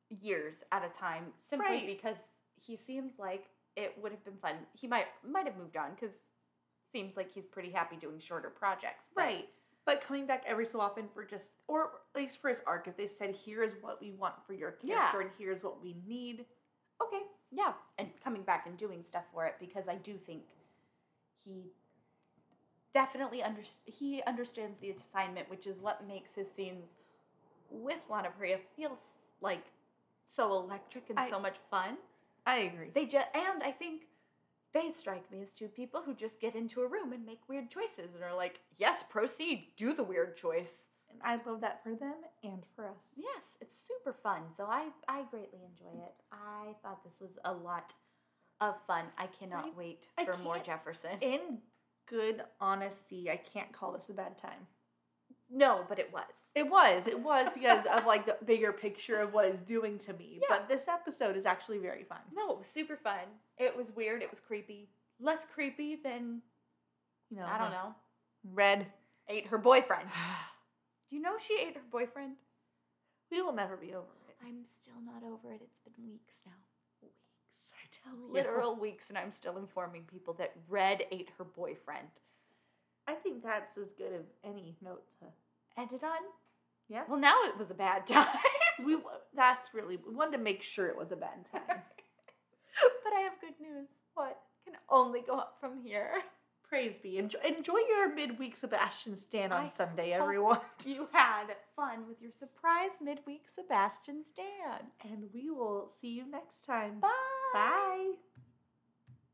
[SPEAKER 1] years at a time simply
[SPEAKER 3] Right.
[SPEAKER 1] because he seems like it would have been fun. He might might have moved on cuz seems like he's pretty happy doing shorter projects. but-
[SPEAKER 2] Right. But coming back every so often for just, or at least for his arc, if they said, here is what we want for your character
[SPEAKER 1] Yeah.
[SPEAKER 2] and here's what we need, okay.
[SPEAKER 1] Yeah, and coming back and doing stuff for it because I do think he definitely under- he understands the assignment, which is what makes his scenes with Lana Priya feel s- like so electric and
[SPEAKER 2] I-
[SPEAKER 1] so much fun.
[SPEAKER 2] I agree.
[SPEAKER 1] They just and I think they strike me as two people who just get into a room and make weird choices and are like, "Yes, proceed, do the weird choice."
[SPEAKER 2] And I love that for them and for us.
[SPEAKER 1] Yes, it's super fun. So I I greatly enjoy it. I thought this was a lot of fun. I cannot
[SPEAKER 2] Right?
[SPEAKER 1] wait
[SPEAKER 2] I
[SPEAKER 1] for more
[SPEAKER 2] can't-
[SPEAKER 1] Jefferson.
[SPEAKER 2] In good honesty, I can't call this a bad time.
[SPEAKER 1] no, but it was.
[SPEAKER 2] It was. It was because of like the bigger picture of what it's doing to me. But this episode is actually very fun.
[SPEAKER 1] No, it was super fun. It was weird. It was creepy. Less creepy than
[SPEAKER 2] You know,
[SPEAKER 1] I don't know.
[SPEAKER 2] Red.
[SPEAKER 1] Ate her boyfriend. Do you know she ate her boyfriend?
[SPEAKER 2] We will never be over it.
[SPEAKER 1] I'm still not over it. It's been weeks now.
[SPEAKER 2] Weeks, I tell you.
[SPEAKER 1] Literal weeks, and I'm still informing people that Red ate her boyfriend.
[SPEAKER 2] I think that's as good of any note to.
[SPEAKER 1] Ended on?
[SPEAKER 2] Yeah.
[SPEAKER 1] Well, now it was a bad time.
[SPEAKER 2] We that's really we wanted to make sure it was a bad time.
[SPEAKER 1] but I have good news. What can only go up from here?
[SPEAKER 2] Praise be. Enjoy, enjoy your midweek Sebastian Stan on
[SPEAKER 1] I
[SPEAKER 2] Sunday,
[SPEAKER 1] hope-
[SPEAKER 2] everyone.
[SPEAKER 1] You had fun with your surprise midweek Sebastian Stan.
[SPEAKER 2] And we will see you next time.
[SPEAKER 1] Bye.
[SPEAKER 2] Bye.